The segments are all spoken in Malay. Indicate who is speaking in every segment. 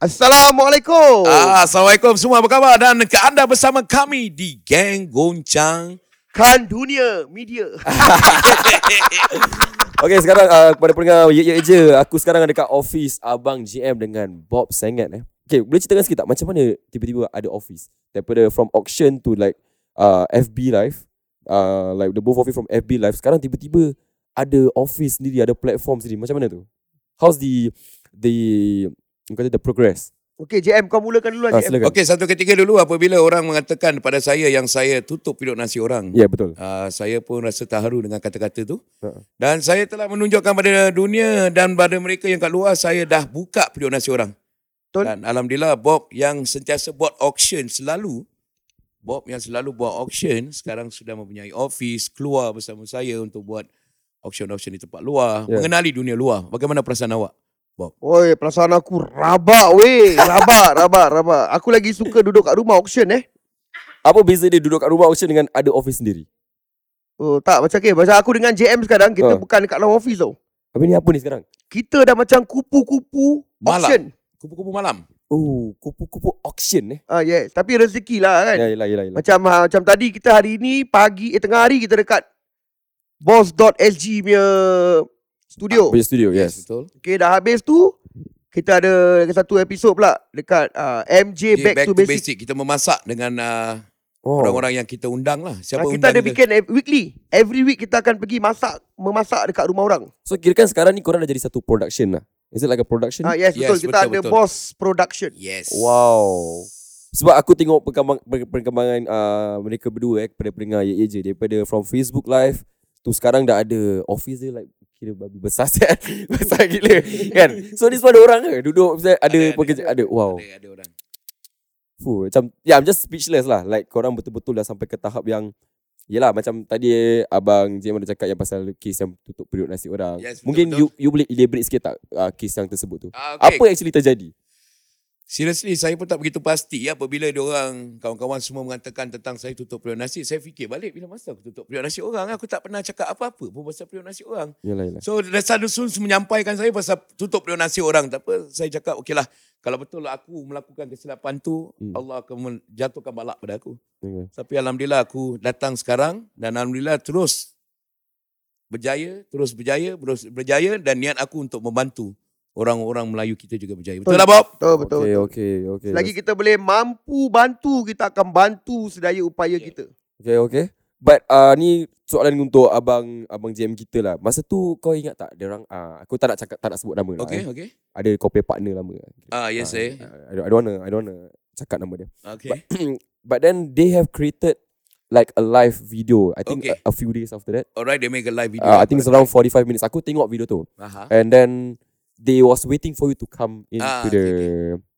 Speaker 1: Assalamualaikum. Ah.
Speaker 2: Ah, Assalamualaikum semua apa khabar dan ke anda bersama kami di Gang Goncang.
Speaker 1: Kan dunia media.
Speaker 3: Okey, sekarang uh, kepada pendengar Ye Ye Je, aku sekarang ada kat office Abang GM dengan Bob Sengat eh. Okey, boleh ceritakan sikit tak macam mana tiba-tiba ada office? Daripada from auction to like uh, FB Live, uh, like the both of you from FB Live, sekarang tiba-tiba ada office sendiri, ada platform sendiri. Macam mana tu? How's the the you kata the progress?
Speaker 1: Okey JM kau mulakan dulu lah
Speaker 3: Uh,
Speaker 1: JM.
Speaker 3: silakan. Okay.
Speaker 2: Okey, satu ketika dulu apabila orang mengatakan kepada saya yang saya tutup hidup nasi orang.
Speaker 3: Ya, yeah, betul.
Speaker 2: Uh, saya pun rasa terharu dengan kata-kata tu.
Speaker 3: Ha.
Speaker 2: Dan saya telah menunjukkan pada dunia dan pada mereka yang kat luar saya dah buka hidup nasi orang.
Speaker 1: Betul.
Speaker 2: Dan alhamdulillah Bob yang sentiasa buat auction selalu Bob yang selalu buat auction sekarang sudah mempunyai office keluar bersama saya untuk buat auction-auction di tempat luar,
Speaker 3: Ya.
Speaker 2: mengenali dunia luar. Bagaimana perasaan awak?
Speaker 1: Oi, perasaan aku rabak weh. Rabak, rabak, rabak. Aku lagi suka duduk kat rumah auction eh.
Speaker 3: Apa beza dia duduk kat rumah auction dengan ada office sendiri?
Speaker 1: Oh, tak macam okay. Macam aku dengan JM sekarang kita
Speaker 3: Ah.
Speaker 1: bukan dekat dalam office tau.
Speaker 3: Habis ni apa ni sekarang?
Speaker 1: Kita dah macam kupu-kupu
Speaker 2: Malam.
Speaker 1: auction.
Speaker 2: Kupu-kupu malam.
Speaker 3: Oh, kupu-kupu auction eh.
Speaker 1: Ah yes, tapi rezeki lah kan.
Speaker 3: Ya, yelah, yelah, yelah.
Speaker 1: Macam ha, macam tadi kita hari ni pagi eh tengah hari kita dekat boss.sg punya studio.
Speaker 3: Punya studio, yes.
Speaker 2: Betul.
Speaker 1: Okey dah habis tu kita ada satu episod pula dekat uh, MJ
Speaker 2: Back,
Speaker 1: Back, to, Basic.
Speaker 2: Kita memasak dengan uh,
Speaker 3: Oh.
Speaker 2: orang-orang yang kita undang lah.
Speaker 1: Siapa
Speaker 2: Siapa
Speaker 1: Ah, kita
Speaker 2: undang
Speaker 1: ada bikin ev- weekly. Every week kita akan pergi masak, memasak dekat rumah orang.
Speaker 3: So kira kan sekarang ni korang dah jadi satu production lah. Is it like a production?
Speaker 1: Ah yes,
Speaker 2: Yes,
Speaker 1: betul. Kita
Speaker 2: betul,
Speaker 1: ada
Speaker 2: betul.
Speaker 1: Boss Production.
Speaker 2: Yes.
Speaker 3: Wow. Sebab aku tengok perkembang, per- perkembangan uh, mereka berdua eh kepada pendengar Ye Ye je daripada from Facebook live tu sekarang dah ada office dia like kira babi besar sial. besar gila kan. So ni semua ada orang ke duduk ada, ada pekerja ada, wow.
Speaker 2: Ada, ada orang.
Speaker 3: Fuh, macam yeah, I'm just speechless lah. Like korang betul-betul dah sampai ke tahap yang Yelah macam tadi abang Jim ada cakap yang pasal kes yang tutup periuk nasi orang.
Speaker 2: Yes, betul,
Speaker 3: Mungkin
Speaker 2: betul.
Speaker 3: you you boleh elaborate sikit tak uh, kes yang tersebut tu?
Speaker 2: Ah,
Speaker 3: Okay.
Speaker 2: okay.
Speaker 3: Apa actually terjadi?
Speaker 2: Seriously, saya pun tak begitu pasti ya apabila diorang, kawan-kawan semua mengatakan tentang saya tutup periuk nasi. Saya fikir balik bila masa aku tutup periuk nasi orang. Aku tak pernah cakap apa-apa pun pasal periuk nasi orang.
Speaker 3: Yalah yalah.
Speaker 2: So, Desa Dusun menyampaikan saya pasal tutup periuk nasi orang. Tak apa, saya cakap, okeylah. Kalau betul aku melakukan kesilapan tu,
Speaker 3: Hmm.
Speaker 2: Allah akan menjatuhkan balak pada aku.
Speaker 3: Okay.
Speaker 2: Tapi Alhamdulillah aku datang sekarang dan Alhamdulillah terus berjaya, terus berjaya, terus berjaya dan niat aku untuk membantu orang-orang Melayu kita juga berjaya. Betul lah Bob?
Speaker 1: Betul, betul.
Speaker 3: okay,
Speaker 1: betul.
Speaker 3: okay, okay.
Speaker 1: Lagi kita boleh mampu bantu, kita akan bantu sedaya upaya
Speaker 2: Yeah.
Speaker 1: kita.
Speaker 3: Okay, okay. But uh, ni soalan untuk abang abang JM kita lah. Masa tu kau ingat tak dia orang uh, aku tak nak cakap tak nak sebut nama lah.
Speaker 2: Okay,
Speaker 3: Eh.
Speaker 2: okay.
Speaker 3: Ada kau punya partner lama.
Speaker 2: Ah, yes
Speaker 3: I
Speaker 2: eh.
Speaker 3: don't, I don't wanna, I don't wanna cakap nama dia.
Speaker 2: Okay.
Speaker 3: But then they have created like a live video. I think
Speaker 2: Okay.
Speaker 3: a, a few days after that.
Speaker 2: Alright, they make a live video.
Speaker 3: Uh, I think it's around 45 minutes. Aku tengok video tu.
Speaker 2: Aha.
Speaker 3: And then they was waiting for you to come in to
Speaker 2: Ah, okay,
Speaker 3: the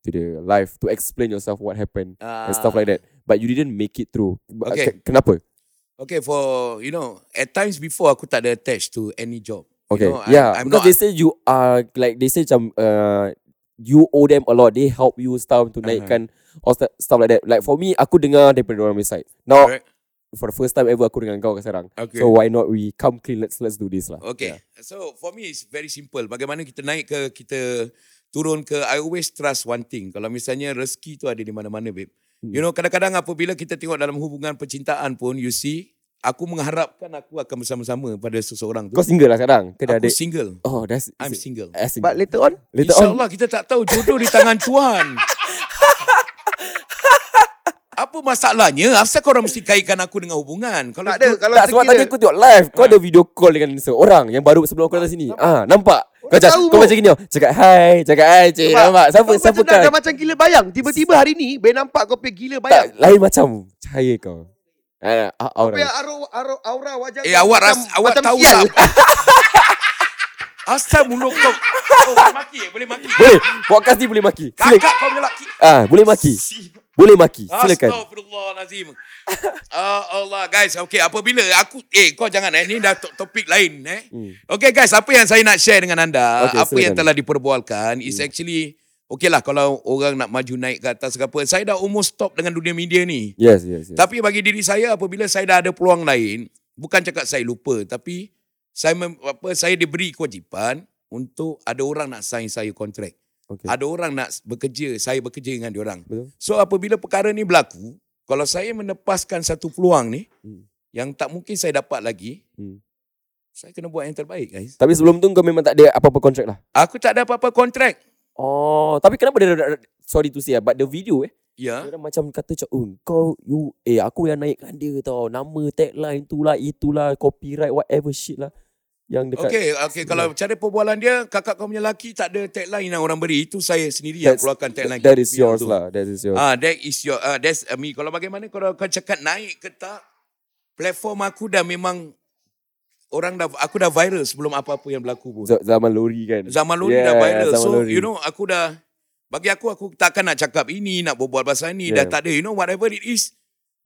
Speaker 3: to the live to explain yourself what happened and
Speaker 2: Ah.
Speaker 3: stuff like that. But you didn't make it through. But,
Speaker 2: Okay.
Speaker 3: ke- Kenapa?
Speaker 2: Ah, Okay, for you know, at times before aku tak ada attached to any job.
Speaker 3: Okay.
Speaker 2: You know,
Speaker 3: yeah.
Speaker 2: I, I'm
Speaker 3: because
Speaker 2: not.
Speaker 3: they say you are like they say macam uh, you owe them a lot. They help you stuff to
Speaker 2: Uh-huh.
Speaker 3: naikkan or stu- stuff like that. Like for me, aku dengar daripada orang punya side. Now
Speaker 2: Alright.
Speaker 3: for the first time ever aku dengan kau sekarang.
Speaker 2: Okay.
Speaker 3: So why not we come clean? Let's let's do this lah.
Speaker 2: Okay. So for me it's very simple. Bagaimana kita naik ke kita turun ke I always trust one thing. Kalau misalnya rezeki tu ada di mana-mana babe.
Speaker 3: Hmm.
Speaker 2: You know kadang-kadang apabila kita tengok dalam hubungan percintaan pun you see aku mengharapkan aku akan bersama-sama pada seseorang tu.
Speaker 3: Kau single lah sekarang. Kau dah
Speaker 2: Aku
Speaker 3: ada.
Speaker 2: single.
Speaker 3: Oh, that's
Speaker 2: I'm
Speaker 3: is it-
Speaker 2: single.
Speaker 3: eh, single.
Speaker 1: But later on,
Speaker 3: Later on.
Speaker 2: InsyaAllah kita tak tahu jodoh di tangan Tuhan. Apa masalahnya? Asal korang mesti kaitkan aku dengan hubungan?
Speaker 1: tak
Speaker 2: Kalau
Speaker 1: ada
Speaker 2: jodoh-
Speaker 1: kalau
Speaker 3: Tak sebab tadi
Speaker 1: sekiranya
Speaker 3: aku tengok live Kau ada video call dengan seorang Yang baru sebelum aku datang sini Ah Ha. Nampak Kau, cak,
Speaker 1: tahu
Speaker 3: kau
Speaker 1: pun.
Speaker 3: macam gini oh. Cakap hai Cakap hai cik
Speaker 1: Nampak?
Speaker 3: Nampak Eh, Siapa
Speaker 1: kau
Speaker 3: siapa
Speaker 1: macam dah,
Speaker 3: kau
Speaker 1: dah macam gila bayang. Tiba-tiba hari ni Bila nampak kau pergi gila
Speaker 3: Tak
Speaker 1: bayang.
Speaker 3: lain macam Cahaya kau Ah, ah,
Speaker 1: Tapi
Speaker 3: Aura
Speaker 1: aura, aura, aura wajah
Speaker 2: Eh
Speaker 1: kau
Speaker 2: awak
Speaker 1: macam-
Speaker 2: ras, awak
Speaker 1: macam
Speaker 2: tahu
Speaker 1: sial.
Speaker 2: tak? Asal mulut kau. Kau boleh maki eh? Boleh maki.
Speaker 3: Boleh. Podcast ni boleh maki. Silakan.
Speaker 2: Kakak kau punya laki.
Speaker 3: Ah, boleh maki.
Speaker 2: Si-
Speaker 3: Boleh maki. Silakan.
Speaker 2: Astagfirullahalazim. Ah Allah guys, okey apabila aku eh kau jangan eh ni dah to- topik lain eh.
Speaker 3: Hmm.
Speaker 2: Okey guys, apa yang saya nak share dengan
Speaker 3: Okey,
Speaker 2: anda, okay, apa
Speaker 3: silakan. Hmm.
Speaker 2: yang telah diperbualkan is actually okay lah kalau orang nak maju naik ke atas ke apa, saya dah almost stop dengan dunia media ni.
Speaker 3: Yes, yes, yes.
Speaker 2: Tapi bagi diri saya apabila saya dah ada peluang lain, bukan cakap saya lupa tapi saya mem, apa saya diberi kewajipan untuk ada orang nak sign saya kontrak.
Speaker 3: Okay.
Speaker 2: Ada orang nak bekerja, saya bekerja dengan diorang.
Speaker 3: Betul.
Speaker 2: So apabila perkara ni berlaku, kalau saya menepaskan satu peluang ni
Speaker 3: Hmm.
Speaker 2: yang tak mungkin saya dapat lagi,
Speaker 3: Hmm.
Speaker 2: saya kena buat yang terbaik guys.
Speaker 3: Tapi sebelum tu kau memang tak ada apa-apa kontrak lah.
Speaker 2: Aku tak ada apa-apa kontrak.
Speaker 3: Oh, tapi kenapa dia sorry to say ah, but the video eh
Speaker 2: Ya.
Speaker 3: dia orang macam kata macam oh, kau you eh aku yang naikkan dia tau. Nama tagline tu lah itulah copyright whatever shit lah yang dekat
Speaker 2: Okey, okey kalau cara perbualan dia kakak kau punya lelaki tak ada tagline yang orang beri, itu saya sendiri yang
Speaker 3: That's-
Speaker 2: keluarkan tagline.
Speaker 3: that is
Speaker 2: video
Speaker 3: yours
Speaker 2: tu.
Speaker 3: lah. That is yours.
Speaker 2: Ah, that is your ah, that's uh, me. Kalau bagaimana kalau kau cakap naik ke tak, platform aku dah memang orang dah aku dah viral sebelum apa-apa yang berlaku pun.
Speaker 3: Z- zaman lori kan.
Speaker 2: Zaman Lori
Speaker 3: Yeah,
Speaker 2: dah viral.
Speaker 3: zaman
Speaker 2: So
Speaker 3: Lori.
Speaker 2: you know aku dah bagi aku aku takkan nak cakap ini, nak berbual pasal ini,
Speaker 3: Yeah.
Speaker 2: dah tak ada. You know whatever it is,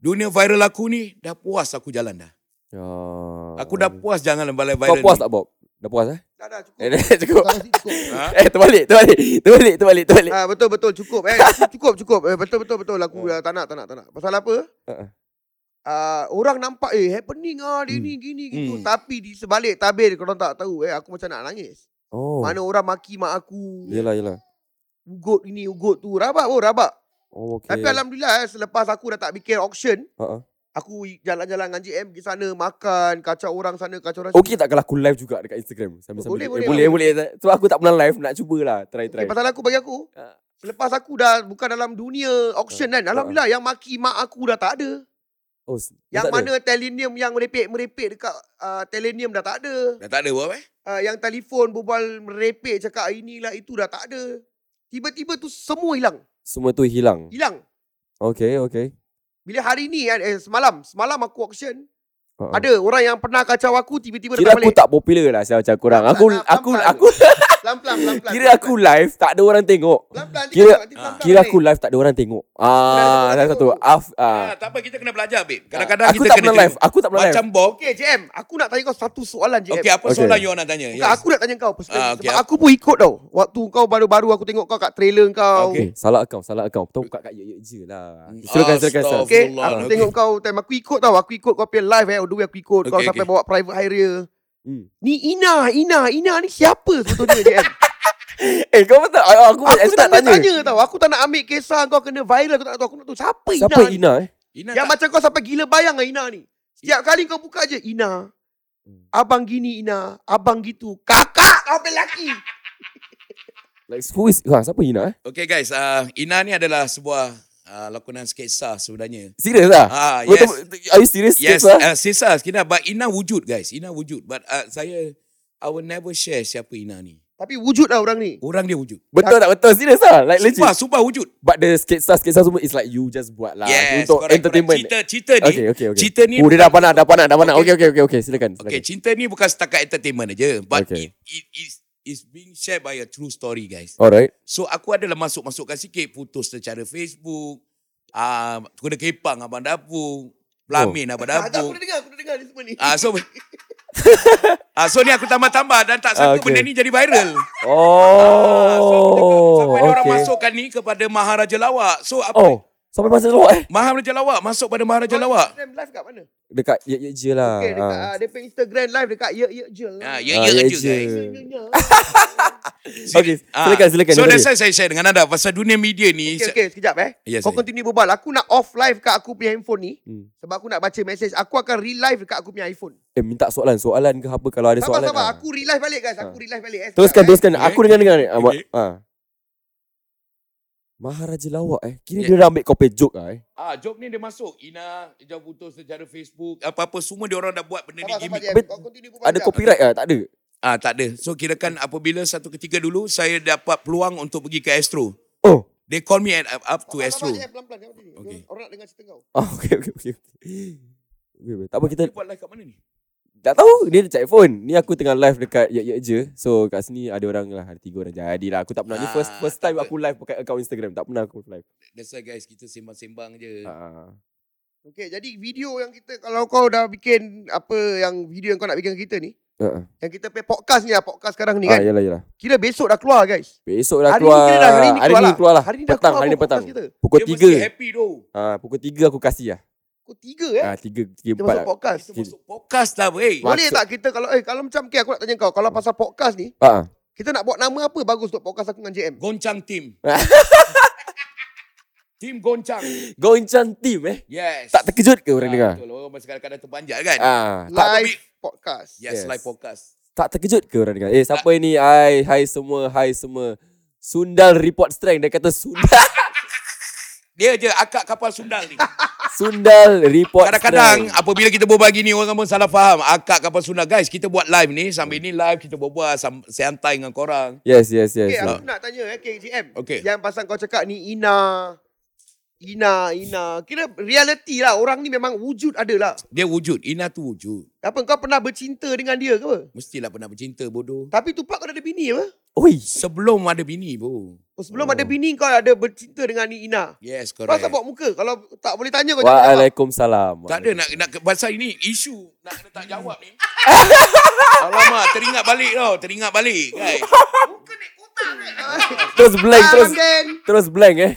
Speaker 2: dunia viral aku ni dah puas aku jalan dah.
Speaker 3: Ah.
Speaker 2: Aku dah puas jangan balai
Speaker 3: Kau
Speaker 2: viral.
Speaker 3: puas
Speaker 2: ni.
Speaker 3: tak Bob? Dah puas eh?
Speaker 1: Dah dah cukup.
Speaker 3: Eh, dah cukup.
Speaker 1: Kau kasi cukup.
Speaker 2: Ha?
Speaker 3: Eh, terbalik, terbalik. Terbalik, terbalik, terbalik.
Speaker 1: Ah betul betul cukup eh Cukup, cukup cukup eh, betul betul betul aku
Speaker 3: Ah.
Speaker 1: uh, tak nak tak nak tak nak. Pasal apa?
Speaker 3: Ha-ha.
Speaker 1: Uh, orang nampak eh happening ah dia
Speaker 3: Hmm.
Speaker 1: ni gini gitu
Speaker 2: Hmm.
Speaker 1: tapi di sebalik tabir kau tak tahu eh aku macam nak nangis.
Speaker 3: Oh. Ya.
Speaker 1: Mana orang maki mak aku.
Speaker 3: Yelah, yelah.
Speaker 1: Ugut ini ugut tu rabak oh rabak.
Speaker 3: Oh, okay.
Speaker 1: Tapi alhamdulillah eh, selepas aku dah tak fikir auction
Speaker 3: Ha-ha.
Speaker 1: Aku jalan-jalan dengan JM pergi sana makan kacau orang sana kacau orang
Speaker 3: Okey tak kalau aku live juga dekat Instagram sambil-sambil.
Speaker 1: Boleh,
Speaker 3: eh,
Speaker 1: boleh,
Speaker 3: boleh, boleh, boleh. Tu aku tak pernah live, nak cubalah, try
Speaker 1: Okay,
Speaker 3: try.
Speaker 1: Eh, pasal aku bagi aku
Speaker 3: Ah.
Speaker 1: Selepas aku dah bukan dalam dunia auction kan Alhamdulillah
Speaker 3: Ah.
Speaker 1: yang maki mak aku dah tak ada
Speaker 3: Oh, s- tak
Speaker 1: Yang
Speaker 3: ada?
Speaker 1: mana telenium yang merepek-merepek dekat uh, telenium dah tak ada
Speaker 2: Dah tak ada buat eh?
Speaker 1: uh, Yang telefon berbual merepek cakap inilah itu dah tak ada Tiba-tiba tu semua hilang
Speaker 3: Semua tu hilang.
Speaker 1: Hilang
Speaker 3: Okay, okay.
Speaker 1: Bila hari ni kan eh, semalam Semalam aku auction
Speaker 3: Ha-ha.
Speaker 1: Ada orang yang pernah kacau aku tiba-tiba
Speaker 3: Oh. Uh-uh. Kira
Speaker 1: datang
Speaker 3: aku
Speaker 1: balik
Speaker 3: tak popular lah saya macam korang.
Speaker 1: Tak,
Speaker 3: Aku
Speaker 1: tak,
Speaker 3: aku
Speaker 1: pelan-pelan.
Speaker 3: aku
Speaker 1: Pelan-pelan pelan-pelan
Speaker 3: kira aku live tak ada orang tengok.
Speaker 1: Pelan-pelan
Speaker 3: Kira- ah,
Speaker 1: nanti pelan-pelan
Speaker 3: Kira
Speaker 1: balik.
Speaker 3: aku lah. live tak ada orang tengok. Ah,
Speaker 1: orang
Speaker 3: salah satu
Speaker 1: tengok.
Speaker 3: af
Speaker 2: Ah,
Speaker 3: ah.
Speaker 2: tak apa kita kena belajar babe. Kadang-kadang
Speaker 3: aku
Speaker 2: kita
Speaker 3: tak
Speaker 2: kena
Speaker 3: pernah live. Aku tak pernah live.
Speaker 2: Macam Bob.
Speaker 1: Okay JM Aku nak tanya kau satu soalan JM
Speaker 2: Okey, apa
Speaker 3: Okay.
Speaker 2: soalan you nak tanya?
Speaker 1: Bukan, aku nak tanya kau personally.
Speaker 2: Ah,
Speaker 1: Ah,
Speaker 2: okey.
Speaker 1: Sebab aku pun ikut tau. Waktu kau baru-baru aku tengok kau kat trailer kau.
Speaker 2: Okey.
Speaker 1: Okay.
Speaker 3: Eh, salah account, salah account. Tahu kat kat ye je lah. Silakan silakan. Sal.
Speaker 2: Okey.
Speaker 1: Okay,
Speaker 2: Astagfirullah,
Speaker 1: aku
Speaker 2: okey.
Speaker 1: tengok kau time aku ikut tau. Aku ikut kau punya live eh. Dulu aku ikut
Speaker 2: Okey,
Speaker 1: kau sampai
Speaker 2: okey.
Speaker 1: bawa private hire.
Speaker 3: Hmm.
Speaker 1: Ni Ina, Ina, Ina ni siapa sebetulnya JM?
Speaker 3: Eh, kau betul. Aku, aku,
Speaker 1: aku
Speaker 3: actually
Speaker 1: tak
Speaker 3: nak
Speaker 1: nak
Speaker 3: tanya.
Speaker 1: tanya tau. Aku tak nak ambil kisah kau kena viral. Aku tak nak tahu. Aku nak tahu siapa,
Speaker 3: Siapa
Speaker 1: Ina, ni.
Speaker 3: Ina eh?
Speaker 2: Ina
Speaker 1: Yang
Speaker 2: tak-
Speaker 1: macam kau sampai gila bayang dengan Ina ni. Setiap kali kau buka je Ina. Abang gini Ina, abang gitu. Kakak kau punya lelaki.
Speaker 3: Like who is ha, siapa Ina eh?
Speaker 2: Okey guys, ah, Ina ni adalah sebuah ah, lakonan sketsa sebenarnya.
Speaker 3: Serius lah?
Speaker 2: Ah,
Speaker 3: Betul-
Speaker 2: yes.
Speaker 3: Are you serious? lah.
Speaker 2: Yes,
Speaker 3: Sketsa?
Speaker 2: uh, Sisa Ina but Ina wujud guys. Ina wujud but uh, saya I will never share siapa Ina ni.
Speaker 1: Tapi wujud lah orang ni.
Speaker 2: Orang dia wujud.
Speaker 3: Betul tak betul? Serius lah? Like legit?
Speaker 2: Sumpah, sumpah wujud.
Speaker 3: But the sketsa-sketsa semua is like you just buat lah.
Speaker 2: yes,
Speaker 3: untuk
Speaker 2: correct,
Speaker 3: entertainment.
Speaker 2: Correct. Cerita, cerita ni.
Speaker 3: Okay, okay, okay.
Speaker 2: Cerita ni
Speaker 3: Oh, dia dah panas, dah panas, dah panas. Okay,
Speaker 2: Okay.
Speaker 3: okay, okay, okay. Silakan. silakan.
Speaker 2: Okay, cerita ni bukan setakat entertainment aja but
Speaker 3: Okay. Oh.
Speaker 2: it, it is is being shared by a true story guys.
Speaker 3: Alright.
Speaker 2: So aku adalah masuk-masukkan sikit putus secara Facebook. Ah, uh, kena kepang
Speaker 3: Oh.
Speaker 2: abang dapur. Pelamin abang
Speaker 1: Ah, tak,
Speaker 2: dapur.
Speaker 1: aku dah dengar, aku dah dengar ni semua ni.
Speaker 2: Ah so Ah so ni aku tambah-tambah dan tak
Speaker 3: Ah,
Speaker 2: sangka
Speaker 3: okay.
Speaker 2: benda ni jadi viral. Ah, so aku cakap,
Speaker 3: Oh,
Speaker 2: sampai
Speaker 3: okay.
Speaker 2: orang masukkan ni kepada Maharaja Lawak. So apa?
Speaker 3: Oh, sampai masa lawak eh?
Speaker 2: Maharaja Lawak masuk pada Maharaja Lawak.
Speaker 1: Instagram live kat mana?
Speaker 3: Dekat ye ye je lah.
Speaker 1: Okay, dekat,
Speaker 3: Ah.
Speaker 1: ah, dia punya Instagram live dekat ye ye je.
Speaker 2: Ah,
Speaker 3: Ah,
Speaker 2: ya ya
Speaker 3: ya
Speaker 2: je
Speaker 3: je.
Speaker 2: guys.
Speaker 3: Okay, silakan, silakan.
Speaker 2: Ah, So
Speaker 3: Dia
Speaker 2: that's
Speaker 3: tadi.
Speaker 2: why saya share dengan anda pasal dunia media ni.
Speaker 1: Okay, okay, sekejap eh.
Speaker 2: Yes,
Speaker 1: Kau
Speaker 2: saya.
Speaker 1: continue berbual. Aku nak off live kat aku punya handphone ni.
Speaker 3: Hmm.
Speaker 1: Sebab aku nak baca message. Aku akan relive dekat aku punya iPhone.
Speaker 3: Eh, minta soalan. Soalan ke apa kalau ada
Speaker 1: Sabar,
Speaker 3: soalan.
Speaker 1: sabar.
Speaker 3: ah.
Speaker 1: Aku relive balik guys. Aku relive balik eh.
Speaker 3: Teruskan, teruskan.
Speaker 1: Sekejap, eh.
Speaker 3: Aku
Speaker 2: Okay.
Speaker 3: dengar-dengar ni. Ah, buat-
Speaker 2: Okay.
Speaker 3: ah. Maharaja lawak eh. Kira dia dah ambil kopi joke lah eh.
Speaker 2: Ah, job ni dia masuk. Ina jauh putus secara Facebook. Apa-apa semua dia orang dah buat benda
Speaker 1: Sabar,
Speaker 2: ni
Speaker 1: sabar
Speaker 2: gimmick.
Speaker 1: je.
Speaker 3: Tapi
Speaker 1: Kau continue berbual
Speaker 3: Ada
Speaker 1: sekejap.
Speaker 3: copyright ah, tak ada.
Speaker 2: Ah, tak ada. So kirakan apabila satu ketika dulu saya dapat peluang untuk pergi ke Astro.
Speaker 3: Oh.
Speaker 2: They call me at, up to
Speaker 1: Sabar,
Speaker 2: Astro.
Speaker 1: sabar je, pelan-pelan. Jangan continue.
Speaker 2: Okay.
Speaker 1: Orang nak dengar cerita kau.
Speaker 3: Ah, okay, okay, okay. okay. okay. Tak apa kita
Speaker 2: Dia buat live kat mana ni?
Speaker 3: Tak tahu Dia cek phone Ni aku tengah live dekat Yek Yek je So kat sini ada orang lah Ada tiga orang Jadi lah aku tak pernah Ni first
Speaker 2: Ah,
Speaker 3: first
Speaker 2: tak
Speaker 3: time
Speaker 2: apa.
Speaker 3: aku live Pakai account Instagram Tak pernah aku live
Speaker 2: That's why guys, kita sembang-sembang je.
Speaker 1: Eh.
Speaker 3: Ah,
Speaker 1: Okay, jadi video yang kita kalau kau dah bikin apa yang video yang kau nak bikin dengan kita ni,
Speaker 3: ah, ah.
Speaker 1: yang kita punya podcast ni lah, podcast sekarang ni
Speaker 3: Ah,
Speaker 1: kan.
Speaker 3: Yalah yalah
Speaker 1: Kira besok dah keluar guys.
Speaker 3: Besok dah
Speaker 1: hari
Speaker 3: keluar
Speaker 1: ni kira dah hari ni keluar, lah.
Speaker 3: keluar lah
Speaker 1: Hari ni dah
Speaker 3: Petang
Speaker 1: keluar
Speaker 3: Hari ni
Speaker 1: pun
Speaker 3: petang
Speaker 1: podcast kita.
Speaker 3: Pukul
Speaker 2: dia mesti
Speaker 3: 3
Speaker 2: happy doh.
Speaker 3: Ah, Pukul 3 aku kasih lah
Speaker 1: Pukul tiga eh.
Speaker 3: ah, 3, 3
Speaker 1: kita
Speaker 3: 4
Speaker 1: masuk podcast.
Speaker 2: Kita masuk podcast lah, wey.
Speaker 3: Wah.
Speaker 1: Boleh
Speaker 3: Masuk.
Speaker 1: tak kita kalau eh kalau macam okay, aku nak tanya kau kalau pasal podcast ni,
Speaker 3: ah, ah.
Speaker 1: kita nak buat nama apa bagus untuk podcast aku dengan JM?
Speaker 2: Goncang team. team goncang.
Speaker 3: Goncang team eh
Speaker 2: Yes.
Speaker 3: Tak terkejut ke orang
Speaker 2: Ah,
Speaker 3: dengar
Speaker 2: Betul. Orang masih kadang-kadang terpanjat kan.
Speaker 3: Ah, tak, Ya.
Speaker 1: Live
Speaker 2: tapi-
Speaker 1: podcast.
Speaker 2: Yes,
Speaker 3: Yes.
Speaker 2: live podcast.
Speaker 3: tak terkejut ke orang dengar? Eh, siapa ini? Hai, hai semua, hai semua. Sundal report strength. Dia kata sundal,
Speaker 2: Dia je akak kapal sundal ni.
Speaker 3: sundal report
Speaker 2: Kadang-kadang
Speaker 3: strength.
Speaker 2: apabila kita berbagi ni orang pun salah faham. Akak kapal sundal guys, kita buat live ni sambil ni live kita berbual sam- santai dengan korang.
Speaker 3: Yes, yes, yes. lah.
Speaker 1: Okay,
Speaker 3: yes.
Speaker 1: aku nak tanya eh, okay, JM.
Speaker 2: Okey.
Speaker 1: Yang pasal kau cakap ni Ina, Ina, Ina. Kira reality lah. Orang ni memang wujud ada lah.
Speaker 2: Dia wujud, Ina tu wujud.
Speaker 1: Apa, kau pernah bercinta dengan dia ke apa?
Speaker 2: Mestilah pernah bercinta bodoh.
Speaker 1: Tapi Tupac kau dah ada bini apa?
Speaker 3: Oi,
Speaker 2: Sebelum ada bini bro.
Speaker 1: Oh,
Speaker 3: Oh.
Speaker 1: sebelum ada bini kau ada bercinta dengan ni Ina.
Speaker 2: Yes,
Speaker 1: Kau
Speaker 2: correct.
Speaker 1: rasa buat muka. Kalau tak boleh tanya kau cakap apa?
Speaker 3: Waalaikumsalam.
Speaker 2: Tak ada nak nak pasal ini isu nak kena tak jawab ni. Alamak, teringat balik tau, teringat balik guys.
Speaker 1: Muka naik kotak kan?
Speaker 3: Terus blank,
Speaker 1: Ah,
Speaker 3: terus
Speaker 1: Abang Den.
Speaker 3: terus blank eh.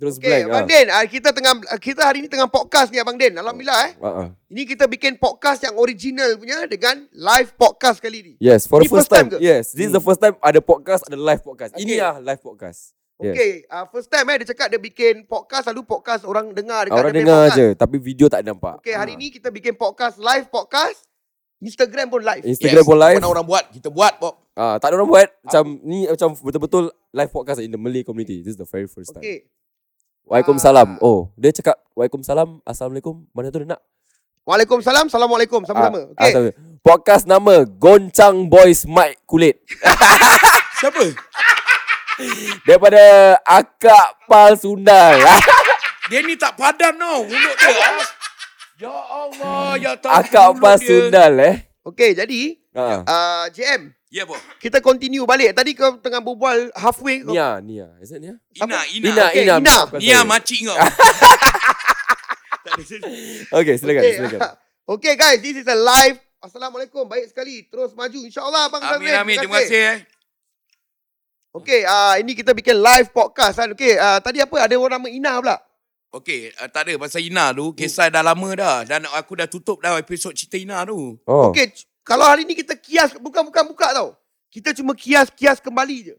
Speaker 3: Terus blank.
Speaker 1: Okay, Abang Den. ah, Kita tengah kita hari ni tengah podcast ni Abang Den. Alhamdulillah eh.
Speaker 3: ah. Ah, ah.
Speaker 1: Ini kita bikin podcast yang original punya dengan live podcast kali ni.
Speaker 3: Yes, for the
Speaker 1: Ni
Speaker 3: first
Speaker 1: first
Speaker 3: time.
Speaker 1: time ke?
Speaker 3: yes, this is the first time ada podcast, ada live podcast.
Speaker 2: Okay.
Speaker 3: Ini ah live podcast. Yes.
Speaker 1: Okay, uh, first time eh dia cakap dia bikin podcast, lalu podcast orang dengar dekat
Speaker 3: Orang
Speaker 1: dia punya
Speaker 3: dengar
Speaker 1: podcast.
Speaker 3: je, tapi video tak nampak.
Speaker 1: Okay, hari
Speaker 3: Ah.
Speaker 1: ni kita bikin podcast, live podcast, Instagram pun live.
Speaker 3: Instagram pun live.
Speaker 2: Mana orang buat, kita buat Bob.
Speaker 3: Ah, tak ada orang buat macam ni macam betul-betul live podcast in the Malay community. This is the very first time.
Speaker 1: Okay.
Speaker 3: Waalaikumsalam.
Speaker 1: Ah.
Speaker 3: Oh, dia cakap Waalaikumsalam, Assalamualaikum. Mana tu dia nak?
Speaker 1: Waalaikumsalam, Assalamualaikum. Sama-sama.
Speaker 3: Ah,
Speaker 1: Okay.
Speaker 3: sama. Podcast nama Goncang Boys Mike Kulit.
Speaker 2: Siapa?
Speaker 3: Daripada Akak Pal Sundal. ah,
Speaker 2: Dia ni tak padan tau mulut dia. ya Allah, ya tak.
Speaker 3: Akak Pal Sundal eh.
Speaker 1: Okay, jadi
Speaker 3: Ha.
Speaker 1: uh, JM,
Speaker 2: Ya, Bob.
Speaker 1: kita continue balik. Tadi kau tengah berbual halfway. Kau,
Speaker 3: Nia, Nia. Is it Nia?
Speaker 2: Ina, Ina.
Speaker 3: Ina,
Speaker 1: Okay,
Speaker 3: Ina.
Speaker 1: Ina.
Speaker 3: Bukan
Speaker 2: Nia
Speaker 3: saya.
Speaker 2: makcik kau. Tak ada sesuatu.
Speaker 3: Okay, silakan,
Speaker 1: okay.
Speaker 3: silakan.
Speaker 1: okay guys, this is a live. Assalamualaikum. Baik sekali. Terus maju. InsyaAllah Abang
Speaker 2: Amin,
Speaker 1: Zamrin.
Speaker 2: amin. Terima kasih eh.
Speaker 1: Okay, uh, ini kita bikin live podcast kan. Okay, uh, tadi apa? Ada orang nama Ina pula.
Speaker 2: Okey, uh, tak ada pasal Ina tu, kisah dah lama dah dan aku dah tutup dah episod cerita Ina tu.
Speaker 3: Oh.
Speaker 1: Okay, c- kalau hari ni kita kias, bukan bukan buka tau. Kita cuma kias-kias kembali je.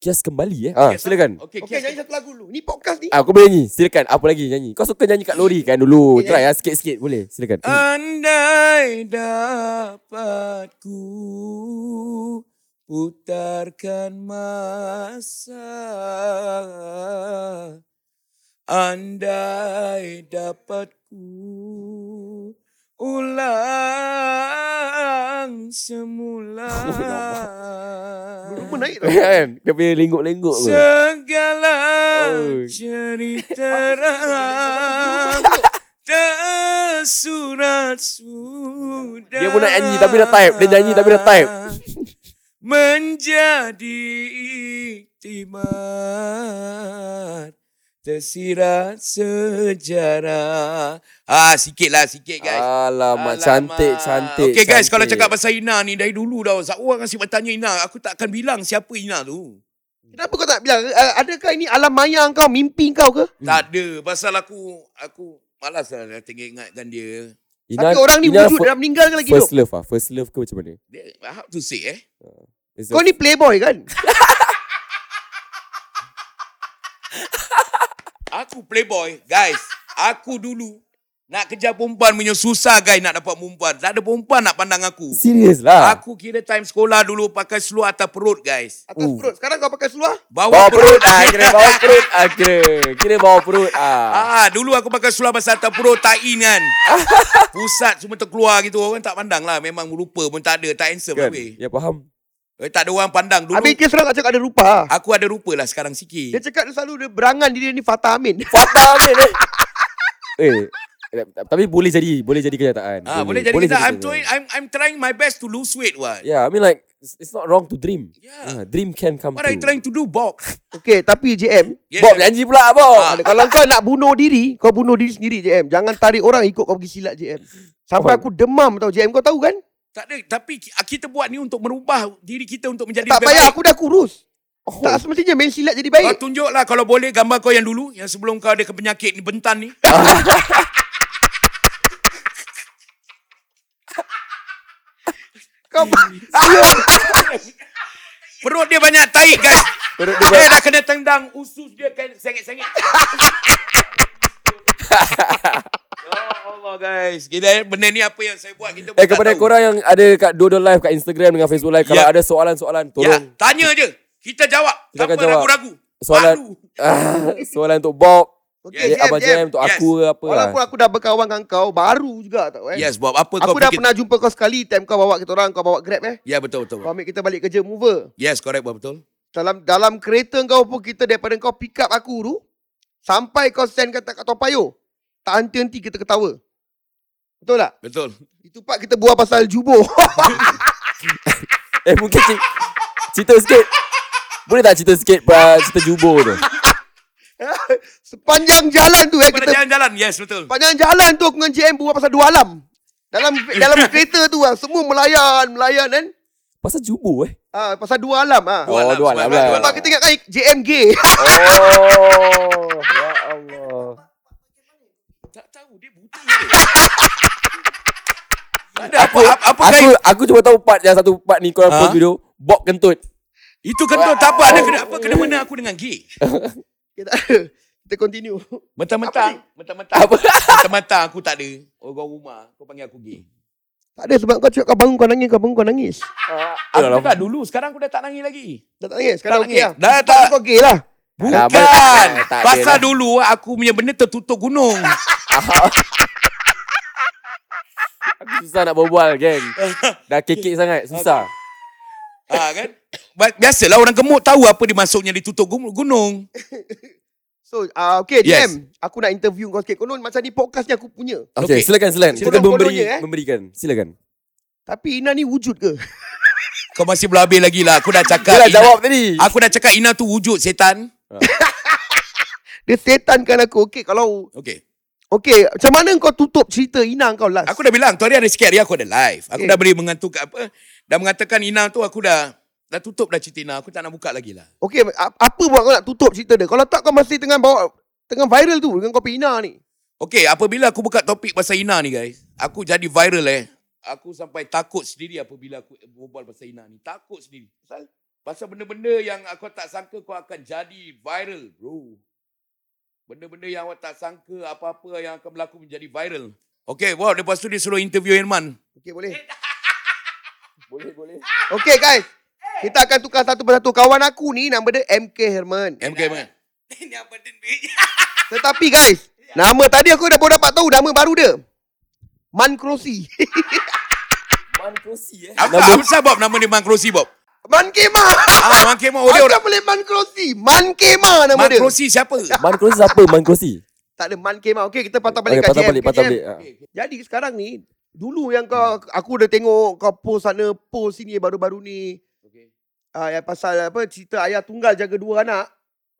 Speaker 3: Kias kembali eh. Ah,
Speaker 2: Okey,
Speaker 3: silakan.
Speaker 2: Okey,
Speaker 1: Okay,
Speaker 2: okay,
Speaker 1: nyanyi satu lagu dulu. Ni podcast ni.
Speaker 3: Ah, kau boleh nyanyi. Silakan. Apa lagi nyanyi? Kau suka nyanyi kat lori kan dulu.
Speaker 1: Yes.
Speaker 3: Try ah sikit-sikit boleh. Silakan.
Speaker 1: Ah.
Speaker 2: Andai dapat ku putarkan masa Andai dapat ku ulang semula
Speaker 1: Rumah naik tau.
Speaker 3: Kan? Dia punya lenggok-lenggok tu.
Speaker 2: Segala
Speaker 3: Oh.
Speaker 2: cerita ram tersurat sudah.
Speaker 3: Dia pun nak nyanyi tapi dah type. Dia nyanyi tapi dah type.
Speaker 2: Menjadi iktimat tersirat sejarah. Ah sikit lah sikit guys.
Speaker 3: Alamak, Ah, cantik, cantik.
Speaker 2: Okay guys, kalau
Speaker 3: cantik.
Speaker 2: cakap pasal Ina ni dari dulu dah. Zawa kasi bertanya Ina, aku tak akan bilang siapa Ina tu.
Speaker 1: Kenapa kau tak bilang? Uh, adakah ini alam maya kau, mimpi kau ke?
Speaker 3: Hmm.
Speaker 2: Tak ada. Pasal aku, aku malas lah dah tengok ingatkan dia.
Speaker 3: Ina,
Speaker 1: Tapi orang ni
Speaker 3: Ina
Speaker 1: wujud
Speaker 3: fir-
Speaker 1: dah meninggal ke lagi
Speaker 3: First
Speaker 1: hidup.
Speaker 3: love ah, first love ke macam mana?
Speaker 2: Dia, I have to say eh.
Speaker 3: It's a-
Speaker 1: Kau ni playboy kan?
Speaker 2: Aku playboy. Guys, aku dulu nak kejar perempuan punya susah guys nak dapat perempuan. Tak ada perempuan nak pandang aku.
Speaker 3: serious lah.
Speaker 2: Aku kira time sekolah dulu pakai seluar atas perut guys.
Speaker 1: Atas
Speaker 3: Oh.
Speaker 1: perut. Sekarang kau pakai seluar?
Speaker 3: Bawa perut ah, kira bawa perut ah, kira. Kira bawa perut ah.
Speaker 2: Ah, dulu aku pakai seluar pasal atas perut tak in kan. Pusat semua terkeluar gitu orang tak pandang lah. Memang rupa pun tak ada, tak handsome
Speaker 3: Kan?
Speaker 2: kan. habis.
Speaker 3: Ya faham.
Speaker 2: Eh, tak ada orang pandang dulu.
Speaker 1: Habis dia sekarang kat cakap ada rupa. ah.
Speaker 2: Aku ada rupa lah sekarang sikit.
Speaker 1: Dia cakap dia selalu dia berangan diri dia ni Fatah Amin.
Speaker 3: Fatah Amin eh. Eh, Tapi boleh jadi Boleh jadi kenyataan
Speaker 2: Ah, boleh jadi kita I'm trying I'm I'm trying my best to lose weight what.
Speaker 3: Yeah I mean like It's it's not wrong to dream
Speaker 2: Yeah.
Speaker 3: Ah, Dream can come
Speaker 2: Ya. What are you
Speaker 3: true
Speaker 2: trying to do, Bob? Ya,
Speaker 1: Okay, tapi JM,
Speaker 2: Yeah,
Speaker 3: Bob eh?
Speaker 2: yeah.
Speaker 3: janji pula Bob
Speaker 2: Ah.
Speaker 1: kalau kau nak bunuh diri, kau bunuh diri sendiri JM. Jangan tarik orang ikut kau pergi silat JM. Sampai
Speaker 3: Faham.
Speaker 1: aku demam tau JM kau tahu kan?
Speaker 2: tak ada tapi ki- ah, kita buat ni untuk merubah diri kita untuk menjadi
Speaker 1: Tak
Speaker 2: lebih
Speaker 1: payah
Speaker 2: baik.
Speaker 1: aku dah kurus.
Speaker 3: Oh.
Speaker 1: Tak semestinya main silat jadi
Speaker 2: Kau
Speaker 1: baik.
Speaker 2: tunjuklah kalau boleh gambar kau yang dulu yang sebelum kau ada ke penyakit ni bentan ni.
Speaker 1: Kau Ya.
Speaker 2: Perut dia banyak tahi guys.
Speaker 3: Perut dia
Speaker 2: Dia dah kena tendang usus dia kan sengit-sengit. Ya Allah guys. Kita benda ni apa yang saya buat kita pun
Speaker 3: Eh
Speaker 2: tak
Speaker 3: kepada
Speaker 2: tahu.
Speaker 3: korang yang ada kat Dodo Live kat Instagram dengan Facebook Live kalau
Speaker 2: Ya.
Speaker 3: ada soalan-soalan
Speaker 2: Ya,
Speaker 3: tolong
Speaker 2: tanya je. Kita jawab.
Speaker 3: Kita akan
Speaker 2: Tanpa
Speaker 3: jawab.
Speaker 2: ragu-ragu.
Speaker 3: soalan
Speaker 2: Malu.
Speaker 3: ah, soalan untuk Bob,
Speaker 1: Okay,
Speaker 3: yeah, Abang JM untuk
Speaker 2: Yes.
Speaker 3: aku ke apa lah.
Speaker 1: Walaupun aku dah berkawan dengan kau, baru juga tau eh.
Speaker 2: Yes, Bob. Apa kau
Speaker 1: Aku dah
Speaker 2: fikir?
Speaker 1: pernah jumpa kau sekali time kau bawa kita orang, kau bawa Grab eh.
Speaker 2: Ya, betul betul.
Speaker 1: Kau ambil kita balik kerja mover.
Speaker 2: Yes, correct Bob betul.
Speaker 1: Dalam dalam kereta kau pun kita daripada kau pick up aku tu sampai kau stand kat kat Topayo. Tak henti-henti kita ketawa. Betul tak?
Speaker 2: Betul.
Speaker 1: Itu part kita buat pasal jubo.
Speaker 3: Eh mungkin cik, cerita sikit. Boleh tak cerita sikit uh, cerita jubo tu?
Speaker 1: Sepanjang jalan tu eh
Speaker 2: Pada
Speaker 1: kita
Speaker 2: jalan-jalan. Yes, betul.
Speaker 1: sepanjang jalan tu aku dengan JM buat pasal dua alam. Dalam dalam kereta tu lah, semua melayan, melayan kan.
Speaker 3: Pasal jubo eh.
Speaker 1: Ah, pasal dua alam ah.
Speaker 3: Oh,
Speaker 2: alam,
Speaker 3: dua alam lah.
Speaker 2: sebab- dua
Speaker 1: Sebab
Speaker 2: alam.
Speaker 1: kita ingatkan JM gay.
Speaker 3: Oh, ya Allah.
Speaker 2: Tak tahu dia buta. ke? Tak ada apa apa, apa
Speaker 3: Aku
Speaker 2: kait?
Speaker 3: aku cuma tahu part yang satu part ni korang
Speaker 2: Ha?
Speaker 3: post video Bob kentut.
Speaker 2: Itu kentut tak apa ada kena apa kena mena aku dengan gay.
Speaker 1: Okay, tak ada. Kita continue.
Speaker 2: Mentang-mentang, mentang-mentang.
Speaker 3: Apa?
Speaker 2: Mentang-mentang aku tak ada. Orang rumah kau panggil aku gay.
Speaker 1: Tak ada sebab kau cakap kau bangun kau nangis, kau bangun kau nangis.
Speaker 2: Aku
Speaker 3: Alah,
Speaker 2: cakap dulu, sekarang aku dah tak nangis lagi.
Speaker 1: Dah tak nangis, sekarang
Speaker 2: Tak
Speaker 1: okey lah.
Speaker 2: nangis. Dah
Speaker 1: Sebab
Speaker 2: tak-
Speaker 1: Kau gay lah.
Speaker 3: Dah,
Speaker 2: Bukan.
Speaker 3: ber- tak ada
Speaker 2: Pasal
Speaker 3: lah.
Speaker 2: dulu aku punya benda tertutup gunung.
Speaker 3: Aku susah nak berbual geng. Dah kekek sangat, susah.
Speaker 2: ha kan? Ba- Biasalah orang gemuk tahu apa dimasuknya ditutup gun- gunung.
Speaker 1: So, ah okay JM,
Speaker 2: Yes.
Speaker 1: aku nak interview kau sikit. Konon macam ni podcast ni aku punya.
Speaker 3: Okey,
Speaker 2: Okey.
Speaker 3: silakan silakan. Silakan
Speaker 1: Konon-kononnya,
Speaker 3: memberi
Speaker 1: eh.
Speaker 3: memberikan. Silakan.
Speaker 1: Tapi Ina ni wujud ke?
Speaker 2: Kau masih belum habis lagi lah. Aku dah cakap.
Speaker 3: Dia dah
Speaker 2: Ina-
Speaker 3: jawab tadi.
Speaker 2: Aku dah cakap Ina tu wujud setan.
Speaker 1: Dia setankan aku. Okay, kalau...
Speaker 2: Okey.
Speaker 1: Okay, macam mana kau tutup cerita Ina kau last?
Speaker 2: Aku dah bilang tu hari ada sikit hari aku ada live. Aku
Speaker 1: Okey.
Speaker 2: dah beri mengantuk apa dah mengatakan Ina tu aku dah dah tutup dah cerita Ina. Aku tak nak buka lagi lah.
Speaker 1: Okay, a- apa buat kau nak tutup cerita dia? Kalau tak kau masih tengah bawa... Tengah viral tu dengan kopi Ina ni.
Speaker 2: Okey, apabila aku buka topik pasal Ina ni guys, aku jadi viral eh. Aku sampai takut sendiri apabila aku berbual pasal Ina ni. Takut sendiri. Pasal pasal benda-benda yang aku tak sangka kau akan jadi viral, bro. Benda-benda yang awak tak sangka apa-apa yang akan berlaku menjadi viral. Okey, wow, lepas tu dia suruh interview Irman.
Speaker 1: Okay, boleh? boleh, boleh. Okay, guys. Kita akan tukar satu persatu. Kawan aku ni nama dia MK Herman.
Speaker 2: MK Irman.
Speaker 1: Tetapi guys, nama tadi aku dah baru dapat tahu nama baru dia. Man Krosi.
Speaker 3: Mankosi eh.
Speaker 2: Apa apa pasal Bob nama dia Man Krosi Bob?
Speaker 1: Man Kema.
Speaker 2: Ah, Man Kemo
Speaker 1: Oh,
Speaker 2: dia orang
Speaker 1: Macam boleh Man Krosi. Man Kema nama
Speaker 2: Mat
Speaker 1: dia.
Speaker 2: Rosi siapa?
Speaker 3: Mankosi siapa? Mankosi.
Speaker 1: Tak ada Man Kema. Okey, kita patah
Speaker 3: Okey,
Speaker 1: balik
Speaker 3: patah
Speaker 1: JM.
Speaker 3: balik, patah
Speaker 1: JM.
Speaker 3: balik. Ah.
Speaker 1: Jadi sekarang ni, dulu yang kau aku dah tengok kau post sana, post sini baru-baru ni.
Speaker 2: Okey.
Speaker 1: Ah, yang pasal apa cerita ayah tunggal jaga dua anak.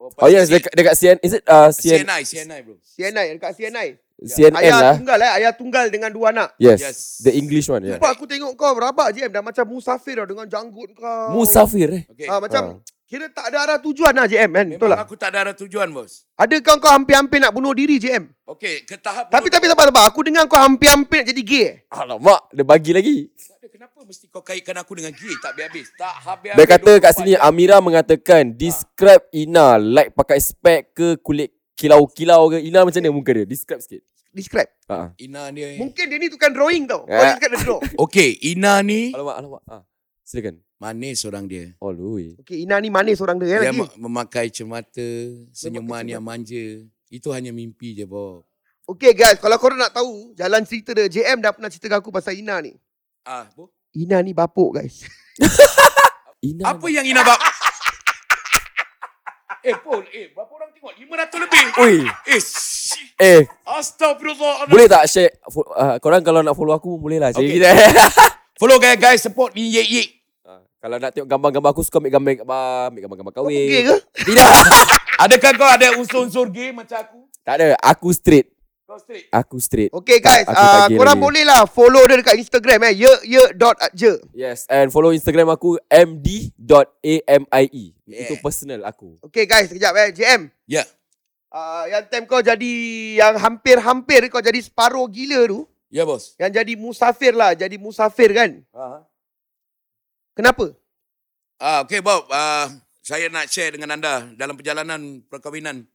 Speaker 3: Oh yes, dekat, dekat CN, is it uh, CN,
Speaker 2: CNI, CNI bro.
Speaker 1: CNI dekat CNI.
Speaker 3: CNN
Speaker 1: ayah
Speaker 3: lah.
Speaker 1: tunggal eh, ayah tunggal dengan dua anak.
Speaker 3: Yes,
Speaker 2: Yes.
Speaker 3: the English one. Yeah.
Speaker 1: Nampak aku tengok kau rabak JM dah macam musafir dah dengan janggut kau.
Speaker 3: Musafir eh.
Speaker 2: Okey.
Speaker 1: Ah, macam Kira tak ada arah tujuan lah JM kan Betul
Speaker 2: Memang
Speaker 1: lah
Speaker 2: aku tak ada arah tujuan bos.
Speaker 1: Ada kau kau hampir-hampir nak bunuh diri JM
Speaker 2: Okey, ke tahap
Speaker 1: Tapi tapi sabar sabar Aku dengar kau hampir-hampir nak jadi gay eh.
Speaker 3: Ah. Alamak, dia bagi lagi.
Speaker 2: Tak ada, Kenapa mesti kau kaitkan aku dengan gay? Tak habis-habis. Tak habis.
Speaker 3: Dia kata kat sini Amira mengatakan describe Ina like pakai spek ke kulit kilau-kilau ke Ina macam mana muka dia? Describe sikit.
Speaker 1: Describe
Speaker 3: Ha.
Speaker 2: Ina dia.
Speaker 1: Mungkin dia ni tukang drawing tau Kau
Speaker 3: Ah.
Speaker 1: ni tukang dia draw
Speaker 2: Okey, Ina ni
Speaker 3: Alamak, alamak. Oh, Ah. Silakan.
Speaker 2: manis orang dia.
Speaker 3: All the way.
Speaker 1: Okay Ina ni manis orang dia eh,
Speaker 2: Dia
Speaker 1: lagi
Speaker 2: ma- memakai cermata, senyuman yang manja. Itu hanya mimpi je, Bob.
Speaker 1: Okay guys Kalau korang nak tahu Jalan cerita dia JM dah pernah cerita dengan aku pasal Ina ni
Speaker 2: Ah, Bo?
Speaker 1: Ina ni bapuk guys
Speaker 3: Ina
Speaker 2: Apa yang Ina bab? Eh Paul, eh berapa orang tengok? 500 lebih.
Speaker 3: Ui.
Speaker 2: Eh, shit.
Speaker 3: Eh,
Speaker 2: Astagfirullah.
Speaker 3: boleh tak share fo- uh, korang kalau nak follow aku pun boleh lah. Okay.
Speaker 2: Okay.
Speaker 3: Kita.
Speaker 2: Follow guys, guys support ni ye ye.
Speaker 3: Ah, kalau nak tengok gambar-gambar aku suka ambil gambar-gambar, ambil gambar-gambar
Speaker 1: Kau pergi
Speaker 3: kahwin.
Speaker 1: ke?
Speaker 3: Tidak.
Speaker 2: Adakah kau ada unsur-unsur gay macam aku?
Speaker 3: tak ada, aku straight.
Speaker 2: Kau straight.
Speaker 3: Aku straight.
Speaker 1: Okay
Speaker 3: Tak,
Speaker 1: guys,
Speaker 3: aku tak
Speaker 1: uh,
Speaker 3: gay
Speaker 1: korang
Speaker 3: lagi.
Speaker 1: boleh lah follow dia dekat Instagram eh. Ye ye dot je.
Speaker 3: Yes, and follow Instagram aku md.amie. Yeah. E. Itu
Speaker 2: Yeah.
Speaker 3: personal aku.
Speaker 1: Okay guys, sekejap eh. JM.
Speaker 2: Ya.
Speaker 1: Uh, yang time kau jadi yang hampir-hampir kau jadi separuh gila tu.
Speaker 2: Ya bos.
Speaker 1: Yang jadi musafir lah. Jadi musafir kan.
Speaker 2: Ah,
Speaker 1: Kenapa?
Speaker 2: ah okay Bob, ah saya nak share dengan anda dalam perjalanan perkahwinan.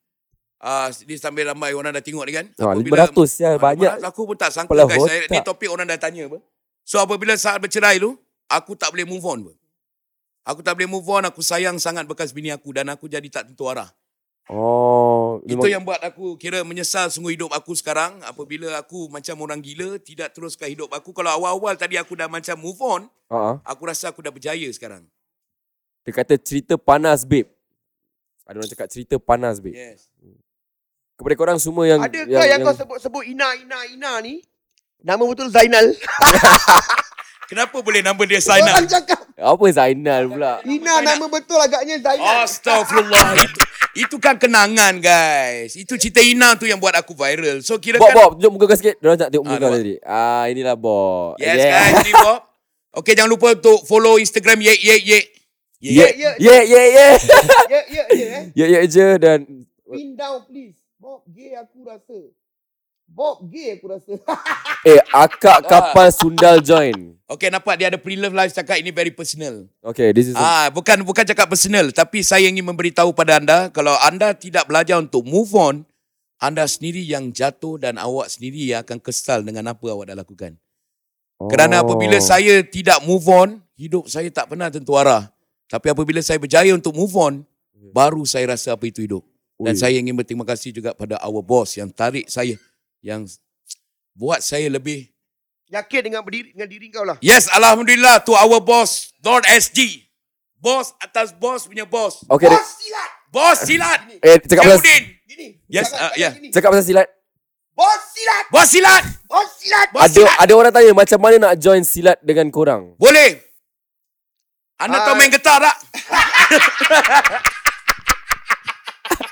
Speaker 2: Ah ni sambil ramai orang dah tengok ni kan.
Speaker 3: Ha,
Speaker 2: Apabila-
Speaker 3: 500 ya, banyak.
Speaker 2: Malah Aku pun tak sangka
Speaker 3: Kepala
Speaker 2: guys. Saya, ni
Speaker 3: otak.
Speaker 2: topik orang dah tanya apa. So apabila saat bercerai tu, aku tak boleh move on. Apa. Aku tak boleh move on, aku sayang sangat bekas bini aku dan aku jadi tak tentu arah.
Speaker 3: Oh,
Speaker 2: Itu yang buat aku kira menyesal sungguh hidup aku sekarang apabila aku macam orang gila tidak teruskan hidup aku. Kalau awal-awal tadi aku dah macam move on,
Speaker 3: uh-huh.
Speaker 2: aku rasa aku dah berjaya sekarang.
Speaker 3: Dia kata cerita panas babe. Ada orang cakap cerita panas babe. Yeah.
Speaker 2: Yes.
Speaker 3: Kepada korang semua yang
Speaker 1: Adakah yang, yang, kau sebut-sebut Ina, Ina, Ina ni? Nama betul Zainal.
Speaker 2: Kenapa boleh nama dia
Speaker 1: Orang
Speaker 2: Sainal?
Speaker 1: cakap
Speaker 3: apa Zainal pula?
Speaker 1: Ina nama betul agaknya Zainal.
Speaker 2: Astagfirullah. itu, itu kan kenangan guys. Itu cerita Ina tu yang buat aku viral. So kira
Speaker 3: Bob,
Speaker 2: kan
Speaker 3: Bob, tunjuk muka kau sikit. Diorang tak tengok muka
Speaker 2: Ah,
Speaker 3: kau
Speaker 2: nampak.
Speaker 3: tadi. Ah, inilah Bob.
Speaker 2: Yes yeah. guys, ni Bob. Okay, jangan lupa untuk follow Instagram ye ye ye. Ye
Speaker 3: Yeah,
Speaker 2: ye.
Speaker 3: yeah, yeah, yeah, yeah.
Speaker 1: Ya, ya, ya eh.
Speaker 3: Yeah, yeah je dan
Speaker 1: Pin down please. Bob gay aku rasa. Bob gay aku rasa.
Speaker 3: eh
Speaker 2: Ah.
Speaker 3: akak kapal sundal join.
Speaker 2: Okay, nampak dia ada pre-love live cakap ini very personal.
Speaker 3: Okay, this is a-
Speaker 2: Ah, bukan bukan cakap personal, tapi saya ingin memberitahu pada anda kalau anda tidak belajar untuk move on, anda sendiri yang jatuh dan awak sendiri yang akan kesal dengan apa awak dah lakukan. Kerana apabila
Speaker 3: Oh.
Speaker 2: saya tidak move on, hidup saya tak pernah tentu arah. Tapi apabila saya berjaya untuk move on, baru saya rasa apa itu hidup. Dan
Speaker 3: Ya. Ui.
Speaker 2: saya ingin berterima kasih juga pada our boss yang tarik saya, yang buat saya lebih.
Speaker 1: Yakin dengan berdiri dengan diri kau lah.
Speaker 2: Yes, Alhamdulillah to our boss, Lord SG. Boss atas boss punya boss.
Speaker 3: Okay,
Speaker 1: Bos
Speaker 3: dek-
Speaker 1: silat.
Speaker 2: Bos silat.
Speaker 3: eh cakap pasal
Speaker 2: Jamaluddin.
Speaker 1: Gini.
Speaker 2: Yes,
Speaker 1: Jangan-
Speaker 2: ah,
Speaker 1: jangan
Speaker 2: ya.
Speaker 1: gini.
Speaker 3: cakap pasal silat.
Speaker 1: Bos silat.
Speaker 2: Bos silat.
Speaker 1: Bos silat.
Speaker 2: Bos
Speaker 3: Ada
Speaker 2: silat.
Speaker 3: ada orang tanya macam mana nak join silat dengan korang.
Speaker 2: Boleh. Anda tahu
Speaker 1: Ah.
Speaker 2: main getar tak?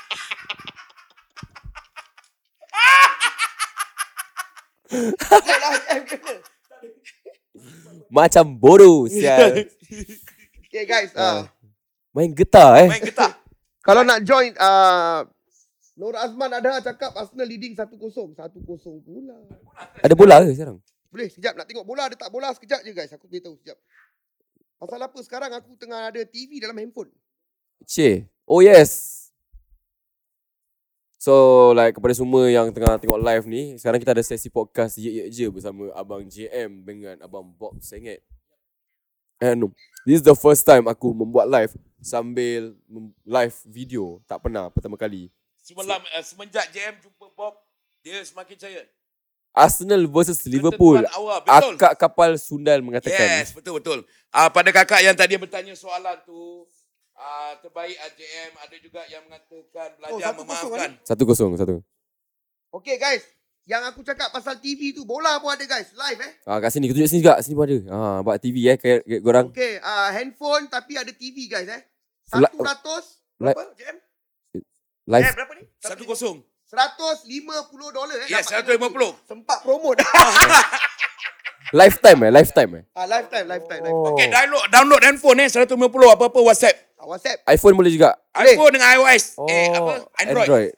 Speaker 1: Yalah, jangan.
Speaker 3: Macam bodoh sial.
Speaker 1: Okay guys. Uh,
Speaker 3: Main getar eh.
Speaker 2: Main getar.
Speaker 1: kalau nak join uh, Nur Azman ada cakap Arsenal leading 1-0. 1-0 pula.
Speaker 3: Ada bola ke sekarang?
Speaker 1: Boleh sekejap nak tengok bola ada tak bola sekejap je guys. Aku beritahu sekejap. Pasal apa sekarang aku tengah ada TV dalam handphone.
Speaker 3: Che. Oh yes. So like kepada semua yang tengah tengok live ni, sekarang kita ada sesi podcast Ye Ye Je bersama Abang JM dengan Abang Bob Senget. And this is the first time aku membuat live sambil mem- live video. Tak pernah pertama kali.
Speaker 2: Semalam uh, semenjak JM jumpa Bob, dia semakin percaya.
Speaker 3: Arsenal versus Liverpool.
Speaker 2: Ketentuan awal, betul.
Speaker 3: Akak kapal sundal mengatakan.
Speaker 2: Yes, betul betul. Ah uh, pada kakak yang tadi bertanya soalan tu, ah uh, terbaik AJM ada juga yang mengatakan belajar
Speaker 1: Oh,
Speaker 2: oh,
Speaker 1: satu
Speaker 2: memaafkan.
Speaker 3: Satu kosong satu.
Speaker 1: Okay guys. Yang aku cakap pasal TV tu bola pun ada guys. Live eh.
Speaker 3: Ah kat sini tunjuk sini juga. Sini pun ada. Ah buat TV eh kayak kayak korang.
Speaker 1: Okay, uh, handphone tapi ada TV guys eh.
Speaker 3: La-
Speaker 1: Satu ratus
Speaker 3: La-
Speaker 1: berapa JM? Eh
Speaker 3: Live
Speaker 1: berapa ni?
Speaker 2: Satu kosong.
Speaker 1: Seratus lima puluh dolar eh.
Speaker 2: Yes,
Speaker 1: Dapat
Speaker 2: satu lima puluh.
Speaker 1: Sempat promote.
Speaker 3: lifetime eh lifetime eh.
Speaker 1: ah, lifetime, lifetime, lifetime.
Speaker 3: Oh.
Speaker 2: Okay, download download handphone eh 150 apa-apa WhatsApp.
Speaker 1: Ah, WhatsApp.
Speaker 3: iPhone boleh juga.
Speaker 1: Boleh.
Speaker 2: iPhone dengan iOS. Oh, eh apa? Android. Android.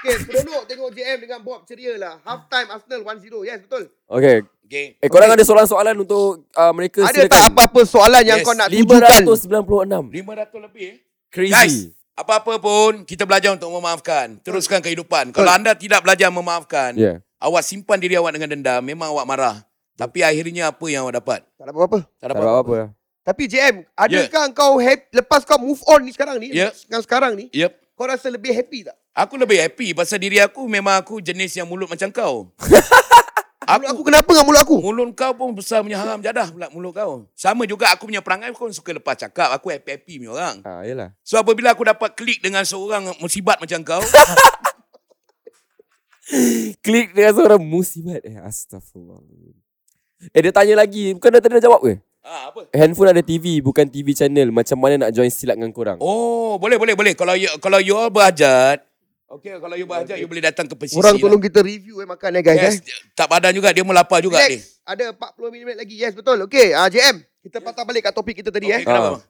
Speaker 1: Okay, seronok tengok JM dengan Bob ceria lah. Half time Arsenal 1-0. Yes, betul.
Speaker 3: Okay.
Speaker 2: Okay.
Speaker 3: Eh, korang ada soalan-soalan untuk uh, mereka
Speaker 1: Ada tak apa-apa soalan yang
Speaker 2: Yes.
Speaker 1: kau nak tujukan?
Speaker 3: 596.
Speaker 2: 500 lebih eh.
Speaker 3: Crazy.
Speaker 2: Guys, apa-apa pun kita belajar untuk memaafkan. Teruskan kehidupan. Kalau anda tidak belajar memaafkan,
Speaker 3: Yeah.
Speaker 2: awak simpan diri awak dengan dendam, memang awak marah. Tapi akhirnya apa yang awak dapat?
Speaker 1: Tak ada apa-apa.
Speaker 2: Tak
Speaker 3: Tak
Speaker 2: dapat.
Speaker 3: ada apa-apa.
Speaker 1: Tapi JM, adakah yeah. kau happy, lepas kau move on ni sekarang ni,
Speaker 2: Ya.
Speaker 1: sekarang, sekarang ni,
Speaker 2: Yep.
Speaker 1: kau rasa lebih happy tak?
Speaker 2: Aku lebih happy pasal diri aku memang aku jenis yang mulut macam kau.
Speaker 1: Mulut aku kenapa dengan mulut aku?
Speaker 2: Mulut kau pun besar punya haram jadah pula mulut kau. Sama juga aku punya perangai aku suka lepas cakap. Aku happy-happy punya orang.
Speaker 3: Ah, yelah.
Speaker 2: So apabila aku dapat klik dengan seorang musibat macam kau.
Speaker 3: Klik dengan seorang musibat. Eh, astagfirullah. Eh, dia tanya lagi. Bukan dah tadi dah jawab ke? Eh,
Speaker 2: ah, apa?
Speaker 3: Handphone ada TV, bukan TV channel. Macam mana nak join silat dengan korang?
Speaker 2: Oh, boleh boleh boleh. Kalau you, kalau you all berhajat, Okay, kalau you berhajat, you boleh datang ke pesisi.
Speaker 1: Orang tolong kita review eh makan eh guys eh.
Speaker 2: lah. Yes, tak badan juga. Dia melapar juga eh. ni.
Speaker 1: Next, ada 40 minit lagi. Yes, betul. Okey, ah JM, kita patah balik kat topik kita tadi eh.
Speaker 2: Okay, kenapa?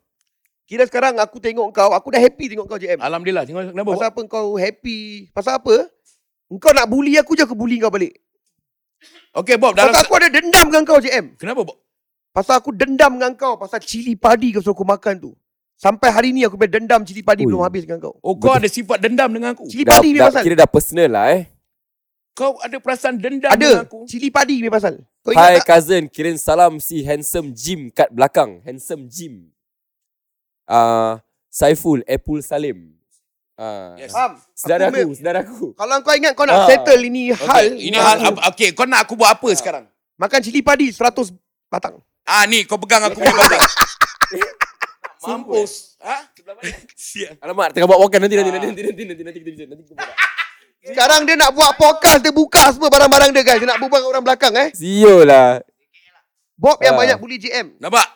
Speaker 1: Kira sekarang aku tengok kau, aku dah happy tengok kau JM.
Speaker 2: Alhamdulillah. Tengok kenapa?
Speaker 1: Pasal apa kau happy? Pasal apa? Kau nak bully aku je aku bully kau balik.
Speaker 2: Okay, Bob. Dalam,
Speaker 1: Pasal aku ada dendam dengan kau JM.
Speaker 2: Kenapa, Bob?
Speaker 1: Pasal aku dendam dengan kau pasal cili padi kau suruh aku makan tu. Sampai hari ni aku punya dendam cili padi
Speaker 3: Ui.
Speaker 1: belum habis dengan kau.
Speaker 2: Oh, kau ada sifat dendam dengan aku.
Speaker 1: Cili
Speaker 3: dah,
Speaker 1: padi punya
Speaker 3: dah,
Speaker 1: pasal.
Speaker 3: kira dah personal lah eh.
Speaker 2: Kau ada perasaan dendam
Speaker 1: Ada.
Speaker 2: dengan aku.
Speaker 1: Cili padi punya pasal. Kau ingat
Speaker 3: Hai
Speaker 1: tak?
Speaker 3: cousin, kirim salam si handsome Jim kat belakang. Handsome Jim. Ah, Saiful Apple Salim. Ah.
Speaker 2: Yes.
Speaker 1: Faham?
Speaker 3: Sedara
Speaker 1: Aku
Speaker 3: aku, sedara aku.
Speaker 1: Kalau kau ingat kau nak
Speaker 3: Ah.
Speaker 1: settle ini hal.
Speaker 2: Okay, ini hal
Speaker 1: aku-
Speaker 2: apa? Okay, kau nak aku buat apa sekarang?
Speaker 1: Makan cili padi 100 batang.
Speaker 2: Ah ni kau pegang aku punya batang. Mampus. Ha? Siap.
Speaker 3: Alamak, tengah buat wakan nanti nanti
Speaker 2: Ah.
Speaker 3: nanti nanti nanti nanti nanti kita bincang, nanti kita buat.
Speaker 1: Sekarang dia nak buat podcast, dia buka semua barang-barang dia guys. Dia nak berbual dengan orang belakang eh.
Speaker 3: Sio lah.
Speaker 1: Bob yang
Speaker 3: Ah.
Speaker 1: banyak bully JM.
Speaker 2: Nampak?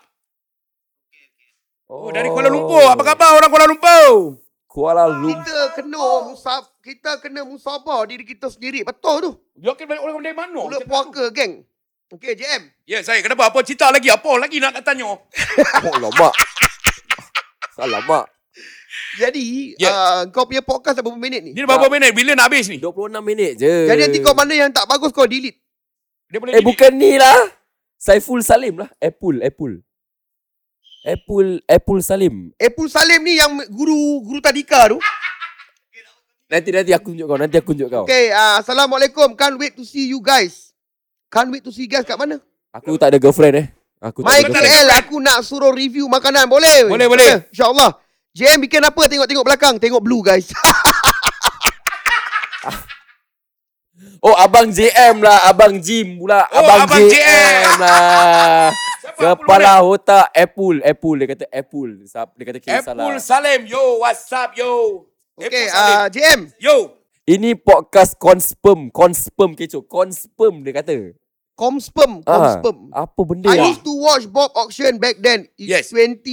Speaker 2: Oh, dari Kuala Lumpur. Apa khabar orang Kuala Lumpur?
Speaker 3: Oh, Kuala Lumpur.
Speaker 1: Kita kena musaf kita kena musabah diri kita sendiri. Betul tu.
Speaker 2: Dia akan balik orang dari mana?
Speaker 1: Mulut puaka geng. Okey JM.
Speaker 2: Ya, saya kenapa? Apa cerita lagi? Apa lagi nak nak tanya?
Speaker 3: Oh, lama. Alamak.
Speaker 1: Jadi
Speaker 2: Ya.
Speaker 1: ah, kau punya podcast dah berapa minit ni?
Speaker 2: Dia dah berapa minit? Bila nak habis ni?
Speaker 3: 26 minit je.
Speaker 1: Jadi nanti kau mana yang tak bagus kau delete.
Speaker 2: Dia boleh
Speaker 3: Eh
Speaker 2: jadi-
Speaker 3: bukan ni lah. Saiful Salim lah. Apple, Apple. Apple, Apple Salim.
Speaker 1: Apple Salim ni yang guru guru tadika tu.
Speaker 2: Oh.
Speaker 3: Nanti nanti aku tunjuk kau. Nanti aku tunjuk kau.
Speaker 1: Okay, ah, Assalamualaikum. Can't wait to see you guys. Can't wait to see you guys kat mana?
Speaker 3: Aku tak ada girlfriend eh. Aku tak
Speaker 1: My
Speaker 3: ada
Speaker 2: tak
Speaker 3: girlfriend.
Speaker 1: KL aku nak suruh review makanan. Boleh?
Speaker 2: Boleh,
Speaker 1: Kat
Speaker 2: boleh.
Speaker 1: mana? InsyaAllah. JM bikin apa? Tengok-tengok belakang. Tengok blue guys.
Speaker 3: Oh abang JM lah, abang Jim pula.
Speaker 2: Oh,
Speaker 3: abang,
Speaker 2: Abang
Speaker 3: JM,
Speaker 2: JM.
Speaker 3: lah.
Speaker 2: Siapa
Speaker 3: Kepala otak Apple, Apple dia kata Apple. Sa- Dia kata
Speaker 2: Apple
Speaker 3: kira
Speaker 2: Salam. Apple
Speaker 3: salah.
Speaker 2: Salim. Yo, what's up, yo?
Speaker 1: Okay,
Speaker 2: Apple Salim.
Speaker 1: uh, JM.
Speaker 2: Yo.
Speaker 3: Ini podcast confirm, confirm kecoh, confirm dia kata.
Speaker 1: Comspam.
Speaker 3: Ah,
Speaker 1: Comspam.
Speaker 3: apa benda? lah?
Speaker 1: I
Speaker 3: ni?
Speaker 1: used to watch Bob auction back then. It's
Speaker 2: Yes.
Speaker 1: 20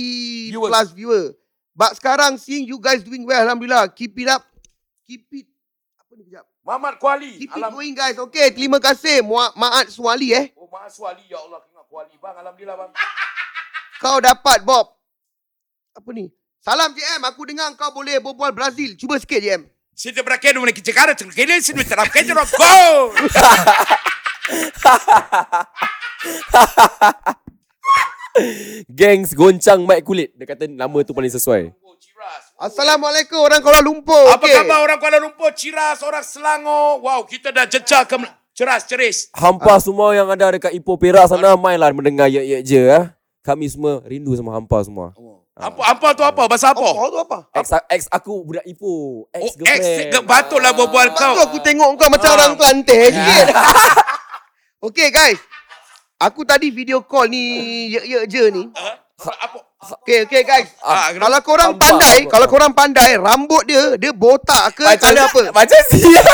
Speaker 2: Viewers.
Speaker 1: plus viewer. But sekarang seeing you guys doing well. Alhamdulillah. Keep it up. Keep it. Apa ni kejap?
Speaker 2: Muhammad Kuali.
Speaker 1: Keep it going guys. Okay, terima kasih. Mua- Maat Suali eh.
Speaker 2: Oh, Maha Suali. Ya Allah, kena Kuali. Bang, Alhamdulillah, bang.
Speaker 1: Kau dapat Bob. Apa ni? Salam JM. Aku dengar kau boleh berbual Brazil. Cuba sikit JM.
Speaker 2: Sinta pra quem não é que te cara, que ele se não terá que ter gol.
Speaker 3: Gangs goncang mic kulit. Dia kata nama tu paling sesuai.
Speaker 1: Assalamualaikum orang Kuala Lumpur.
Speaker 2: Apa
Speaker 1: Okey.
Speaker 2: khabar orang Kuala Lumpur, Ciras, orang Selangor. Wow, kita dah jejak ke Ceras, ceris.
Speaker 3: Hampa semua yang ada dekat Ipoh Perak sana mainlah mendengar ye ye je ah. Kami semua rindu sama hampa semua.
Speaker 2: Apa apa tu apa? Bahasa
Speaker 1: Apa?
Speaker 2: apa?
Speaker 1: tu apa?
Speaker 3: Ex, ex aku budak Ipoh. Ex
Speaker 2: Oh, ex
Speaker 3: girlfriend.
Speaker 2: ke- patutlah berbual
Speaker 1: Lepas tu
Speaker 2: kau. Ya.
Speaker 1: aku tengok kau macam orang Kelantan sikit. Okey guys. Aku tadi video call ni ye-ye je ni.
Speaker 2: Apa?
Speaker 1: Okey okey guys.
Speaker 2: Ah, kenapa?
Speaker 1: Kalau korang
Speaker 3: Nampak,
Speaker 1: pandai,
Speaker 3: nampak.
Speaker 1: kalau korang pandai rambut dia dia botak ke
Speaker 3: Macam
Speaker 1: color apa?
Speaker 3: Macam sial.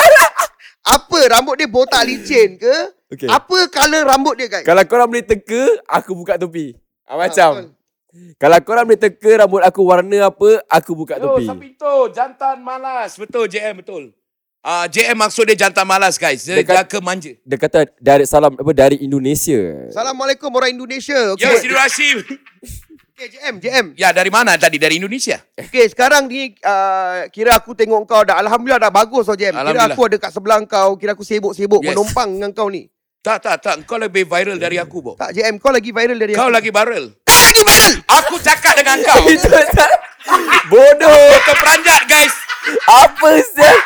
Speaker 1: Apa rambut dia botak licin ke?
Speaker 3: Okey.
Speaker 1: Apa color rambut dia guys?
Speaker 3: Kalau korang boleh teka, aku buka topi. Ah,
Speaker 1: betul.
Speaker 3: macam. Kalau korang boleh teka rambut aku warna apa, aku buka
Speaker 2: Yo,
Speaker 3: topi.
Speaker 2: Sapito, jantan malas. Betul, JM, betul. Ah, JM maksud dia jantan malas, guys. Dia
Speaker 3: Dekat-
Speaker 2: jaga manja.
Speaker 3: Dia kata dari salam apa dari Indonesia.
Speaker 1: Assalamualaikum orang Indonesia.
Speaker 2: Ya,
Speaker 1: Okey.
Speaker 2: terima kasih.
Speaker 1: Okey JM, JM.
Speaker 2: Ya, dari mana tadi? Dari Indonesia.
Speaker 1: Okey, sekarang ni uh, kira aku tengok kau dah alhamdulillah dah bagus oh JM. Kira
Speaker 2: Alhamdulillah.
Speaker 1: aku ada kat sebelah kau, kira aku sibuk-sibuk
Speaker 2: Yes.
Speaker 1: menumpang dengan kau ni.
Speaker 2: Tak, tak, tak. Kau lebih viral dari aku, Bo.
Speaker 1: Tak JM, kau lagi viral dari
Speaker 2: Kau
Speaker 1: aku.
Speaker 2: lagi viral.
Speaker 1: Kau lagi viral.
Speaker 2: Aku cakap dengan kau.
Speaker 3: Itu sah. Bodoh.
Speaker 2: Kau peranjat, guys.
Speaker 3: Apa sial?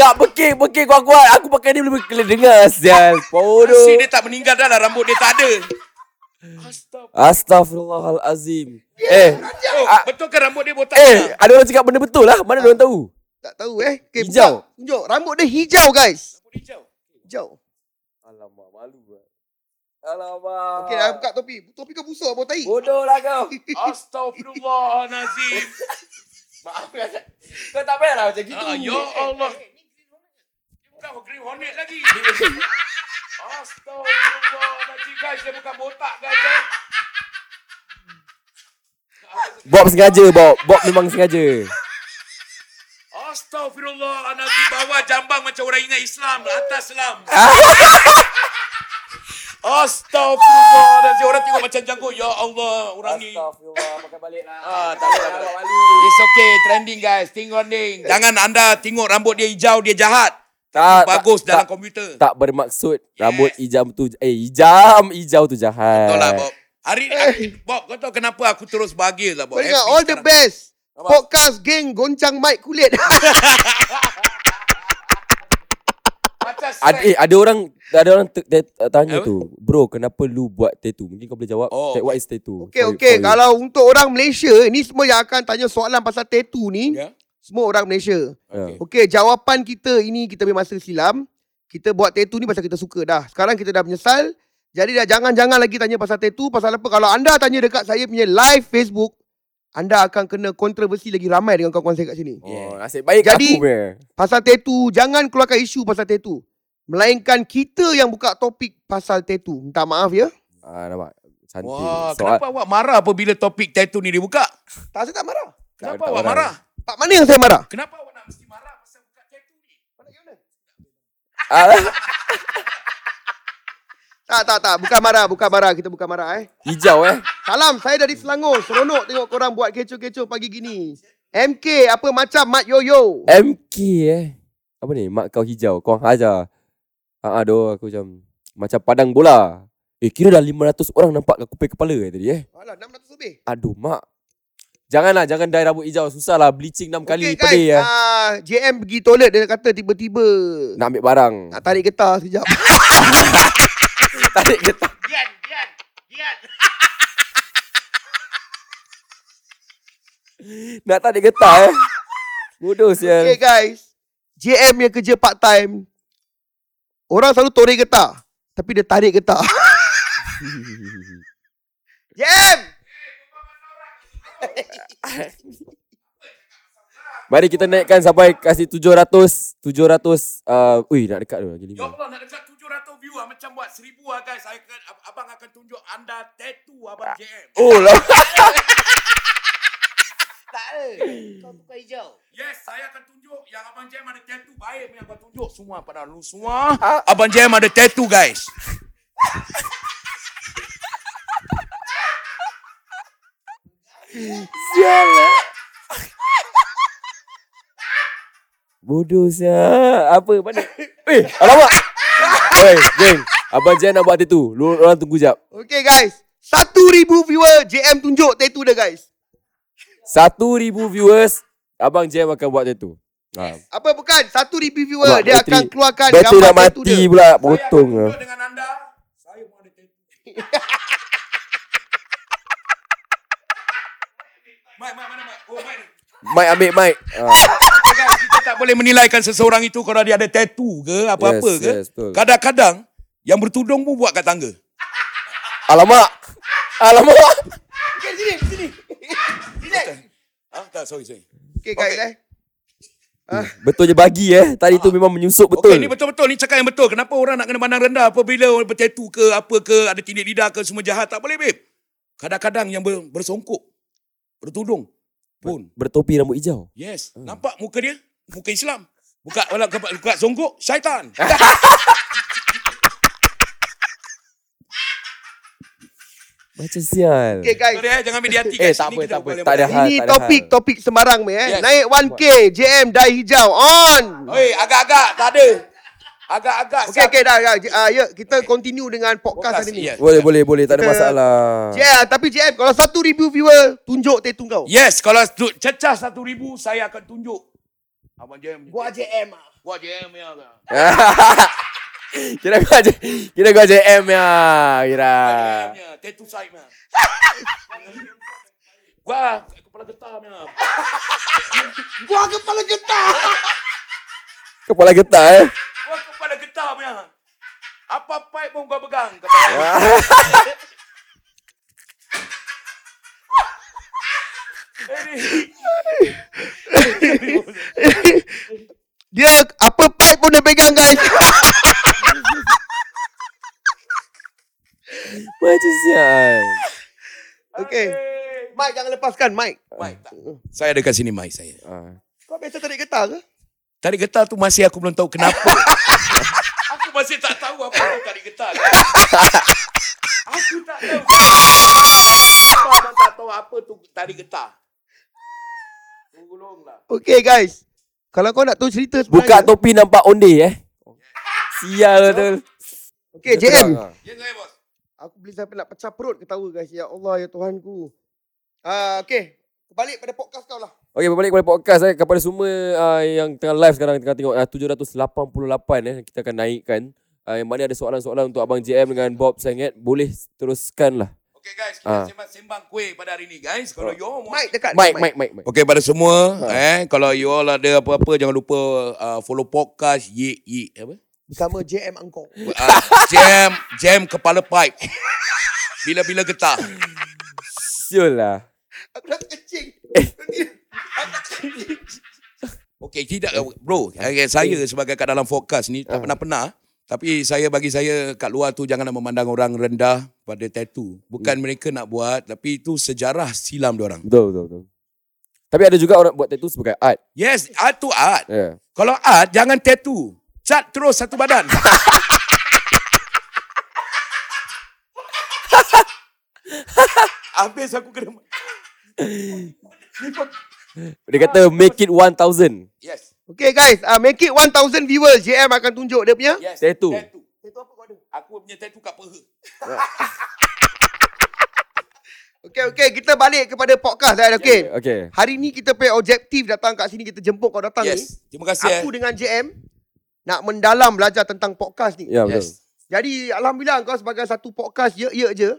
Speaker 3: Nak bekik-bekik kuat-kuat. Aku pakai ni boleh boleh dengar sial.
Speaker 2: Nasi
Speaker 3: Bodoh.
Speaker 2: dia tak meninggal dah lah. Rambut dia tak ada. Astagfirullah.
Speaker 3: Astaghfirullahalazim. Eh,
Speaker 2: Oh,
Speaker 3: Ah.
Speaker 2: betul ke rambut dia botak?
Speaker 3: eh,
Speaker 2: Eh.
Speaker 3: ada orang cakap benda betul lah. Mana dia orang tahu?
Speaker 1: Tak tahu eh. Okey,
Speaker 3: Hijau.
Speaker 1: buka. Tunjuk. Rambut dia hijau guys.
Speaker 2: Rambut hijau.
Speaker 1: Hijau.
Speaker 3: Alamak, malu lah. Alamak.
Speaker 1: Okey, dah buka topi. Topi kau busuk buat tai.
Speaker 3: Bodoh lah kau.
Speaker 2: Oh. Astaghfirullahalazim.
Speaker 3: Maaf kan. Kau tak payah lah macam gitu.
Speaker 2: Ah, ya Allah. Dia bukan Green Hornet lagi. Astaghfirullahalazim guys, dia bukan botak guys. eh.
Speaker 3: Bob sengaja, Bob. Bob memang sengaja.
Speaker 2: Astaghfirullahalazim bawah jambang macam orang ingat Islam, atas Islam. Astaghfirullahalazim orang tengok macam janggut. Ya Allah, orang ni.
Speaker 3: Astagfirullah, pakai balik lah.
Speaker 2: Ah, tak boleh, tak boleh. It's okay, trending guys, trending.
Speaker 3: Eh.
Speaker 2: Jangan anda tengok rambut dia hijau, dia jahat.
Speaker 3: Ah, Tak,
Speaker 2: Bagus
Speaker 3: tak,
Speaker 2: dalam komputer.
Speaker 3: tak, tak bermaksud yes.
Speaker 2: Yes.
Speaker 3: rambut hijau tu eh hijau hijau tu jahat.
Speaker 2: Kau lah Bob. Hari aku, Bob, kau tahu kenapa aku terus bahagia lah Bob.
Speaker 1: Kau dengar
Speaker 2: Happy
Speaker 1: all the
Speaker 2: sekarang.
Speaker 1: best.
Speaker 3: Nampak?
Speaker 1: Podcast geng goncang mic kulit.
Speaker 2: Macam
Speaker 3: Ada, eh,
Speaker 2: strike.
Speaker 3: ada orang ada orang t- t- tanya
Speaker 2: Apa?
Speaker 3: tu, bro kenapa lu buat tattoo? Mungkin kau boleh jawab.
Speaker 2: Oh.
Speaker 3: Oh. What is tattoo?
Speaker 1: Okey,
Speaker 3: For you-
Speaker 1: okey.
Speaker 3: for you.
Speaker 1: Kalau untuk orang Malaysia, ni semua yang akan tanya soalan pasal tattoo ni,
Speaker 2: Ya?
Speaker 1: semua orang Malaysia.
Speaker 3: Okay.
Speaker 1: Okey, jawapan kita ini kita ambil masa silam. Kita buat tattoo ni pasal kita suka dah. Sekarang kita dah menyesal. Jadi dah jangan-jangan lagi tanya pasal tattoo. Pasal apa? Kalau anda tanya dekat saya punya live Facebook, anda akan kena kontroversi lagi ramai dengan kawan-kawan saya kat sini.
Speaker 3: Oh, nasib baik
Speaker 1: Jadi-
Speaker 3: aku punya.
Speaker 1: Pasal tattoo, jangan keluarkan isu pasal tattoo. Melainkan kita yang buka topik pasal tattoo. Minta maaf ya.
Speaker 3: Ah, nampak. Cantik.
Speaker 2: Wah,
Speaker 3: Soal-
Speaker 2: kenapa awak marah apabila topik tattoo ni dibuka?
Speaker 1: Tak, saya tak marah.
Speaker 2: Kenapa
Speaker 3: tak
Speaker 2: awak
Speaker 3: marah.
Speaker 2: marah?
Speaker 1: Pak mana yang saya marah?
Speaker 2: Kenapa awak nak mesti marah pasal buka tattoo ni?
Speaker 3: Ah,
Speaker 1: Tak, tak, tak. Bukan marah, bukan marah. Kita bukan marah eh.
Speaker 3: hijau eh.
Speaker 1: Salam, saya dari Selangor. Seronok tengok korang buat kecoh-kecoh pagi gini. MK, apa macam Mat Yoyo?
Speaker 3: MK eh. Apa ni? Mak kau hijau, kau hajar. Ah, aduh aku macam macam padang bola. Eh kira dah 500 orang nampak aku kuping kepala eh, tadi eh.
Speaker 1: Alah, 600 lebih.
Speaker 3: Aduh mak. Janganlah jangan dye rambut hijau susah lah bleaching 6 kali
Speaker 1: Okey,
Speaker 3: okay, pedih eh.
Speaker 1: ah, JM pergi toilet dia kata tiba-tiba
Speaker 3: Nak ambil barang.
Speaker 1: nak tarik getah sekejap.
Speaker 3: Tarik ke tak?
Speaker 2: Gian, Gian, Gian.
Speaker 3: Nak tarik getah eh. ya. Bodoh
Speaker 1: Okay
Speaker 3: sial.
Speaker 1: guys, JM yang kerja part time. Orang selalu torik getah. Tapi dia tarik getah. JM!
Speaker 3: Mari kita naikkan sampai kasih 700 700 uh, ui nak dekat tu lagi
Speaker 2: Ya
Speaker 3: 5.
Speaker 2: Allah, nak dekat 700 view lah. Macam buat 1000 lah guys. Saya akan, ab- abang akan tunjuk anda tattoo abang JM.
Speaker 3: Oh lah.
Speaker 4: Tak ada. Kau tukar hijau.
Speaker 2: Yes, saya akan tunjuk yang abang JM ada tattoo. Baik punya abang tunjuk semua pada lu semua. Abang JM ada tattoo guys.
Speaker 3: Sial lah. Bodoh sial. Apa mana? Eh, alamak. Oi, geng. Abang Jan nak buat tattoo. Lu orang tunggu jap.
Speaker 1: Okay guys, 1,000 viewer JM tunjuk tattoo dia guys.
Speaker 3: Satu ribu viewers, Abang Jam akan buat tattoo. Ha.
Speaker 1: Apa bukan? 1,000 viewer
Speaker 3: Wah,
Speaker 1: dia
Speaker 3: bateri-
Speaker 1: akan keluarkan
Speaker 3: Betul
Speaker 1: Kan, gambar
Speaker 3: dah
Speaker 1: tattoo
Speaker 3: mati
Speaker 1: dia.
Speaker 3: pula.
Speaker 2: Saya akan
Speaker 3: Potong lah.
Speaker 2: tunjuk dengan anda. Saya pun ada tattoo. Mike, Mike, mana Mike? Oh, Mike.
Speaker 3: Mike ambil mic. Ha.
Speaker 2: Okay, guys, kita tak boleh menilaikan seseorang itu kalau dia ada tattoo ke apa-apa
Speaker 3: Yes,
Speaker 2: ke.
Speaker 3: yes, betul.
Speaker 2: Kadang-kadang yang bertudung pun buat kat tangga.
Speaker 3: Alamak. Alamak.
Speaker 2: Ah, tak, sorry, sorry.
Speaker 1: Okay guys
Speaker 2: Okay.
Speaker 1: eh.
Speaker 3: Betul je bagi eh. Tadi
Speaker 1: Ah.
Speaker 3: tu memang menyusup
Speaker 2: Betul.
Speaker 3: betul.
Speaker 2: Okay, ni betul-betul ni cakap yang betul. Kenapa orang nak kena pandang rendah apabila orang bertatu ke apa ke ada tindik lidah ke semua jahat tak boleh babe. Kadang-kadang yang ber, bersongkok bertudung pun.
Speaker 3: Bertopi rambut hijau.
Speaker 2: Yes.
Speaker 3: Hmm.
Speaker 2: Nampak muka dia? Muka Islam. Buka kalau buka, buka songkok syaitan.
Speaker 3: Macam sial.
Speaker 1: Okay guys,
Speaker 2: Sorry, eh, jangan ambil di hati.
Speaker 3: Eh,
Speaker 2: guys.
Speaker 3: tak
Speaker 2: Ini
Speaker 3: apa,
Speaker 2: kita
Speaker 3: tak apa.
Speaker 2: boleh
Speaker 3: Tak ada hal,
Speaker 2: buat.
Speaker 1: Ini
Speaker 3: tak ada hal.
Speaker 1: topik-topik sembarang meh eh.
Speaker 2: Yes.
Speaker 1: Naik 1K, JM dye hijau. On.
Speaker 2: Oi, agak-agak tak ada. Agak-agak.
Speaker 1: Okey okey dah dah. J- ah, ya, kita continue dengan podcast hari ni.
Speaker 2: Yes.
Speaker 3: Boleh, boleh, boleh. Tak ada
Speaker 1: Kita-
Speaker 3: masalah.
Speaker 1: JM tapi JM kalau satu review viewer tunjuk tattoo kau.
Speaker 2: yes, kalau tu- cecah satu ribu, saya akan tunjuk. Abang JM.
Speaker 4: Buat JM ah.
Speaker 2: Buat JM ya. kak.
Speaker 3: Kira kau aja. Kira kau JM ya. Kira.
Speaker 2: JM ya. Tattoo side ya. Wah, lah, kepala getar ya.
Speaker 4: Gua kepala getah.
Speaker 3: Kepala getah eh.
Speaker 2: Wah, kepala getar ya. Apa mic pun kau pegang. Kau pegang.
Speaker 1: Dia apa pipe pun dia pegang guys.
Speaker 3: Macam sial.
Speaker 1: Okay. Mike jangan lepaskan Mike.
Speaker 2: Mic tak. Saya ada kat sini mic saya.
Speaker 3: Ah.
Speaker 1: Kau biasa tarik getah ke?
Speaker 2: Tarik getar tu masih aku belum tahu kenapa. aku masih tak tahu apa tu tarik getar. aku tak tahu. Aku memang tak tahu apa tu tarik getar. Tolonglah.
Speaker 1: Okay guys. Kalau kau nak tahu cerita
Speaker 3: Buka
Speaker 1: sebenarnya.
Speaker 3: topi nampak onde eh. Sial betul.
Speaker 1: Okay JM.
Speaker 3: Terang, ah.
Speaker 2: Ya saya bos.
Speaker 1: lah. Aku boleh sampai nak pecah perut ketawa guys. Ya Allah, ya Tuhanku. Ah, okay. Balik pada podcast kau lah.
Speaker 3: Okay, berbalik kepada podcast eh. Kepada semua uh, yang tengah live sekarang, tengah tengok uh, 788 eh. Kita akan naikkan. Uh, yang mana ada soalan-soalan untuk Abang JM dengan Bob Sangat. Boleh teruskan lah.
Speaker 2: Okay guys,
Speaker 3: Ah.
Speaker 2: kita sembang, sembang kuih pada hari ni guys. Kalau you all
Speaker 1: Mike dekat.
Speaker 3: Mike, Mike, Mike. Mike.
Speaker 2: Okay pada semua eh kalau you all ada apa-apa jangan lupa uh, follow podcast ye ye apa?
Speaker 1: Bersama JM Angkong.
Speaker 2: Uh, jam jam kepala pipe. Bila-bila getah.
Speaker 3: Siul lah.
Speaker 1: Aku nak kencing.
Speaker 2: Eh. Okey tidak eh, bro, eh, saya sebagai kat dalam forecast ni
Speaker 3: Ah.
Speaker 2: tak pernah-pernah tapi saya bagi saya kat luar tu janganlah memandang orang rendah pada tattoo. Bukan mereka nak buat tapi itu sejarah silam diorang.
Speaker 3: Betul, betul, betul. Tapi ada juga orang buat tattoo sebagai art. ya.
Speaker 2: Yes, art tu ah, art.
Speaker 3: Yeah.
Speaker 2: Kalau art jangan tattoo. Cat terus satu badan. Habis aku kena
Speaker 3: Dia kata make it 1000.
Speaker 2: Yes.
Speaker 1: Okay guys, uh, make it 1000 viewers. JM akan tunjuk dia punya.
Speaker 2: Yes.
Speaker 3: Tattoo.
Speaker 2: Tattoo. Tattoo apa kau ada? Aku punya tattoo kat peha.
Speaker 1: Okay, okay. Kita balik kepada podcast dah.
Speaker 2: Ya,
Speaker 1: Okay.
Speaker 3: Okay.
Speaker 1: Hari ni kita pay objektif datang kat sini. Kita jemput kau datang ni.
Speaker 2: Yes. Terima kasih. eh.
Speaker 1: Aku dengan JM nak mendalam belajar tentang podcast ni.
Speaker 3: Ya, yeah, betul.
Speaker 2: Yes.
Speaker 1: Jadi Alhamdulillah kau sebagai satu podcast ye-ye je.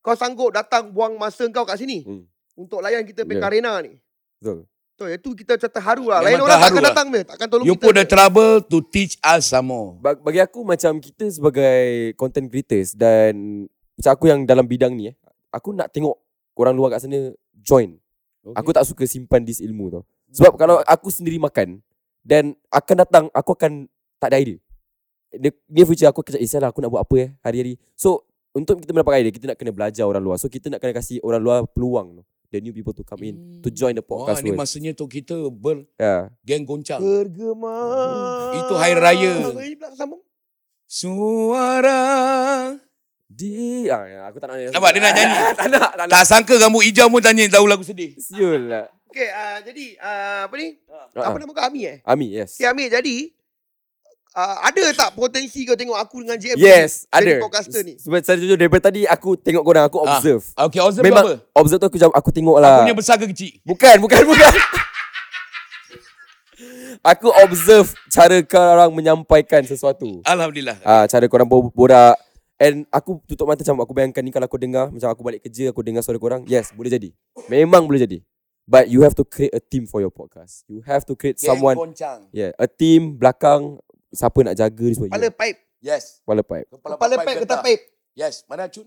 Speaker 1: Kau sanggup datang buang masa kau kat sini.
Speaker 3: Hmm.
Speaker 1: Untuk layan kita
Speaker 3: Ya.
Speaker 1: yeah. arena ni.
Speaker 3: Betul.
Speaker 1: Betul, itu kita macam terharu lah. Lain
Speaker 2: Memang
Speaker 1: orang tak
Speaker 2: terharu
Speaker 1: akan
Speaker 2: lah.
Speaker 1: datang lah. Takkan tolong
Speaker 2: You
Speaker 1: kita.
Speaker 2: put the trouble to teach us some more.
Speaker 3: Ba- bagi aku macam kita sebagai content creators dan macam aku yang dalam bidang ni eh, aku nak tengok orang luar kat sana join. Okay. Aku tak suka simpan this ilmu tau. Sebab kalau aku sendiri makan dan akan datang aku akan tak ada idea. The near future aku akan cakap, eh salah aku nak buat apa eh hari-hari. So untuk kita mendapatkan idea, kita nak kena belajar orang luar. So kita nak kena kasih orang luar peluang tu. The new people to come in
Speaker 2: Hmm.
Speaker 3: to join the
Speaker 2: Wah,
Speaker 3: podcast
Speaker 2: ni
Speaker 3: world. Ya.
Speaker 2: maksudnya tu kita ber
Speaker 3: Yeah.
Speaker 2: geng goncang.
Speaker 1: Bergema.
Speaker 3: Hmm,
Speaker 2: Itu Hari Raya.
Speaker 1: Ini pula sambung.
Speaker 2: Suara.
Speaker 3: Di ah, ya, aku tak nak.
Speaker 2: Nampak dia nak nyanyi.
Speaker 3: tak nak, tak nak.
Speaker 2: Tak sangka rambut hijau pun tanya tahu lagu sedih.
Speaker 3: Siul lah.
Speaker 1: Okay, uh, jadi uh, apa ni?
Speaker 3: Ah,
Speaker 1: Apa
Speaker 3: ah.
Speaker 1: nama kau Ami eh?
Speaker 3: Ami, yes.
Speaker 1: Okay, Ami. Jadi, uh, ada tak potensi kau tengok aku dengan JM?
Speaker 3: Yes, ada.
Speaker 1: Jadi podcaster ni.
Speaker 3: Sebab saya jujur daripada tadi aku tengok korang, aku
Speaker 2: Ah,
Speaker 3: observe.
Speaker 2: Okay, Ozzy
Speaker 3: Memang
Speaker 2: apa?
Speaker 3: observe tu aku jam, aku tengok
Speaker 2: Aku
Speaker 3: lah.
Speaker 2: punya besar ke kecil?
Speaker 3: Bukan, bukan, bukan. aku observe cara korang menyampaikan sesuatu.
Speaker 2: Alhamdulillah.
Speaker 3: Ah, cara korang berborak and aku tutup mata macam aku bayangkan ni kalau aku dengar macam aku balik kerja aku dengar suara korang. Yes, boleh jadi. Memang boleh jadi. But you have to create a team for your podcast. You have to create
Speaker 2: Geng
Speaker 3: someone.
Speaker 2: goncang.
Speaker 3: Yeah, a team belakang siapa nak jaga ni semua.
Speaker 1: Kepala
Speaker 3: Kepala,
Speaker 1: pipe.
Speaker 2: Yes.
Speaker 3: kepala pipe.
Speaker 1: Kepala pipe ke tak pipe?
Speaker 2: Yes. Mana Cun?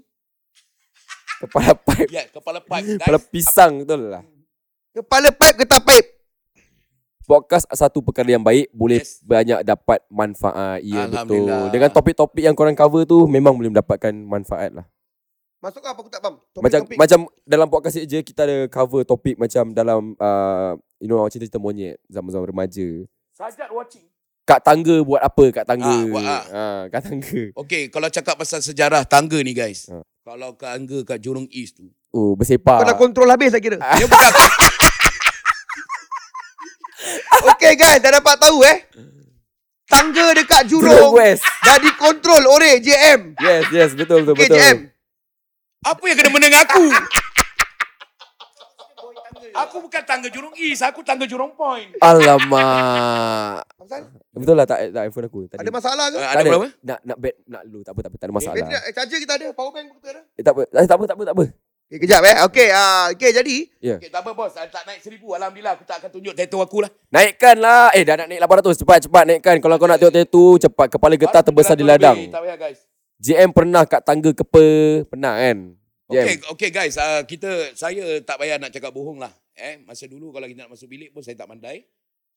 Speaker 3: Kepala pipe.
Speaker 2: Yes, kepala pipe.
Speaker 3: Kepala
Speaker 2: Guys.
Speaker 3: pisang betul lah.
Speaker 1: Kepala pipe ke tak pipe?
Speaker 3: podcast satu perkara yang baik boleh yes.
Speaker 2: Yes.
Speaker 3: banyak dapat manfaat. Ya betul.
Speaker 2: Alhamdulillah.
Speaker 3: Dengan topik-topik yang korang cover tu memang boleh mendapatkan manfaat lah.
Speaker 1: Masuk apa aku tak faham? Topik-
Speaker 3: Macam
Speaker 1: topik.
Speaker 3: macam dalam podcast je kita ada cover topik macam dalam uh, you know cerita-cerita monyet zaman-zaman remaja.
Speaker 2: Sajat watching.
Speaker 3: Kak tangga buat apa kak tangga?
Speaker 2: Ah, buat ah.
Speaker 3: ah, kak tangga.
Speaker 2: Okay, kalau cakap pasal sejarah tangga ni guys.
Speaker 3: Ha.
Speaker 2: Kalau tangga kat Jurong East tu.
Speaker 3: Oh,
Speaker 1: Kau
Speaker 3: bersepak.
Speaker 1: dah kontrol habis saya kira.
Speaker 2: Dia bukan
Speaker 1: Okay guys, dah dapat tahu eh. Tangga dekat
Speaker 3: Jurong
Speaker 1: Jurong
Speaker 3: West.
Speaker 1: dah dikontrol oleh JM.
Speaker 3: Yes, yes, betul betul
Speaker 1: Okay,
Speaker 3: betul.
Speaker 1: JM.
Speaker 2: Apa yang kena mena dengan aku? aku bukan tangga Jurong East, aku tangga Jurong Point.
Speaker 3: Alamak.
Speaker 1: Pasal?
Speaker 3: Betul lah tak, tak iPhone aku tadi.
Speaker 1: Ada masalah ke?
Speaker 2: Uh,
Speaker 3: Tak
Speaker 2: ada berapa?
Speaker 3: Nak nak bet nak lu tak apa tak apa tak ada Ah, masalah.
Speaker 1: Bateri, eh, charger kita ada, power bank pun kita ada.
Speaker 3: Eh, tak apa. Eh, tak apa tak apa tak apa.
Speaker 1: Okay, kejap eh. Okay, ah, okay jadi
Speaker 2: Okay, tak apa bos, tak naik seribu. Alhamdulillah aku tak akan tunjuk tattoo aku lah.
Speaker 3: Naikkan lah. Eh dah nak naik 800. Cepat cepat naikkan. Kalau kau nak tengok tattoo cepat. Kepala getah
Speaker 2: Baru
Speaker 3: terbesar di
Speaker 2: kurang
Speaker 3: ladang.
Speaker 2: lebih, Tak payah guys.
Speaker 3: JM pernah kat tangga kepe, pernah kan? JM.
Speaker 2: Okay, okay guys, uh, kita saya tak payah nak cakap bohong lah. Eh, masa dulu kalau kita nak masuk bilik pun saya tak pandai.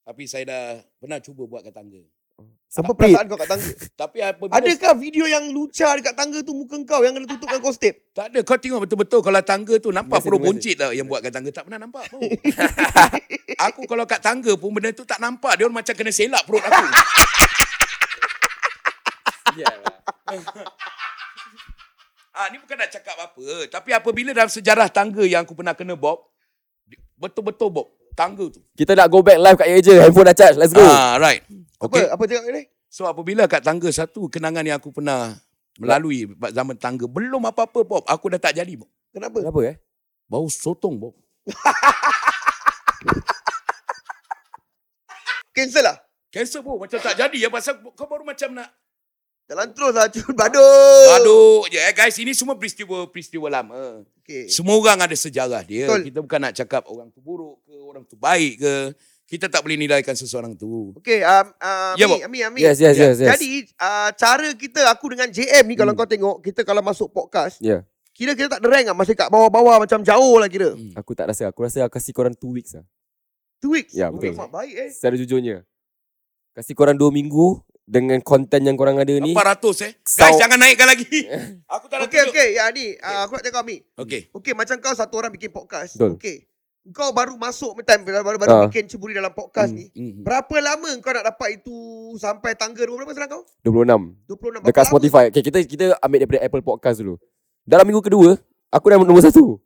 Speaker 2: Tapi saya dah pernah cuba buat kat tangga.
Speaker 1: Apa
Speaker 3: Sampai
Speaker 1: perasaan kau kat tangga?
Speaker 2: Tapi apabila
Speaker 1: Adakah video yang lucah dekat tangga tu muka kau yang kena tutup dengan kos tape?
Speaker 2: tak ada kau tengok betul-betul kalau tangga tu nampak
Speaker 3: Biasa,
Speaker 2: perut
Speaker 3: biasa.
Speaker 2: buncit tau yang buat kat tangga tak pernah nampak pun. aku kalau kat tangga pun benda tu tak nampak dia orang macam kena selak perut aku. Ah ni bukan nak cakap apa, tapi apabila dalam sejarah tangga yang aku pernah kena Bob betul-betul Bob tangga tu.
Speaker 3: Kita nak go back live kat Yeja. Handphone dah charge. Let's go.
Speaker 2: Ah right.
Speaker 1: Apa
Speaker 2: Okay.
Speaker 1: apa cakap ni?
Speaker 2: So apabila kat tangga satu kenangan yang aku pernah melalui zaman tangga belum apa-apa Bob, aku dah tak jadi Bob.
Speaker 1: Kenapa?
Speaker 3: Kenapa eh?
Speaker 2: Bau sotong Bob.
Speaker 1: Cancel lah.
Speaker 2: Cancel pun macam tak jadi ya pasal kau baru macam nak
Speaker 1: Jalan terus lah cun. Badut.
Speaker 2: Aduh je eh guys ini semua peristiwa-peristiwa lama.
Speaker 1: Okay.
Speaker 2: Semua orang ada sejarah dia.
Speaker 1: Betul.
Speaker 2: Kita bukan nak cakap orang tu buruk ke orang tu baik ke. Kita tak boleh nilaikan seseorang tu.
Speaker 1: Okay, um, uh,
Speaker 2: Ya,
Speaker 1: Ami,
Speaker 2: Bob.
Speaker 1: Ami, Ami.
Speaker 3: Yes, yes,
Speaker 2: Yeah.
Speaker 3: yes. yes.
Speaker 1: Jadi, uh, cara kita, aku dengan JM ni,
Speaker 3: Hmm.
Speaker 1: kalau kau tengok, kita kalau masuk podcast,
Speaker 3: Ya.
Speaker 1: kira kita tak ada rank lah. Masih kat bawah-bawah, macam jauh lah kira.
Speaker 2: Hmm.
Speaker 3: Aku tak rasa. Aku rasa aku kasih korang 2 weeks lah.
Speaker 1: Two weeks.
Speaker 3: Ya,
Speaker 1: Two
Speaker 3: betul.
Speaker 1: weeks, Mak, baik eh.
Speaker 3: Secara jujurnya. Kasih korang 2 minggu dengan konten yang korang ada ni.
Speaker 2: 400 eh. Guys
Speaker 3: Kau-
Speaker 2: jangan naikkan lagi. aku tak nak
Speaker 1: Okay,
Speaker 2: tunjuk.
Speaker 1: okay. Ya, ni. Uh, aku nak tengok Ami.
Speaker 2: Okey.
Speaker 1: Okay, macam kau satu orang bikin podcast.
Speaker 3: Betul.
Speaker 1: Okay. Kau baru masuk time, baru, baru
Speaker 3: Ah.
Speaker 1: bikin ceburi dalam podcast
Speaker 3: Hmm.
Speaker 1: ni. Berapa lama kau nak dapat itu sampai tangga berapa senang kau?
Speaker 3: 26.
Speaker 1: 26. Berapa
Speaker 3: Dekat
Speaker 1: lama?
Speaker 3: Spotify. Okay, kita kita ambil daripada Apple Podcast dulu. Dalam minggu kedua, aku dah nombor satu.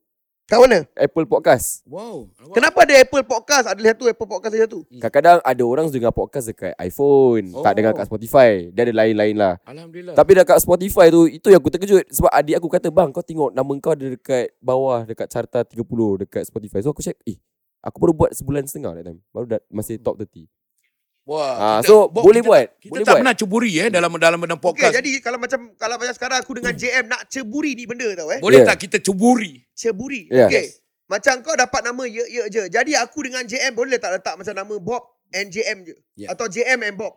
Speaker 1: Kat mana?
Speaker 3: Apple Podcast.
Speaker 2: Wow.
Speaker 1: Kenapa ada Apple Podcast? Ada satu Apple Podcast ada satu.
Speaker 3: Kadang-kadang ada orang dengar podcast dekat iPhone.
Speaker 2: Oh.
Speaker 3: Tak dengar kat Spotify. Dia ada lain-lain lah.
Speaker 2: Alhamdulillah.
Speaker 3: Tapi dekat Spotify tu Itu yang aku terkejut Sebab adik aku kata Bang kau tengok Nama kau ada dekat bawah Dekat carta 30 Dekat Spotify So aku check Eh aku baru buat sebulan setengah that time Baru dah masih top 30 ah,
Speaker 2: Wah. kita-
Speaker 3: So
Speaker 2: Bob,
Speaker 3: boleh
Speaker 2: kita-
Speaker 3: buat
Speaker 2: Kita
Speaker 3: Boleh
Speaker 2: tak
Speaker 3: buat Hmm.
Speaker 2: pernah ceburi eh dalam dalam dalam
Speaker 1: Okey,
Speaker 2: podcast.
Speaker 1: jadi kalau macam kalau macam sekarang aku dengan JM nak ceburi ni benda tau eh.
Speaker 2: Boleh
Speaker 3: Yeah.
Speaker 2: tak kita ceburi?
Speaker 1: Ceburi.
Speaker 3: Yeah.
Speaker 1: Okey. Macam kau dapat nama ye ye je. Jadi aku dengan JM boleh tak letak macam nama Bob and JM je.
Speaker 3: Ya.
Speaker 2: Yeah.
Speaker 1: Atau JM and Bob.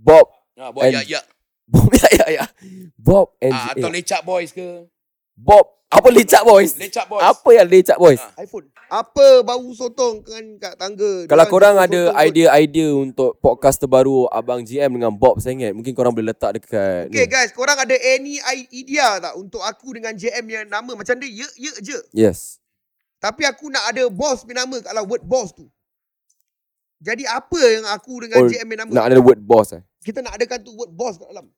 Speaker 3: Bob
Speaker 2: Ha, buat
Speaker 3: And-
Speaker 2: ya ya.
Speaker 3: Bob ya ya ya Bob and
Speaker 2: Ah,
Speaker 3: J-
Speaker 2: atau
Speaker 3: eh,
Speaker 2: lecak boys ke?
Speaker 3: Bob Apa lecak boys
Speaker 2: Lecak boys.
Speaker 3: Apa yang lecak boys
Speaker 2: Ah,
Speaker 1: iPhone. Apa bau sotong kan kat tangga.
Speaker 3: Kalau
Speaker 1: Dia
Speaker 3: korang
Speaker 1: orang
Speaker 3: ada
Speaker 1: sotong kot.
Speaker 3: idea-idea untuk podcast terbaru Abang GM dengan Bob Senget Mungkin korang boleh letak dekat
Speaker 1: Okay
Speaker 3: ni.
Speaker 1: guys, korang ada any idea tak untuk aku dengan JM yang nama macam dia ye ye je.
Speaker 3: Yes
Speaker 1: Tapi aku nak ada boss punya nama kalau word boss tu. Jadi apa yang aku dengan
Speaker 3: Oh,
Speaker 1: JM punya nama?
Speaker 3: Nak ada word boss eh
Speaker 1: Kita nak adakan tu word boss kat dalam.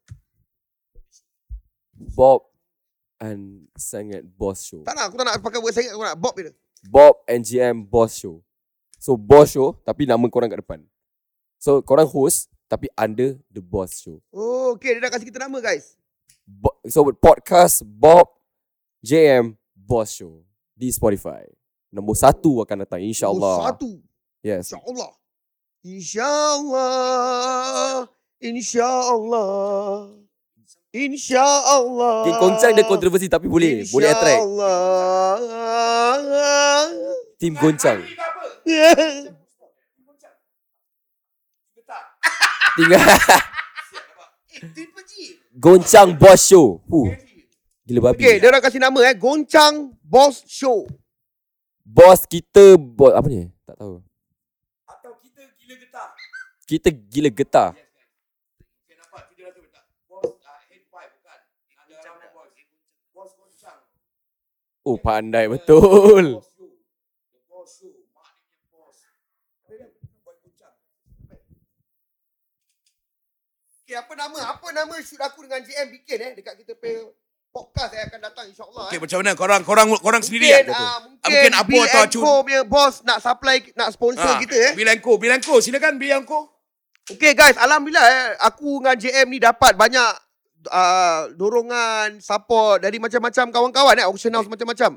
Speaker 3: Bob and Senget Boss Show
Speaker 1: Tak nak, aku tak nak pakai word sengit, aku nak bob je.
Speaker 3: Bob and GM Boss Show. So Boss Show tapi nama korang kat depan. So korang host tapi under the Boss Show.
Speaker 1: Oh, okay, dia dah kasi kita nama guys.
Speaker 3: Bo- so podcast Bob JM Boss Show di Spotify. Nombor satu akan datang
Speaker 1: Nombor
Speaker 3: insyaAllah.
Speaker 1: Oh, Satu,
Speaker 3: Yes.
Speaker 1: insyaAllah. InsyaAllah, insyaAllah, insyaAllah.
Speaker 3: Okay, goncang dia kontroversi tapi boleh. Boleh attract.
Speaker 1: InsyaAllah.
Speaker 3: Team goncang. Tinggal
Speaker 4: Tiba je.
Speaker 3: goncang Boss Show. Huh. Gila babi.
Speaker 1: okay, dia dah kasi nama eh. Goncang Boss Show.
Speaker 3: Boss kita boss apa ni? Tak tahu.
Speaker 2: Atau kita gila getah.
Speaker 3: Kita gila getah.
Speaker 2: Okay, nampak 700 tak? Bos uh, N5 bukan. Ada nama bos. Bos goncang.
Speaker 3: Oh
Speaker 2: Eh,
Speaker 3: pandai betul.
Speaker 2: Bos you. The bos you. Mak dia punya bos. Apa dia? Bos goncang.
Speaker 1: Okay, apa nama? Apa nama shoot aku dengan JM bikin eh dekat kita pay podcast eh akan datang insyaAllah.
Speaker 2: Okay, macam mana? Korang, korang, korang sendiri
Speaker 3: eh,
Speaker 1: mungkin,
Speaker 2: kan?
Speaker 1: ah,
Speaker 2: Ah,
Speaker 1: mungkin,
Speaker 2: mungkin Abu
Speaker 1: mungkin
Speaker 2: atau
Speaker 1: atau
Speaker 2: Acun.
Speaker 1: punya bos nak supply nak sponsor
Speaker 2: Ah,
Speaker 1: kita eh.
Speaker 2: Bilanko, Bilanko. Silakan Bilanko.
Speaker 1: Okay guys, alhamdulillah eh aku dengan JM ni dapat banyak uh, dorongan, support dari macam-macam kawan-kawan eh auction house macam-macam.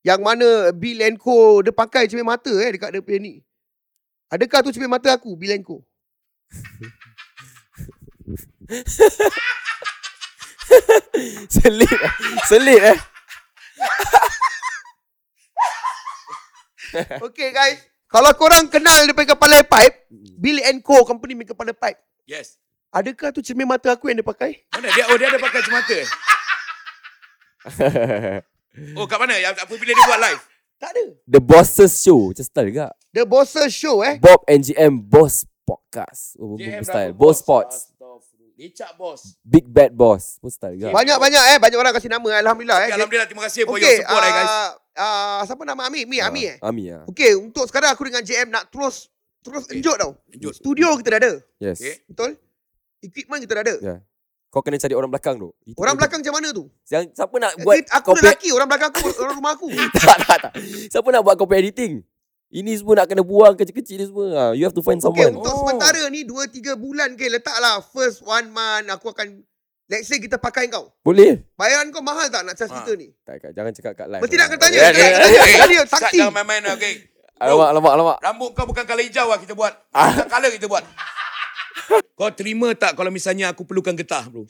Speaker 1: Yang mana Bill and Co dia pakai cermin mata eh dekat dia punya ni. Adakah tu cermin mata aku Bill and Co?
Speaker 3: Selit eh. Selit eh.
Speaker 1: Okay guys,
Speaker 2: Hmm.
Speaker 1: kalau korang kenal dia punya kepala pipe, Bill and Co company punya kepala pipe.
Speaker 2: Yes.
Speaker 1: Adakah tu cermin mata aku yang dia pakai?
Speaker 2: Mana dia? Oh, dia ada pakai cemata. eh? Oh, kat mana? Yang- Apabila dia buat live?
Speaker 1: Tak ada.
Speaker 3: The Bosses Show Macam style juga
Speaker 1: The Bosses Show eh.
Speaker 3: Bob and GM Boss Podcast oh, boom, boom,
Speaker 1: lah,
Speaker 3: style Boss Sports
Speaker 2: Lecak bos.
Speaker 3: Big Bad Boss Pun style juga
Speaker 1: Banyak-banyak eh. Banyak orang kasi nama. Alhamdulillah eh.
Speaker 2: Okay, Alhamdulillah, terima kasih for your
Speaker 1: Okay.
Speaker 2: support, eh, guys.
Speaker 1: ah, ah, siapa nama Ami? Mi, Ami eh.
Speaker 3: Ami ah.
Speaker 1: Okay, untuk sekarang aku dengan JM nak terus terus
Speaker 2: Okay.
Speaker 1: enjot tau.
Speaker 2: Lanjut.
Speaker 1: Studio kita dah ada.
Speaker 3: Yes
Speaker 2: Okay.
Speaker 1: Betul? Equipment kita dah ada.
Speaker 3: Ya. Kau kena cari orang belakang tu Itu
Speaker 1: Orang
Speaker 3: dia-
Speaker 1: belakang macam mana tu?
Speaker 3: Yang, Siapa nak buat
Speaker 1: Buat aku
Speaker 3: copy-
Speaker 1: lelaki, orang belakang aku, orang rumah aku.
Speaker 3: tak, tak, tak. Siapa nak buat copy editing? Ini semua nak kena buang kecil-kecil ni semua. Ah, You have to find
Speaker 1: Okay,
Speaker 3: someone.
Speaker 1: untuk
Speaker 2: Oh.
Speaker 1: sementara ni 2-3 bulan ke letaklah first one month aku akan let's say kita pakai kau.
Speaker 3: Boleh?
Speaker 1: Bayaran kau mahal tak nak cas
Speaker 2: Ha.
Speaker 1: kita ni?
Speaker 3: Tak, Kak, jangan cakap kat live.
Speaker 1: Mesti nak kena tanya.
Speaker 3: Ah. Ya,
Speaker 1: Yeah,
Speaker 3: ya, ya.
Speaker 1: yeah, Tadi
Speaker 2: Kak,
Speaker 1: saksi.
Speaker 2: jangan main-main lah, okay.
Speaker 3: Alamak, alamak, alamak.
Speaker 2: Rambut kau bukan colour hijau lah kita buat.
Speaker 3: Ah.
Speaker 2: Bukan colour kita buat. Kau terima tak kalau misalnya aku perlukan getah, bro?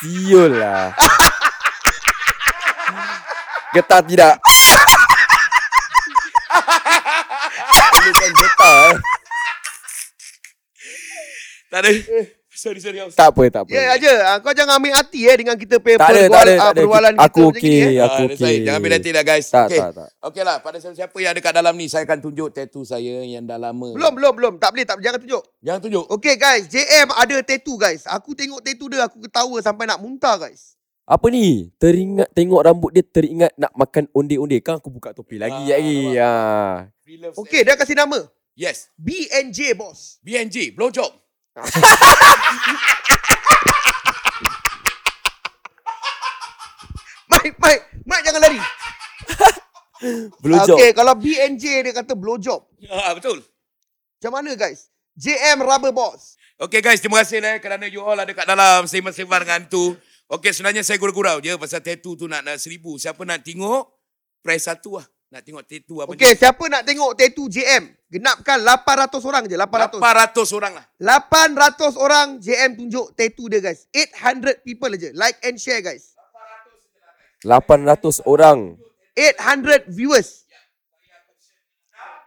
Speaker 3: Siul lah. Getah tidak. Perlukan getah. eh.
Speaker 2: Tak ada.
Speaker 1: Eh.
Speaker 2: Sorry, sorry. Aus.
Speaker 3: Tak apa, tak apa.
Speaker 1: Ya aja, Ah, kau jangan ambil hati eh dengan kita punya
Speaker 3: Tak ada, tak ada, tak
Speaker 1: perbual- ah,
Speaker 3: ada.
Speaker 1: perbualan kita
Speaker 3: Aku
Speaker 1: macam gini,
Speaker 3: okey,
Speaker 1: eh.
Speaker 3: ya, aku
Speaker 2: Ah, that's right.
Speaker 3: okey.
Speaker 2: Jangan ambil hati dah, guys.
Speaker 3: Tak,
Speaker 2: okay.
Speaker 3: tak, tak.
Speaker 2: Okey lah, pada siapa-siapa yang ada kat dalam ni, saya akan tunjuk tattoo saya yang dah lama.
Speaker 1: Belum, Oh. belum, belum. Tak boleh, tak boleh. jangan tunjuk.
Speaker 2: Jangan tunjuk.
Speaker 1: Okay guys, JM ada tattoo guys. Aku tengok tattoo dia aku ketawa sampai nak muntah guys.
Speaker 3: Apa ni? Teringat tengok rambut dia teringat nak makan onde-onde. Kan aku buka topi lagi
Speaker 2: Ah,
Speaker 3: lagi.
Speaker 2: nampak.
Speaker 3: Ah.
Speaker 2: Free love
Speaker 1: Okay, dia kasi nama
Speaker 2: Yes.
Speaker 1: BNJ Boss.
Speaker 2: BNG, blowjob.
Speaker 1: Mike, Mike, Mike jangan lari.
Speaker 3: Belum jawab.
Speaker 1: Okay, kalau BNJ dia kata blowjob.
Speaker 2: Ah, betul.
Speaker 1: Macam mana guys? JM Rubber Boss.
Speaker 2: Okay guys, terima kasih lah kerana you all ada kat dalam sembang-sembang dengan tu. Okay, sebenarnya saya gurau-gurau je pasal tattoo tu nak, nak seribu. Siapa nak tengok, press satu lah. Nak tengok tattoo apa
Speaker 1: Okay, siapa nak tengok tattoo JM? Genapkan 800 orang je, 800.
Speaker 2: 400 orang lah.
Speaker 1: 800 orang JM tunjuk tattoo dia guys. 800 people aja. Like and share guys.
Speaker 3: 800 orang.
Speaker 1: 800 viewers.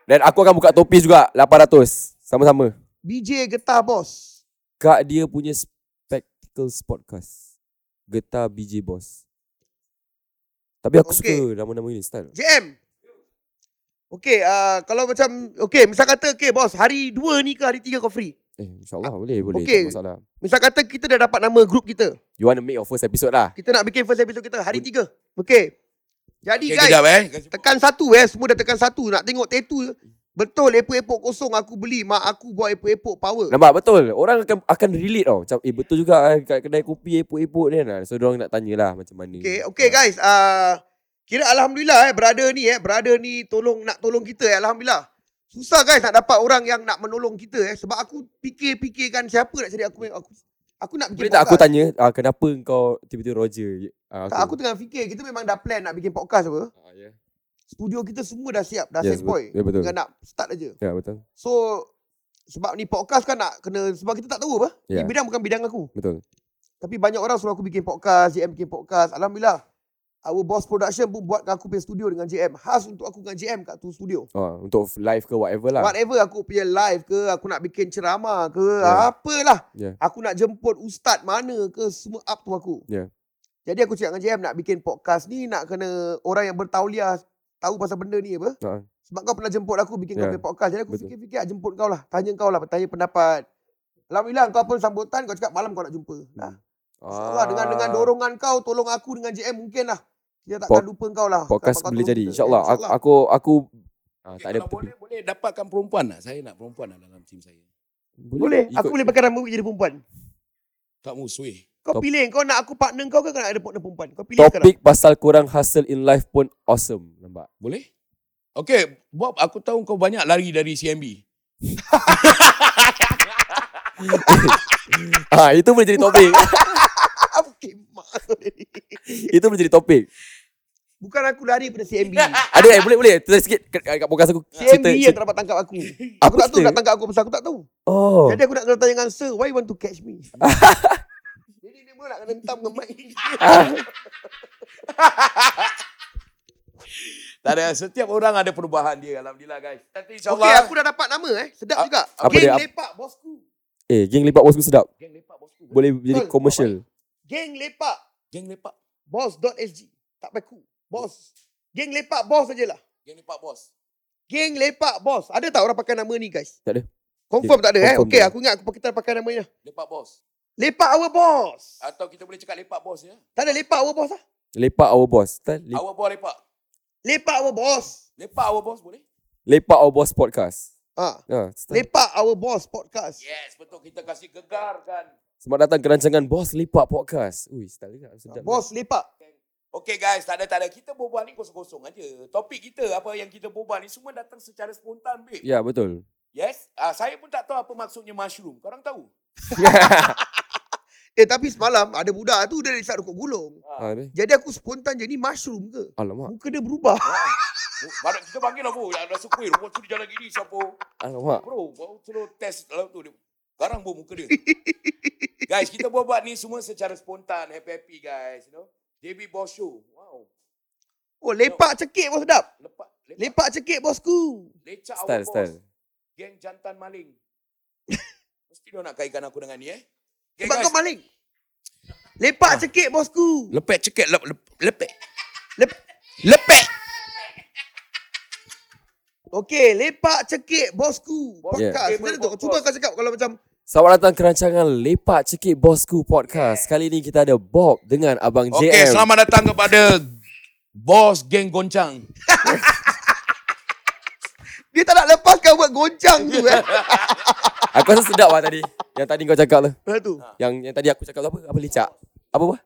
Speaker 3: Dan aku akan buka topi juga 800 Sama-sama
Speaker 1: BJ Getah Boss.
Speaker 3: Kak dia punya Spectacles Podcast Getar BJ Boss Tapi aku okay.
Speaker 1: Okay.
Speaker 3: suka nama-nama ini style
Speaker 1: JM. Okay, uh, kalau macam okay, misal kata okay boss, hari 2 ni ke hari 3 kau free.
Speaker 3: Eh insyaAllah boleh boleh
Speaker 1: Ah, okay.
Speaker 3: tak masalah
Speaker 1: Misal kata kita dah dapat nama group kita.
Speaker 3: You want to make your first episode lah
Speaker 1: Kita nak bikin first episode kita hari 3. Okay. Jadi okay,
Speaker 2: Okay,
Speaker 1: guys,
Speaker 2: kejap eh.
Speaker 1: Tekan satu eh Semua dah tekan satu Nak tengok tattoo Betul epok-epok kosong Aku beli Mak aku buat epok-epok power
Speaker 3: Nampak betul Orang akan akan relate tau Macam eh betul juga eh, Kat kedai kopi epok-epok ni kan So diorang nak tanyalah macam mana
Speaker 1: Okay, okay guys uh, Kira Alhamdulillah eh Brother ni eh Brother ni tolong Nak tolong kita eh Alhamdulillah Susah guys nak dapat orang yang nak menolong kita eh Sebab aku fikir-fikirkan siapa nak cari aku Aku, aku nak bikin
Speaker 3: Boleh tak aku
Speaker 1: podcast.
Speaker 3: tanya ah, Kenapa kau tiba-tiba Roger ah,
Speaker 1: Tak, aku tengah fikir Kita memang dah plan nak bikin podcast apa
Speaker 3: ah, yeah.
Speaker 1: Studio kita semua dah siap Dah
Speaker 3: Yes,
Speaker 1: set boy
Speaker 3: betul. Ya, betul.
Speaker 1: Tinggal nak start aja
Speaker 3: Ya betul
Speaker 1: So Sebab ni podcast kan nak kena Sebab kita tak tahu apa
Speaker 3: Ya.
Speaker 1: yeah. Bidang bukan bidang aku
Speaker 3: Betul
Speaker 1: Tapi banyak orang suruh aku bikin podcast, JM bikin podcast. Alhamdulillah. Our Boss Production pun buatkan aku punya studio dengan JM. Khas untuk aku dengan JM kat tu studio.
Speaker 3: ah, Untuk live ke whatever lah
Speaker 1: Whatever aku punya live ke, aku nak bikin ceramah ke,
Speaker 3: Yeah.
Speaker 1: apalah.
Speaker 3: Yeah.
Speaker 1: Aku nak jemput ustaz mana ke, semua up tu aku.
Speaker 3: Yeah.
Speaker 1: Jadi aku cakap dengan JM nak bikin podcast ni nak kena orang yang bertauliah tahu pasal benda ni apa.
Speaker 3: Ha.
Speaker 1: Sebab kau pernah jemput aku bikin
Speaker 3: Yeah.
Speaker 1: kau punya podcast. Jadi aku
Speaker 3: Betul.
Speaker 1: fikir-fikir ah, jemput kau lah. Tanya kau lah, tanya pendapat. Alhamdulillah kau pun sambutan, kau cakap malam kau nak jumpa. Nah, InsyaAllah dengan
Speaker 3: Ah.
Speaker 1: dengan dorongan kau tolong aku dengan JM mungkin lah. Kita takkan
Speaker 3: Pod-
Speaker 1: lupa kau lah.
Speaker 3: Podcast
Speaker 1: Sebab kau
Speaker 3: boleh
Speaker 1: tolong
Speaker 3: jadi
Speaker 1: kita.
Speaker 3: InsyaAllah
Speaker 1: Ya,
Speaker 3: Aku aku, aku ah,
Speaker 2: Okay,
Speaker 3: Tak ada
Speaker 2: kalau
Speaker 3: tepi
Speaker 2: boleh, boleh dapatkan perempuan lah. Saya nak perempuan lah dalam tim saya.
Speaker 1: Boleh.
Speaker 3: ikut.
Speaker 1: Aku boleh pakai rambut jadi perempuan.
Speaker 2: Tak musuh eh.
Speaker 1: Kau
Speaker 3: Top-
Speaker 1: pilih kau nak aku partner kau ke kau nak ada partner perempuan? Kau pilih lah? sekarang.
Speaker 3: Topik pasal kurang hustle in life pun awesome Nampak
Speaker 2: Boleh? Okay, Bob, aku tahu kau banyak lari dari CMB.
Speaker 3: ah, Itu boleh jadi topik
Speaker 1: Apa kemak kau ni?
Speaker 3: Itu boleh jadi topik
Speaker 1: Bukan aku lari pada CMB.
Speaker 3: Ada eh boleh boleh Terus sikit kat, kat podcast aku
Speaker 1: CMB
Speaker 3: cerita-
Speaker 1: yang
Speaker 3: cerita-
Speaker 1: tak dapat tangkap aku.
Speaker 3: Apa
Speaker 1: Aku tak tahu
Speaker 3: cerita?
Speaker 1: nak tangkap aku pasal aku tak tahu.
Speaker 3: Oh
Speaker 1: Jadi aku nak kena tanya dengan sir, why you want to catch me? Jadi dia pun nak kena hentam dengan mic.
Speaker 2: tak ada. Setiap orang ada perubahan dia. Alhamdulillah guys. Tapi insyaAllah.
Speaker 1: Okay, aku dah dapat nama eh. Sedap
Speaker 2: A-
Speaker 1: juga.
Speaker 3: apa
Speaker 1: Geng
Speaker 3: dia? Apa-
Speaker 1: lepak bosku.
Speaker 3: Eh, geng lepak bosku sedap.
Speaker 2: Geng lepak bosku.
Speaker 3: Boleh jadi
Speaker 1: Betul.
Speaker 3: komersial.
Speaker 1: Geng lepak
Speaker 2: Geng lepak.
Speaker 1: boss.sg. Tak pakai ku. Boss. Geng lepak boss sajalah.
Speaker 2: Geng lepak bos.
Speaker 1: Geng lepak bos. Ada tak orang pakai nama ni guys?
Speaker 3: Tak ada.
Speaker 1: Confirm tak ada eh.
Speaker 3: Confirm tak
Speaker 1: Okey,
Speaker 3: ada.
Speaker 1: aku ingat aku kita pakai nama ni. lah.
Speaker 2: Lepak bos.
Speaker 1: Lepak our boss.
Speaker 2: Atau kita boleh cakap lepak bos ya.
Speaker 1: Tak ada lepak our boss lah.
Speaker 3: Lepak our boss. Tak? Le-
Speaker 2: Awak bos lepak.
Speaker 1: Lepak our boss.
Speaker 2: Lepak awak bos boleh?
Speaker 3: lepak our boss podcast.
Speaker 1: Ha.
Speaker 3: Ha, style.
Speaker 1: Lepak our boss podcast.
Speaker 2: Yes, betul. Kita kasih gegar kan.
Speaker 3: Selamat datang ke rancangan Bos Lepak Podcast. Ui, style juga. Sedap.
Speaker 1: Bos lepak.
Speaker 2: Okay guys, tak ada tak ada. Kita berbual ni kosong-kosong aja. Topik kita apa yang kita berbual ni semua datang secara spontan, babe.
Speaker 3: Ya, betul.
Speaker 2: Yes. Ah, saya pun tak tahu apa maksudnya mushroom. Korang tahu?
Speaker 1: Eh tapi semalam ada budak tu dia letak rokok gulung.
Speaker 3: Ha,
Speaker 2: Ah.
Speaker 3: ni.
Speaker 1: Jadi aku spontan jadi mushroom ke?
Speaker 3: alamak.
Speaker 1: Muka dia berubah.
Speaker 2: Oh, Barat kita panggil lah bro. Yang rasa kuih. Rumah tu dia jalan gini siapa.
Speaker 3: Alamak.
Speaker 2: Bro, baru terus test dalam tu. Dia garang bro muka dia. guys, kita buat-buat ni semua secara spontan. Happy-happy guys. You know. JB Boss Show. Wow.
Speaker 1: Oh lepak cekik bos sedap.
Speaker 2: Lepak. Lepak.
Speaker 1: Lepak cekik bosku.
Speaker 2: Lecak
Speaker 3: Style,
Speaker 2: awak bos.
Speaker 3: style.
Speaker 2: Geng jantan maling. Mesti dia nak kaitkan aku dengan ni eh. Okay,
Speaker 1: Sebab
Speaker 2: guys.
Speaker 1: kau maling. Lepak
Speaker 3: Ah.
Speaker 1: cekik bosku.
Speaker 2: Lepek cekek. Lep, lep, lepek.
Speaker 1: Lep-
Speaker 2: Lepek.
Speaker 1: Okey, lepak cekik bosku.
Speaker 2: Bos-
Speaker 1: Podcast.
Speaker 2: Yeah.
Speaker 1: Macam mana tu? Cuba kau cakap kalau macam
Speaker 3: Selamat datang ke rancangan Lepak Cekik Bosku Podcast. Kali ni kita ada Bob dengan Abang JM.
Speaker 2: Okay, selamat datang kepada Bos Geng Goncang.
Speaker 1: dia tak nak lepaskan buat goncang tu eh.
Speaker 3: Aku rasa sedap lah tadi. Yang tadi kau cakap lah.
Speaker 1: Ha tu.
Speaker 3: Yang yang tadi aku cakap tu apa? Apa licak? Apa apa?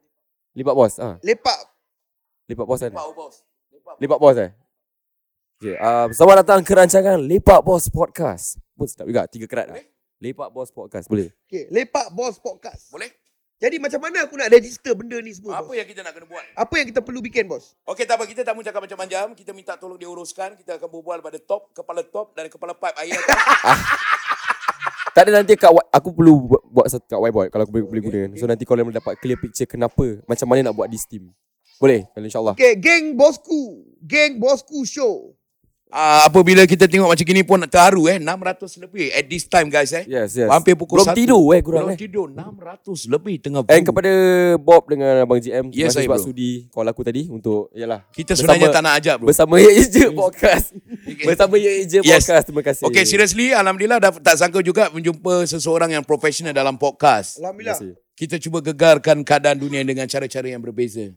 Speaker 3: Lepak bos. Ah,
Speaker 1: Lepak
Speaker 3: lepak bos kan.
Speaker 2: Lepak oh, bos. Lepak
Speaker 3: Lepak bos eh. Okay, uh, selamat datang ke rancangan Lepak Bos Podcast. Pun sedap juga, tiga kerat lah.
Speaker 2: Boleh?
Speaker 3: Lepak Bos Podcast, boleh.
Speaker 1: Okey, lepak bos podcast.
Speaker 2: Boleh?
Speaker 1: Jadi macam mana aku nak register benda ni semua?
Speaker 2: Apa
Speaker 1: Apa,
Speaker 2: yang kita nak kena buat?
Speaker 1: apa yang kita perlu bikin bos?
Speaker 2: Okey, tak apa. Kita tak mahu cakap macam-macam. Kita minta tolong diuruskan. Kita akan berbual pada top, kepala top dan kepala pipe air.
Speaker 3: Tak ada nanti kat, wa- aku perlu buat, buat satu kat whiteboard kalau aku boleh, boleh guna. So nanti kau boleh dapat clear picture kenapa, macam mana nak buat this team. Boleh, kalau insyaAllah.
Speaker 1: Okey, geng bosku. Geng bosku show.
Speaker 2: Ah, apabila kita tengok macam gini pun terharu eh. 600 lebih at this time guys eh.
Speaker 3: Yes, yes.
Speaker 2: Hampir pukul
Speaker 3: Belum
Speaker 2: satu. Eh,
Speaker 3: tidur eh, kurang
Speaker 2: Belum
Speaker 3: eh.
Speaker 2: tidur. 600 lebih tengah
Speaker 3: And
Speaker 2: view.
Speaker 3: kepada Bob dengan Abang GM, terima
Speaker 2: Yes,
Speaker 3: kasih
Speaker 2: saya,
Speaker 3: sebab
Speaker 2: bro.
Speaker 3: sudi call aku tadi untuk, yalah.
Speaker 2: kita
Speaker 3: bersama-
Speaker 2: sebenarnya tak nak ajak bro.
Speaker 3: Bersama Ye Je Podcast. Bersama Ye Je
Speaker 2: Yes.
Speaker 3: Podcast, terima kasih.
Speaker 2: Okay, seriously, Alhamdulillah dah, tak sangka juga menjumpa seseorang yang profesional dalam podcast.
Speaker 3: Terima
Speaker 1: Alhamdulillah.
Speaker 3: kasih.
Speaker 2: Kita cuba gegarkan keadaan dunia dengan cara-cara yang berbeza.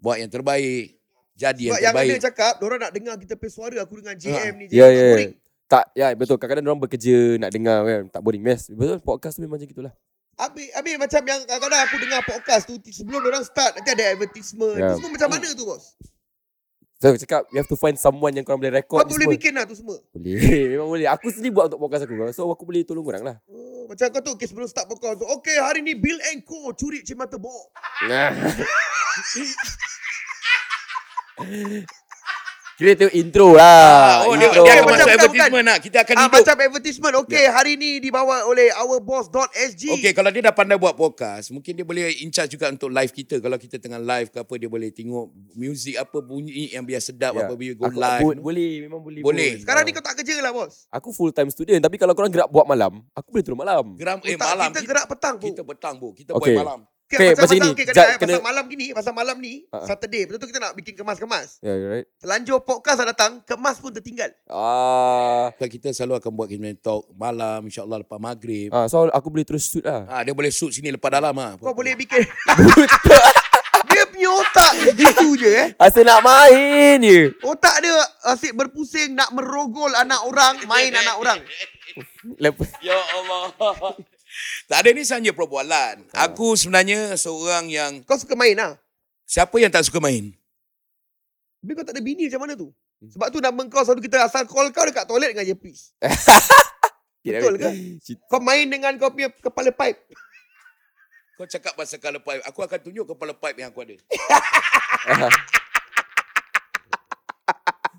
Speaker 2: Buat yang terbaik, jadi
Speaker 1: Sebab
Speaker 2: yang
Speaker 1: yang
Speaker 2: terbaik.
Speaker 1: ada cakap, orang nak dengar kita punya suara aku dengan JM ni.
Speaker 3: Ya, ya,
Speaker 1: JM tak
Speaker 3: ya.
Speaker 1: boring.
Speaker 3: Tak, ya betul. Kadang-kadang orang bekerja nak dengar kan. Tak boring. Yes, betul. Podcast tu memang macam gitulah.
Speaker 1: Habis, habis macam yang kadang-kadang aku dengar podcast tu ti- sebelum orang start nanti ada advertisement.
Speaker 3: Ya.
Speaker 1: Tu semua macam mana tu bos?
Speaker 3: So, aku cakap you have to find someone yang korang boleh record
Speaker 1: Kau
Speaker 3: ni
Speaker 1: boleh
Speaker 3: semua.
Speaker 1: bikin lah tu semua.
Speaker 3: Boleh. memang boleh. Aku sendiri buat untuk podcast aku. So, aku boleh tolong korang lah.
Speaker 1: Oh, macam kau tu okay, sebelum start podcast tu. Okay hari ni Bill and Co curi cemata bok.
Speaker 3: Kira tengok intro lah.
Speaker 2: Ah, oh, dia,
Speaker 3: intro.
Speaker 2: dia akan
Speaker 1: Macam-
Speaker 2: masuk
Speaker 1: bukan.
Speaker 2: advertisement nak. Kita akan
Speaker 1: Ah,
Speaker 2: Kan hidup. Ya.
Speaker 1: macam advertisement. Okay hari ni dibawa oleh ourboss.sg.
Speaker 2: Okey, kalau dia dah pandai buat podcast, mungkin dia boleh in charge juga untuk live kita. Kalau kita tengah live ke apa, dia boleh tengok music apa bunyi yang biar sedap,
Speaker 3: Ya.
Speaker 2: apa bila go
Speaker 3: Aku-
Speaker 2: live.
Speaker 3: bo- Boleh, memang boleh.
Speaker 2: Boleh.
Speaker 1: Sekarang ni kau tak kerja lah bos.
Speaker 3: Aku full time student tapi kalau korang gerak buat malam, aku boleh turun malam.
Speaker 2: Geram, eh
Speaker 1: tak,
Speaker 2: malam.
Speaker 1: kita gerak petang pun.
Speaker 2: kita petang, bu. Kita
Speaker 3: Okey.
Speaker 2: buat malam.
Speaker 1: Okay,
Speaker 3: Okay,
Speaker 1: okay, macam,
Speaker 3: macam
Speaker 1: macam,
Speaker 3: ni,
Speaker 1: okay,
Speaker 3: Jad
Speaker 1: kadang, eh, pasal
Speaker 3: kena-
Speaker 1: malam gini, pasal malam ni,
Speaker 3: Ah.
Speaker 1: Saturday. Betul tu kita nak bikin kemas-kemas.
Speaker 3: Ya, yeah, right.
Speaker 1: Telanjur podcast dah datang, kemas pun tertinggal.
Speaker 3: Ah,
Speaker 2: Kalau Kan kita selalu akan buat kita talk malam, insyaAllah lepas maghrib.
Speaker 3: ah, so aku boleh terus shoot lah.
Speaker 2: Ah, dia boleh shoot sini lepas dalam ah.
Speaker 1: Kau boleh bikin. dia punya otak itu je eh.
Speaker 3: Asal nak main je.
Speaker 1: Otak dia asyik berpusing nak merogol anak orang, main anak orang.
Speaker 3: Lepas
Speaker 2: Ya Allah. tak ada ni saja perbualan. Aku sebenarnya seorang yang
Speaker 1: Kau suka main lah.
Speaker 2: siapa yang tak suka main?
Speaker 1: Tapi kau tak ada bini macam mana tu?
Speaker 2: Hmm.
Speaker 1: Sebab tu nama kau selalu kita asal call kau dekat toilet dengan earpiece. Betul ke? Kau main dengan kau punya kepala pipe.
Speaker 2: Kau cakap pasal kepala pipe. Aku akan tunjuk kepala pipe yang aku ada.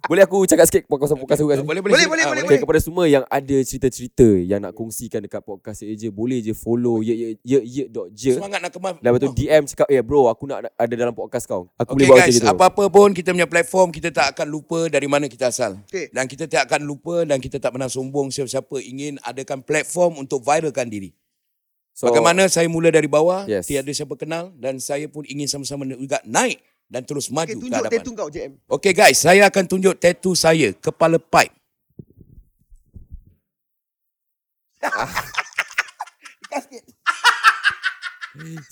Speaker 3: Boleh aku cakap sikit pasal podcast aku kat sini?
Speaker 2: Boleh, boleh,
Speaker 1: Boleh,
Speaker 2: Ah,
Speaker 1: boleh, boleh,
Speaker 3: Okay, kepada semua yang ada cerita-cerita yang nak kongsikan dekat podcast saya je, boleh je follow ye ye ye ye dot je.
Speaker 2: Semangat nak
Speaker 3: Dan
Speaker 2: kemas.
Speaker 3: lepas tu DM cakap, eh bro aku nak ada dalam podcast kau. Aku boleh
Speaker 2: Okay
Speaker 3: buat
Speaker 2: guys,
Speaker 3: macam gitu.
Speaker 2: apa-apa pun kita punya platform, kita tak akan lupa dari mana kita asal.
Speaker 1: Okey.
Speaker 2: Dan kita tak akan lupa dan kita tak pernah sombong siapa-siapa ingin adakan platform untuk viralkan diri.
Speaker 3: So,
Speaker 2: Bagaimana saya mula dari bawah,
Speaker 3: Yes.
Speaker 2: tiada siapa kenal dan saya pun ingin sama-sama juga naik dan terus maju
Speaker 1: Okay,
Speaker 2: ke
Speaker 1: tunjuk
Speaker 2: hadapan.
Speaker 1: tattoo kau JM.
Speaker 2: Okey guys, saya akan tunjuk tattoo saya, kepala pipe.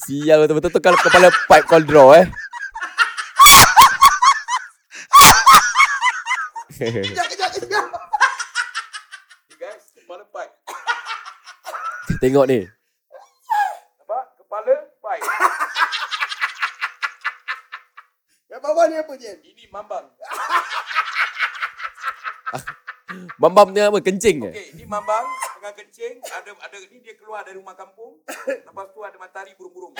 Speaker 3: Sial betul-betul tu kalau kepala pipe kau draw eh.
Speaker 1: Kejap, kejap, kejap.
Speaker 3: Tengok ni.
Speaker 2: Kepala pipe.
Speaker 1: Yang bawah ni apa JM?
Speaker 2: Ini mambang.
Speaker 3: Bambam ni apa? Kencing eh?
Speaker 2: Okey, ni mambang tengah kencing, ada ada ni dia keluar dari rumah kampung. Lepas tu ada matahari burung-burung.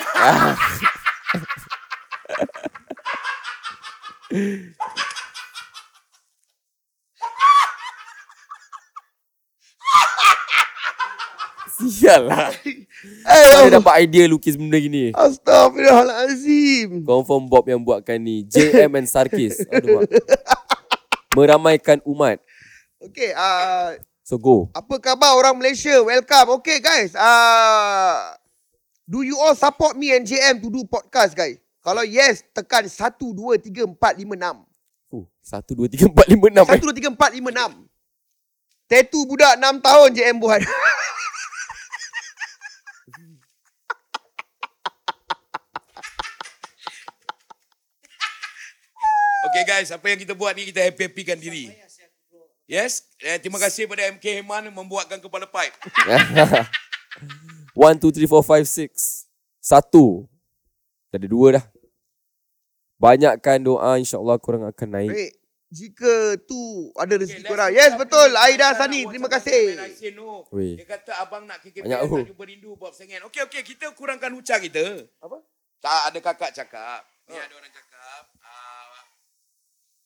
Speaker 3: Sial lah.
Speaker 1: Eh,
Speaker 3: Mana
Speaker 1: Allah.
Speaker 3: dapat idea lukis benda gini?
Speaker 1: Astaghfirullahalazim.
Speaker 3: Confirm Bob yang buatkan ni. JM and Sarkis. Aduh, Bob. Meramaikan umat.
Speaker 1: Okay, ah
Speaker 3: So go.
Speaker 1: Apa khabar orang Malaysia? Welcome. Okay guys. Uh, do you all support me and JM to do podcast guys? Kalau yes, tekan 1, 2, 3, 4, 5, 6. 1, 2, 3,
Speaker 3: Uh, 1, 2, 3, 4, 5, 6 eh.
Speaker 1: 4, 5, 6. Tattoo budak 6 tahun JM buat.
Speaker 2: Okey guys, apa yang kita buat ni kita happy-happykan diri. Yes, eh, terima kasih pada MK Heman yang membuatkan kepala pipe.
Speaker 3: 1, 2, 3, 4, 5, 6 Satu Dah ada dua dah Banyakkan doa InsyaAllah korang akan naik
Speaker 1: Baik. Jika tu ada rezeki
Speaker 2: Okay,
Speaker 1: korang.
Speaker 2: let's
Speaker 1: Yes,
Speaker 2: go.
Speaker 1: betul.
Speaker 2: Kita
Speaker 1: Aida
Speaker 2: nak
Speaker 1: Sani.
Speaker 2: buat
Speaker 1: Terima
Speaker 2: cakap
Speaker 1: kasih.
Speaker 2: dengan Aisin, no.
Speaker 3: Weh.
Speaker 2: Dia kata abang nak KKP
Speaker 3: Banyak
Speaker 2: tak
Speaker 3: oh.
Speaker 2: jumpa rindu Bob Sengen. Okey okey, kita kurangkan ucap kita.
Speaker 1: Apa? Oh.
Speaker 2: Tak ada kakak cakap. Ni ada orang cakap. Uh,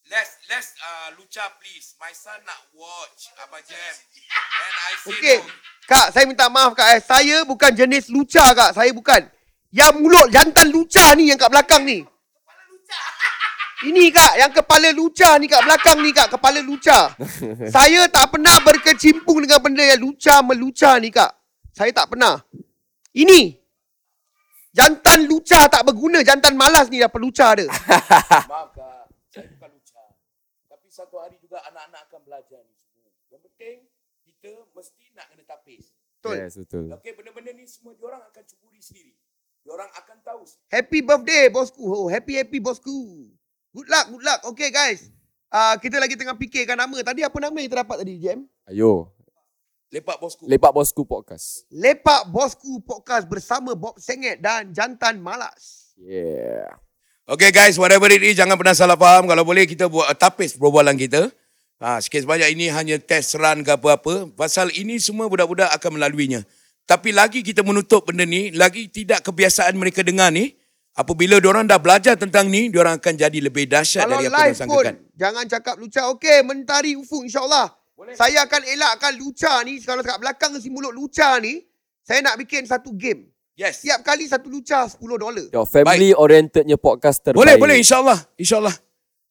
Speaker 2: let's let's uh, Lucha please. My son nak watch Abang Jam. And I say
Speaker 1: Okey.
Speaker 2: no.
Speaker 1: Kak, saya minta maaf kak. Eh. Saya bukan jenis luca kak. Saya bukan. Yang mulut jantan luca ni yang kat belakang ni. Ini kak, yang kepala luca ni kat belakang ni kak, kepala luca. saya tak pernah berkecimpung dengan benda yang luca meluca ni kak. Saya tak pernah. Ini. Jantan luca tak berguna, jantan malas ni dah peluca
Speaker 3: Ha.
Speaker 1: dia.
Speaker 2: Maaf kak, saya bukan Lucha. Tapi satu hari juga anak-anak akan belajar ni semua. Yang penting, kita mesti nak kena tapis.
Speaker 1: Betul.
Speaker 3: Yes betul
Speaker 2: Okey, benda-benda ni semua diorang akan cuburi sendiri. Diorang akan tahu.
Speaker 1: Happy birthday bosku. Oh, happy happy bosku. Good luck, good luck. Okay guys. Ah uh, kita lagi tengah fikirkan nama. Tadi apa nama yang kita dapat tadi, Jam?
Speaker 3: Ayo
Speaker 2: Lepak bosku.
Speaker 3: Lepak Bosku Podcast
Speaker 1: Lepak Bosku Podcast bersama Bob Senget dan Jantan Malas.
Speaker 3: Yeah
Speaker 2: Okay guys, whatever it is, jangan pernah salah faham. Kalau boleh, kita buat uh, tapis perbualan kita. Ha, sikit sebanyak ini hanya test run ke apa-apa. Pasal ini semua budak-budak akan melaluinya. Tapi lagi kita menutup benda ni, lagi tidak kebiasaan mereka dengar ni. Apabila diorang dah belajar tentang ni, diorang akan jadi lebih dahsyat
Speaker 1: Kalau
Speaker 2: dari apa yang
Speaker 1: live pun,
Speaker 2: sangkakan.
Speaker 1: jangan cakap Luca. Okey, mentari ufuk insyaAllah. Saya akan elakkan Luca ni. Kalau kat belakang si mulut Luca ni, saya nak bikin satu game.
Speaker 2: Yes.
Speaker 1: Setiap kali satu Luca, $10.
Speaker 3: Your family orientednya podcast terbaik
Speaker 2: Boleh, boleh. InsyaAllah. InsyaAllah.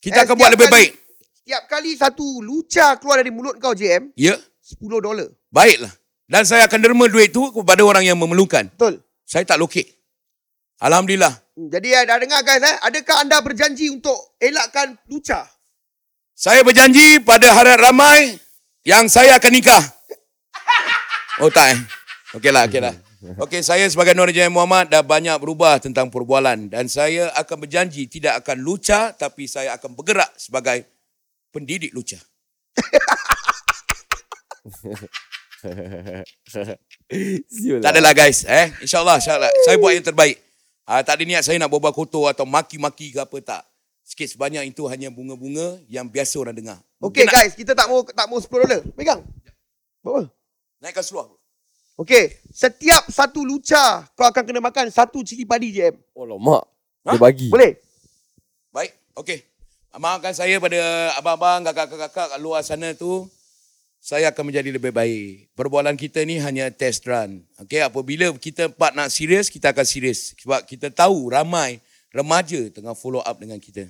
Speaker 2: Kita
Speaker 1: Eh,
Speaker 2: akan buat
Speaker 1: setiap
Speaker 2: lebih
Speaker 1: kali-
Speaker 2: baik.
Speaker 1: Setiap kali satu Luca keluar dari mulut kau, JM,
Speaker 2: Ya,
Speaker 1: $10.
Speaker 2: baiklah. Dan saya akan derma duit tu kepada orang yang memerlukan.
Speaker 1: Betul.
Speaker 2: Saya tak lokek. Alhamdulillah.
Speaker 1: Hmm, Jadi ya, dah dengar guys eh. Adakah anda berjanji untuk elakkan Luca?
Speaker 2: Saya berjanji pada harian ramai yang saya akan nikah. Oh tak eh? Okeylah, okeylah. Okey, saya sebagai Nur Jaya Muhammad dah banyak berubah tentang perbualan dan saya akan berjanji tidak akan lucah tapi saya akan bergerak sebagai pendidik lucah.
Speaker 3: Siul lah.
Speaker 2: Tak adalah guys. Eh? InsyaAllah. InsyaAllah. Saya buat yang terbaik. Ah, tak ada niat saya nak berbual kotor atau maki-maki ke apa tak. Sikit sebanyak itu hanya bunga-bunga yang biasa orang dengar.
Speaker 1: Okey
Speaker 2: Mungkin nak-
Speaker 1: guys, kita tak mau tak mau $10. Pegang. Bawa.
Speaker 2: Naikkan seluar.
Speaker 1: Okey, setiap satu luca kau akan kena
Speaker 3: Hmm.
Speaker 1: makan satu cili padi je. Em.
Speaker 3: Oh mak
Speaker 2: Ha?
Speaker 3: Dia bagi
Speaker 1: Boleh?
Speaker 2: Baik. Okey. Maafkan saya pada abang-abang, kakak-kakak kat luar sana tu. Saya akan menjadi lebih baik. Perbualan kita ni hanya test run. Okay, apabila kita empat nak serius, kita akan serius. Sebab kita tahu ramai remaja tengah follow up dengan kita.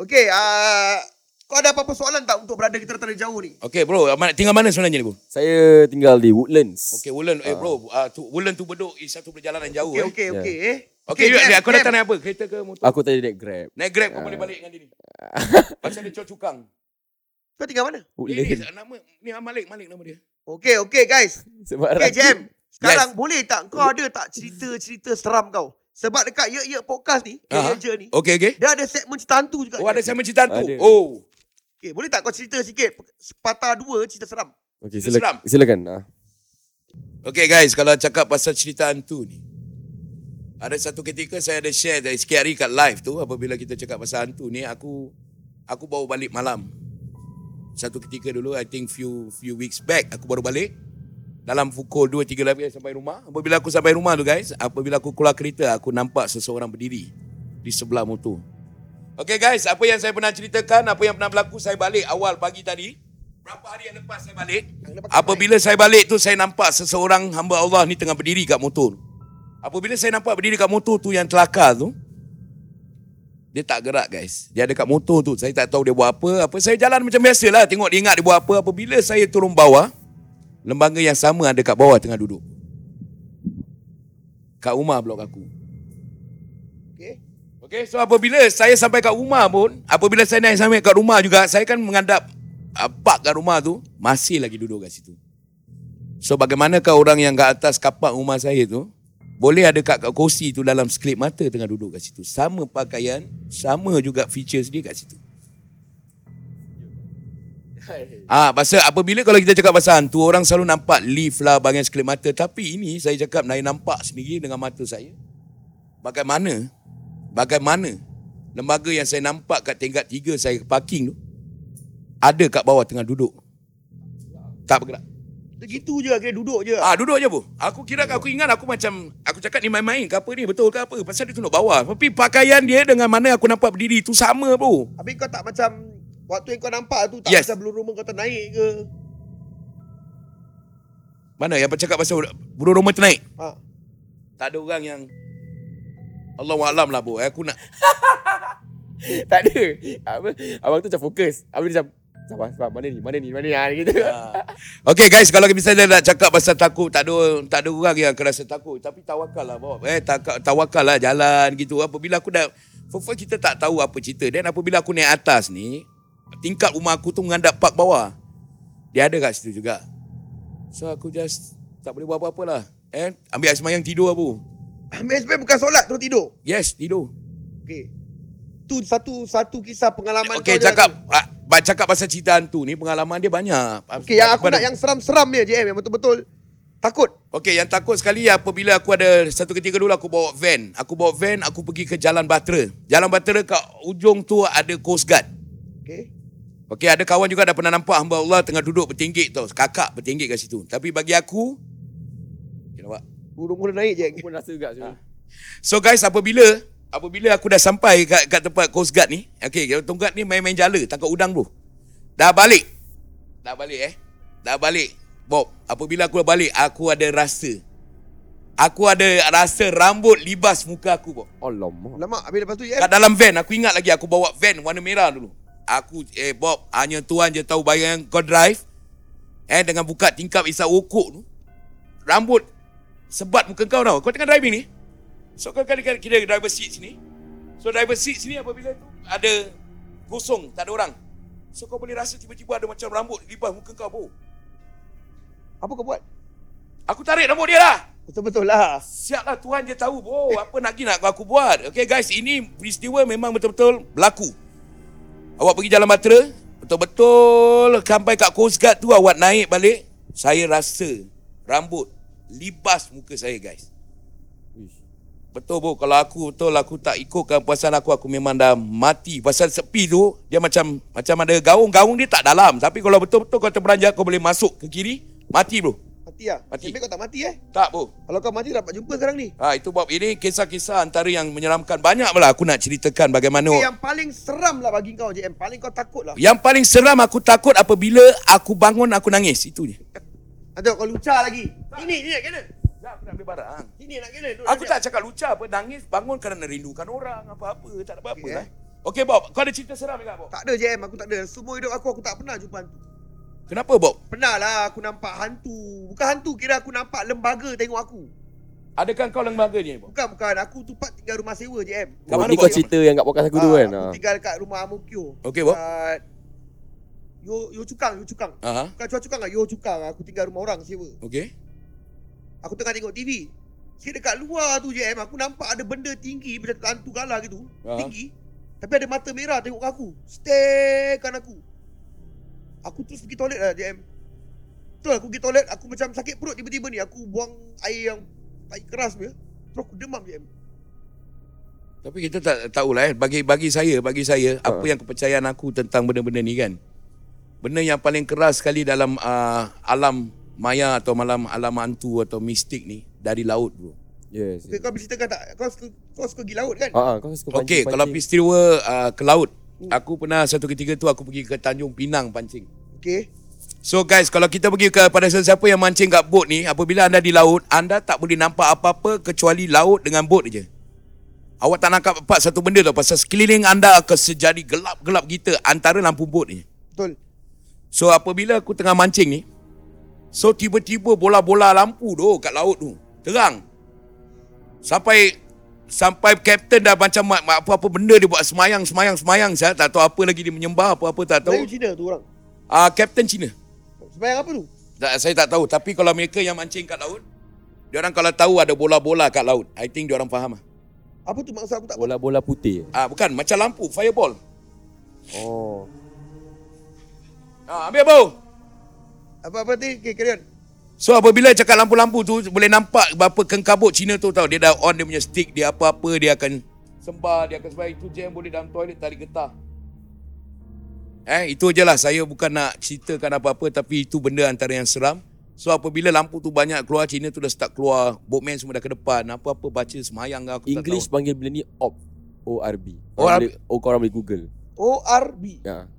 Speaker 1: Okay, uh, kau ada apa-apa soalan tak untuk berada kita terlalu jauh ni?
Speaker 2: Okay bro, Amat- tinggal mana sebenarnya ni bro?
Speaker 3: Saya tinggal di Woodlands.
Speaker 2: Okay, Woodland. Eh bro, uh, tu, Woodland tu bedok is satu perjalanan jauh
Speaker 1: Okay,
Speaker 2: eh.
Speaker 1: okay,
Speaker 3: Ya.
Speaker 1: okay. eh.
Speaker 2: Okay, okay,
Speaker 1: Jam,
Speaker 2: kau datang
Speaker 1: Jam.
Speaker 2: naik apa? Kereta ke motor?
Speaker 3: Aku tadi naik Grab.
Speaker 2: Naik Grab kau boleh balik dengan dia ni. Pasal dia cor cukang.
Speaker 1: Kau tinggal mana?
Speaker 2: Dia ni
Speaker 3: Woodlands.
Speaker 2: nama ni ah, Malik, Malik nama dia.
Speaker 1: Okay, okay guys.
Speaker 3: Sebarang.
Speaker 1: Okay, Jam. Sekarang boleh tak kau ada tak cerita-cerita seram kau? Sebab dekat Ye Ye Podcast ni, Ye Ye
Speaker 2: Aha.
Speaker 1: Je ni,
Speaker 2: Okay, okay.
Speaker 1: dia ada segmen cerita hantu juga.
Speaker 2: Oh ada
Speaker 1: Jam.
Speaker 2: saya cinta tu.
Speaker 3: Ada.
Speaker 2: Oh.
Speaker 1: Okay, boleh tak kau cerita sikit? Patah dua cerita seram.
Speaker 3: Okay,
Speaker 2: Kita seram.
Speaker 3: sila, silakan. Ah.
Speaker 2: Okay guys, kalau cakap pasal cerita hantu ni. Ada satu ketika saya ada share dari sikit hari kat live tu apabila kita cakap pasal hantu ni aku aku baru balik malam. Satu ketika dulu I think few few weeks back aku baru balik dalam pukul 2 3 lagi sampai rumah. Apabila aku sampai rumah tu guys, apabila aku keluar kereta aku nampak seseorang berdiri di sebelah motor. Okay guys, apa yang saya pernah ceritakan, apa yang pernah berlaku saya balik awal pagi tadi. Berapa hari yang lepas saya balik? Apabila saya balik tu saya nampak seseorang hamba Allah ni tengah berdiri kat motor. Apabila saya nampak berdiri kat motor tu yang telakar tu, dia tak gerak guys. Dia ada kat motor tu. Saya tak tahu dia buat apa. Apa saya jalan macam biasa lah. Tengok dia ingat dia buat apa. Apabila saya turun bawah, lembaga yang sama ada kat bawah tengah duduk. Kat rumah blok aku.
Speaker 1: Okay.
Speaker 2: Okay, so apabila saya sampai kat rumah pun, apabila saya naik sampai kat rumah juga, saya kan menghadap uh, park kat rumah tu, masih lagi duduk kat situ. So bagaimanakah orang yang kat atas kapak rumah saya tu, boleh ada kat, kat kursi tu dalam sekelip mata tengah duduk kat situ. Sama pakaian, sama juga features dia kat situ. Ah, pasal apabila kalau kita cakap pasal hantu, orang selalu nampak leaf lah bagian sekelip mata. Tapi ini saya cakap, saya nampak sendiri dengan mata saya bagaimana bagaimana lembaga yang saya nampak kat tingkat tiga saya parking tu ada kat bawah tengah duduk tak bergerak
Speaker 1: Dia gitu je, kira duduk je.
Speaker 2: ah duduk je bu aku kira aku ingat aku macam aku cakap ni main-main ke apa ni betul ke apa pasal dia tunjuk bawah tapi pakaian dia dengan mana aku nampak berdiri tu sama bro
Speaker 1: Habis kau tak macam waktu yang kau nampak tu tak
Speaker 2: Yes.
Speaker 1: macam belum rumah kau ternaik ke?
Speaker 2: mana yang cakap pasal burung rumah ternaik
Speaker 1: Ha.
Speaker 2: tak ada orang yang Allah alam lah bu aku nak
Speaker 3: tak ada. Abang, abang tu macam fokus. Abang dia macam, sabar, sabar. Mana ni? Mana ni? Mana ni? Ha, gitu.
Speaker 2: Okay Ah. guys, kalau misalnya nak cakap pasal takut, tak ada tak ada orang yang akan rasa takut. Tapi tawakal lah bawa. Eh, tak, tawakal lah jalan gitu. Apabila aku dah, for first kita tak tahu apa cerita. Dan apabila aku naik atas ni, tingkat rumah aku tu menghadap park bawah. Dia ada kat situ juga. So aku just tak boleh buat apa-apa lah. Eh, ambil air semayang tidur aku.
Speaker 1: Ambil sebenarnya bukan solat terus tidur.
Speaker 2: Yes, tidur.
Speaker 1: Okey. Tu satu satu kisah pengalaman
Speaker 2: Okay,
Speaker 1: kau je
Speaker 2: cakap
Speaker 1: lah tu.
Speaker 2: ah, ba- cakap pasal cerita hantu ni, pengalaman dia banyak.
Speaker 1: Okey, yang aku
Speaker 2: Daripada-
Speaker 1: nak yang seram-seram je JM yang betul-betul takut.
Speaker 2: Okey, yang takut sekali apabila aku ada satu ketika dulu aku bawa van. Aku bawa van, aku pergi ke Jalan Bahtera. Jalan Bahtera kat ujung tu ada Coast Guard.
Speaker 1: Okey.
Speaker 2: Okey, ada kawan juga dah pernah nampak hamba Allah tengah duduk bertinggik tau. Kakak bertinggik kat situ. Tapi bagi aku, okay, nampak?
Speaker 1: Burung mula naik je.
Speaker 3: Aku pun rasa juga. Ha.
Speaker 2: Ah. So guys, apabila apabila aku dah sampai kat, kat tempat Coast Guard ni, okey, Coast Guard ni main-main jala, tangkap udang bro. Dah balik. Dah balik eh. Dah balik. Bob, apabila aku dah balik, aku ada rasa. Aku ada rasa rambut libas muka aku, Bob.
Speaker 3: Alamak.
Speaker 1: Lama habis lepas tu JM.
Speaker 2: Kat dalam van, aku ingat lagi aku bawa van warna merah dulu. Aku, eh Bob, hanya Tuhan je tahu bayang kau drive. Eh, dengan buka tingkap isap okok tu. Rambut sebat muka kau tau. Kau tengah driving ni. So kau kena kira, kira driver seat sini. So driver seat sini apabila tu ada kosong, tak ada orang. So kau boleh rasa tiba-tiba ada macam rambut libas muka kau, bro.
Speaker 1: Apa kau buat?
Speaker 2: Aku tarik rambut dia lah.
Speaker 1: Betul-betul lah.
Speaker 2: Siap lah Tuhan dia tahu bro apa nak nak aku buat. Okay guys ini peristiwa memang betul-betul berlaku. Awak pergi Jalan Bahtera betul-betul sampai kat Coast Guard tu awak naik balik. Saya rasa rambut libas muka saya guys.
Speaker 3: Ish.
Speaker 2: Betul bro kalau aku betul aku tak ikutkan puasan aku aku memang dah mati. Pasal sepi tu dia macam macam ada gaung gaung dia tak dalam tapi kalau betul-betul kau terperanjat kau boleh masuk ke kiri mati bro.
Speaker 1: Mati Mati lah.
Speaker 2: Mati.
Speaker 1: Nasib baik kau tak mati eh.
Speaker 2: Tak, bu.
Speaker 1: Kalau kau mati dapat jumpa sekarang ni.
Speaker 2: Ha, itu Bob. Ini kisah-kisah antara yang menyeramkan. Banyak pula aku nak ceritakan bagaimana...
Speaker 1: Oh. Yang paling seram lah bagi kau JM. Paling kau takut lah.
Speaker 2: Yang paling seram aku takut apabila aku bangun aku nangis. Itu je.
Speaker 1: Nanti kau lucah lagi. Ini, ini nak kena.
Speaker 2: Aku nak ambil barang.
Speaker 1: Ini nak kena. Duduk
Speaker 2: Aku
Speaker 1: sekejap.
Speaker 2: tak cakap lucah apa. Nangis bangun kerana rindukan orang apa-apa. Tak ada apa-apa
Speaker 1: Okey,
Speaker 2: okay, lah.
Speaker 1: eh.
Speaker 2: Okey Bob, kau ada cerita seram juga Bob?
Speaker 1: Tak ada JM. Aku tak ada. Semua hidup aku, aku tak pernah jumpa hantu.
Speaker 2: Kenapa Bob?
Speaker 1: Pernah lah aku nampak hantu. Bukan hantu. Kira aku nampak lembaga tengok aku.
Speaker 2: Adakah kau lembaga ni Bob?
Speaker 1: Bukan, bukan. Aku tempat tinggal rumah sewa JM.
Speaker 2: Kat
Speaker 3: Oh, ni
Speaker 2: mana
Speaker 3: kau
Speaker 2: buat?
Speaker 3: cerita yang kat podcast aku dulu
Speaker 1: Ah,
Speaker 3: kan.
Speaker 1: Aku
Speaker 3: Ah. Oh.
Speaker 1: tinggal dekat rumah Amokyo.
Speaker 2: Okey, Bob.
Speaker 1: Dekat Yo Yo Cukang, Yo Cukang.
Speaker 2: Aha,
Speaker 1: Bukan Chua Cukang lah, Yo Cukang. Aku tinggal rumah orang sewa.
Speaker 2: okey.
Speaker 1: Aku tengah tengok TV. Sikit dekat luar tu je em, aku nampak ada benda tinggi macam hantu galah gitu.
Speaker 2: Ah.
Speaker 1: Tinggi. Tapi ada mata merah tengok aku. Stare kan aku. Aku terus pergi toilet lah JM. Betul aku pergi toilet, aku macam sakit perut tiba-tiba ni. Aku buang air yang air keras punya. Terus aku demam JM.
Speaker 2: Tapi kita tak tahulah eh bagi bagi saya, bagi saya apa
Speaker 3: Ha.
Speaker 2: yang kepercayaan aku tentang benda-benda ni kan. Benda yang paling keras sekali dalam uh, alam maya atau malam alam hantu atau mistik ni dari laut bro.
Speaker 3: Yes.
Speaker 1: Okay, kau berceritakan tak? Kau suka, kau suka pergi laut kan?
Speaker 3: Ah, ah, kau suka
Speaker 2: Okey,
Speaker 3: pancing-
Speaker 2: kalau
Speaker 3: pancing. Hmm.
Speaker 2: peristiwa uh, ke laut, aku pernah satu ketika tu aku pergi ke Tanjung Pinang pancing.
Speaker 1: Okay.
Speaker 2: So guys, kalau kita pergi kepada sesiapa yang mancing kat bot ni, apabila anda di laut, anda tak boleh nampak apa-apa kecuali laut dengan bot je. Awak tak nangkap apa satu benda tau pasal sekeliling anda akan sejadi gelap-gelap kita antara lampu bot ni.
Speaker 1: Betul.
Speaker 2: So apabila aku tengah mancing ni, so tiba-tiba bola-bola lampu tu kat laut tu terang. Sampai sampai kapten dah macam ma- ma- apa-apa benda dia buat semayang semayang semayang saya tak tahu apa lagi dia menyembah apa-apa tak
Speaker 1: Melayu
Speaker 2: tahu.
Speaker 1: Cina tu orang.
Speaker 2: Ah uh, kapten Cina.
Speaker 1: Sebayang apa tu?
Speaker 2: Tak, saya tak tahu tapi kalau mereka yang mancing kat laut dia orang kalau tahu ada bola-bola kat laut, I think dia orang faham ah.
Speaker 1: Apa tu maksud aku tak
Speaker 3: bola-bola putih.
Speaker 2: Ah bukan macam lampu fireball.
Speaker 3: Oh.
Speaker 2: Ah ambil bau.
Speaker 1: Apa-apa tadi? Okay, carry on.
Speaker 2: So apabila cakap lampu-lampu tu boleh nampak berapa kengkabut Cina tu tau. Dia dah on dia punya stick, dia apa-apa dia akan sembah, dia akan sembah itu je yang boleh dalam toilet tarik getah. Eh, itu je lah. Saya bukan nak ceritakan apa-apa tapi itu benda antara yang seram. So apabila lampu tu banyak keluar, Cina tu dah start keluar. Boatman semua dah ke depan. Apa-apa baca semayang ke aku
Speaker 3: English
Speaker 2: tak
Speaker 3: panggil benda ni op. ORB.
Speaker 2: ORB.
Speaker 3: Korang boleh- Oh, korang boleh Google.
Speaker 1: ORB.
Speaker 3: Ya.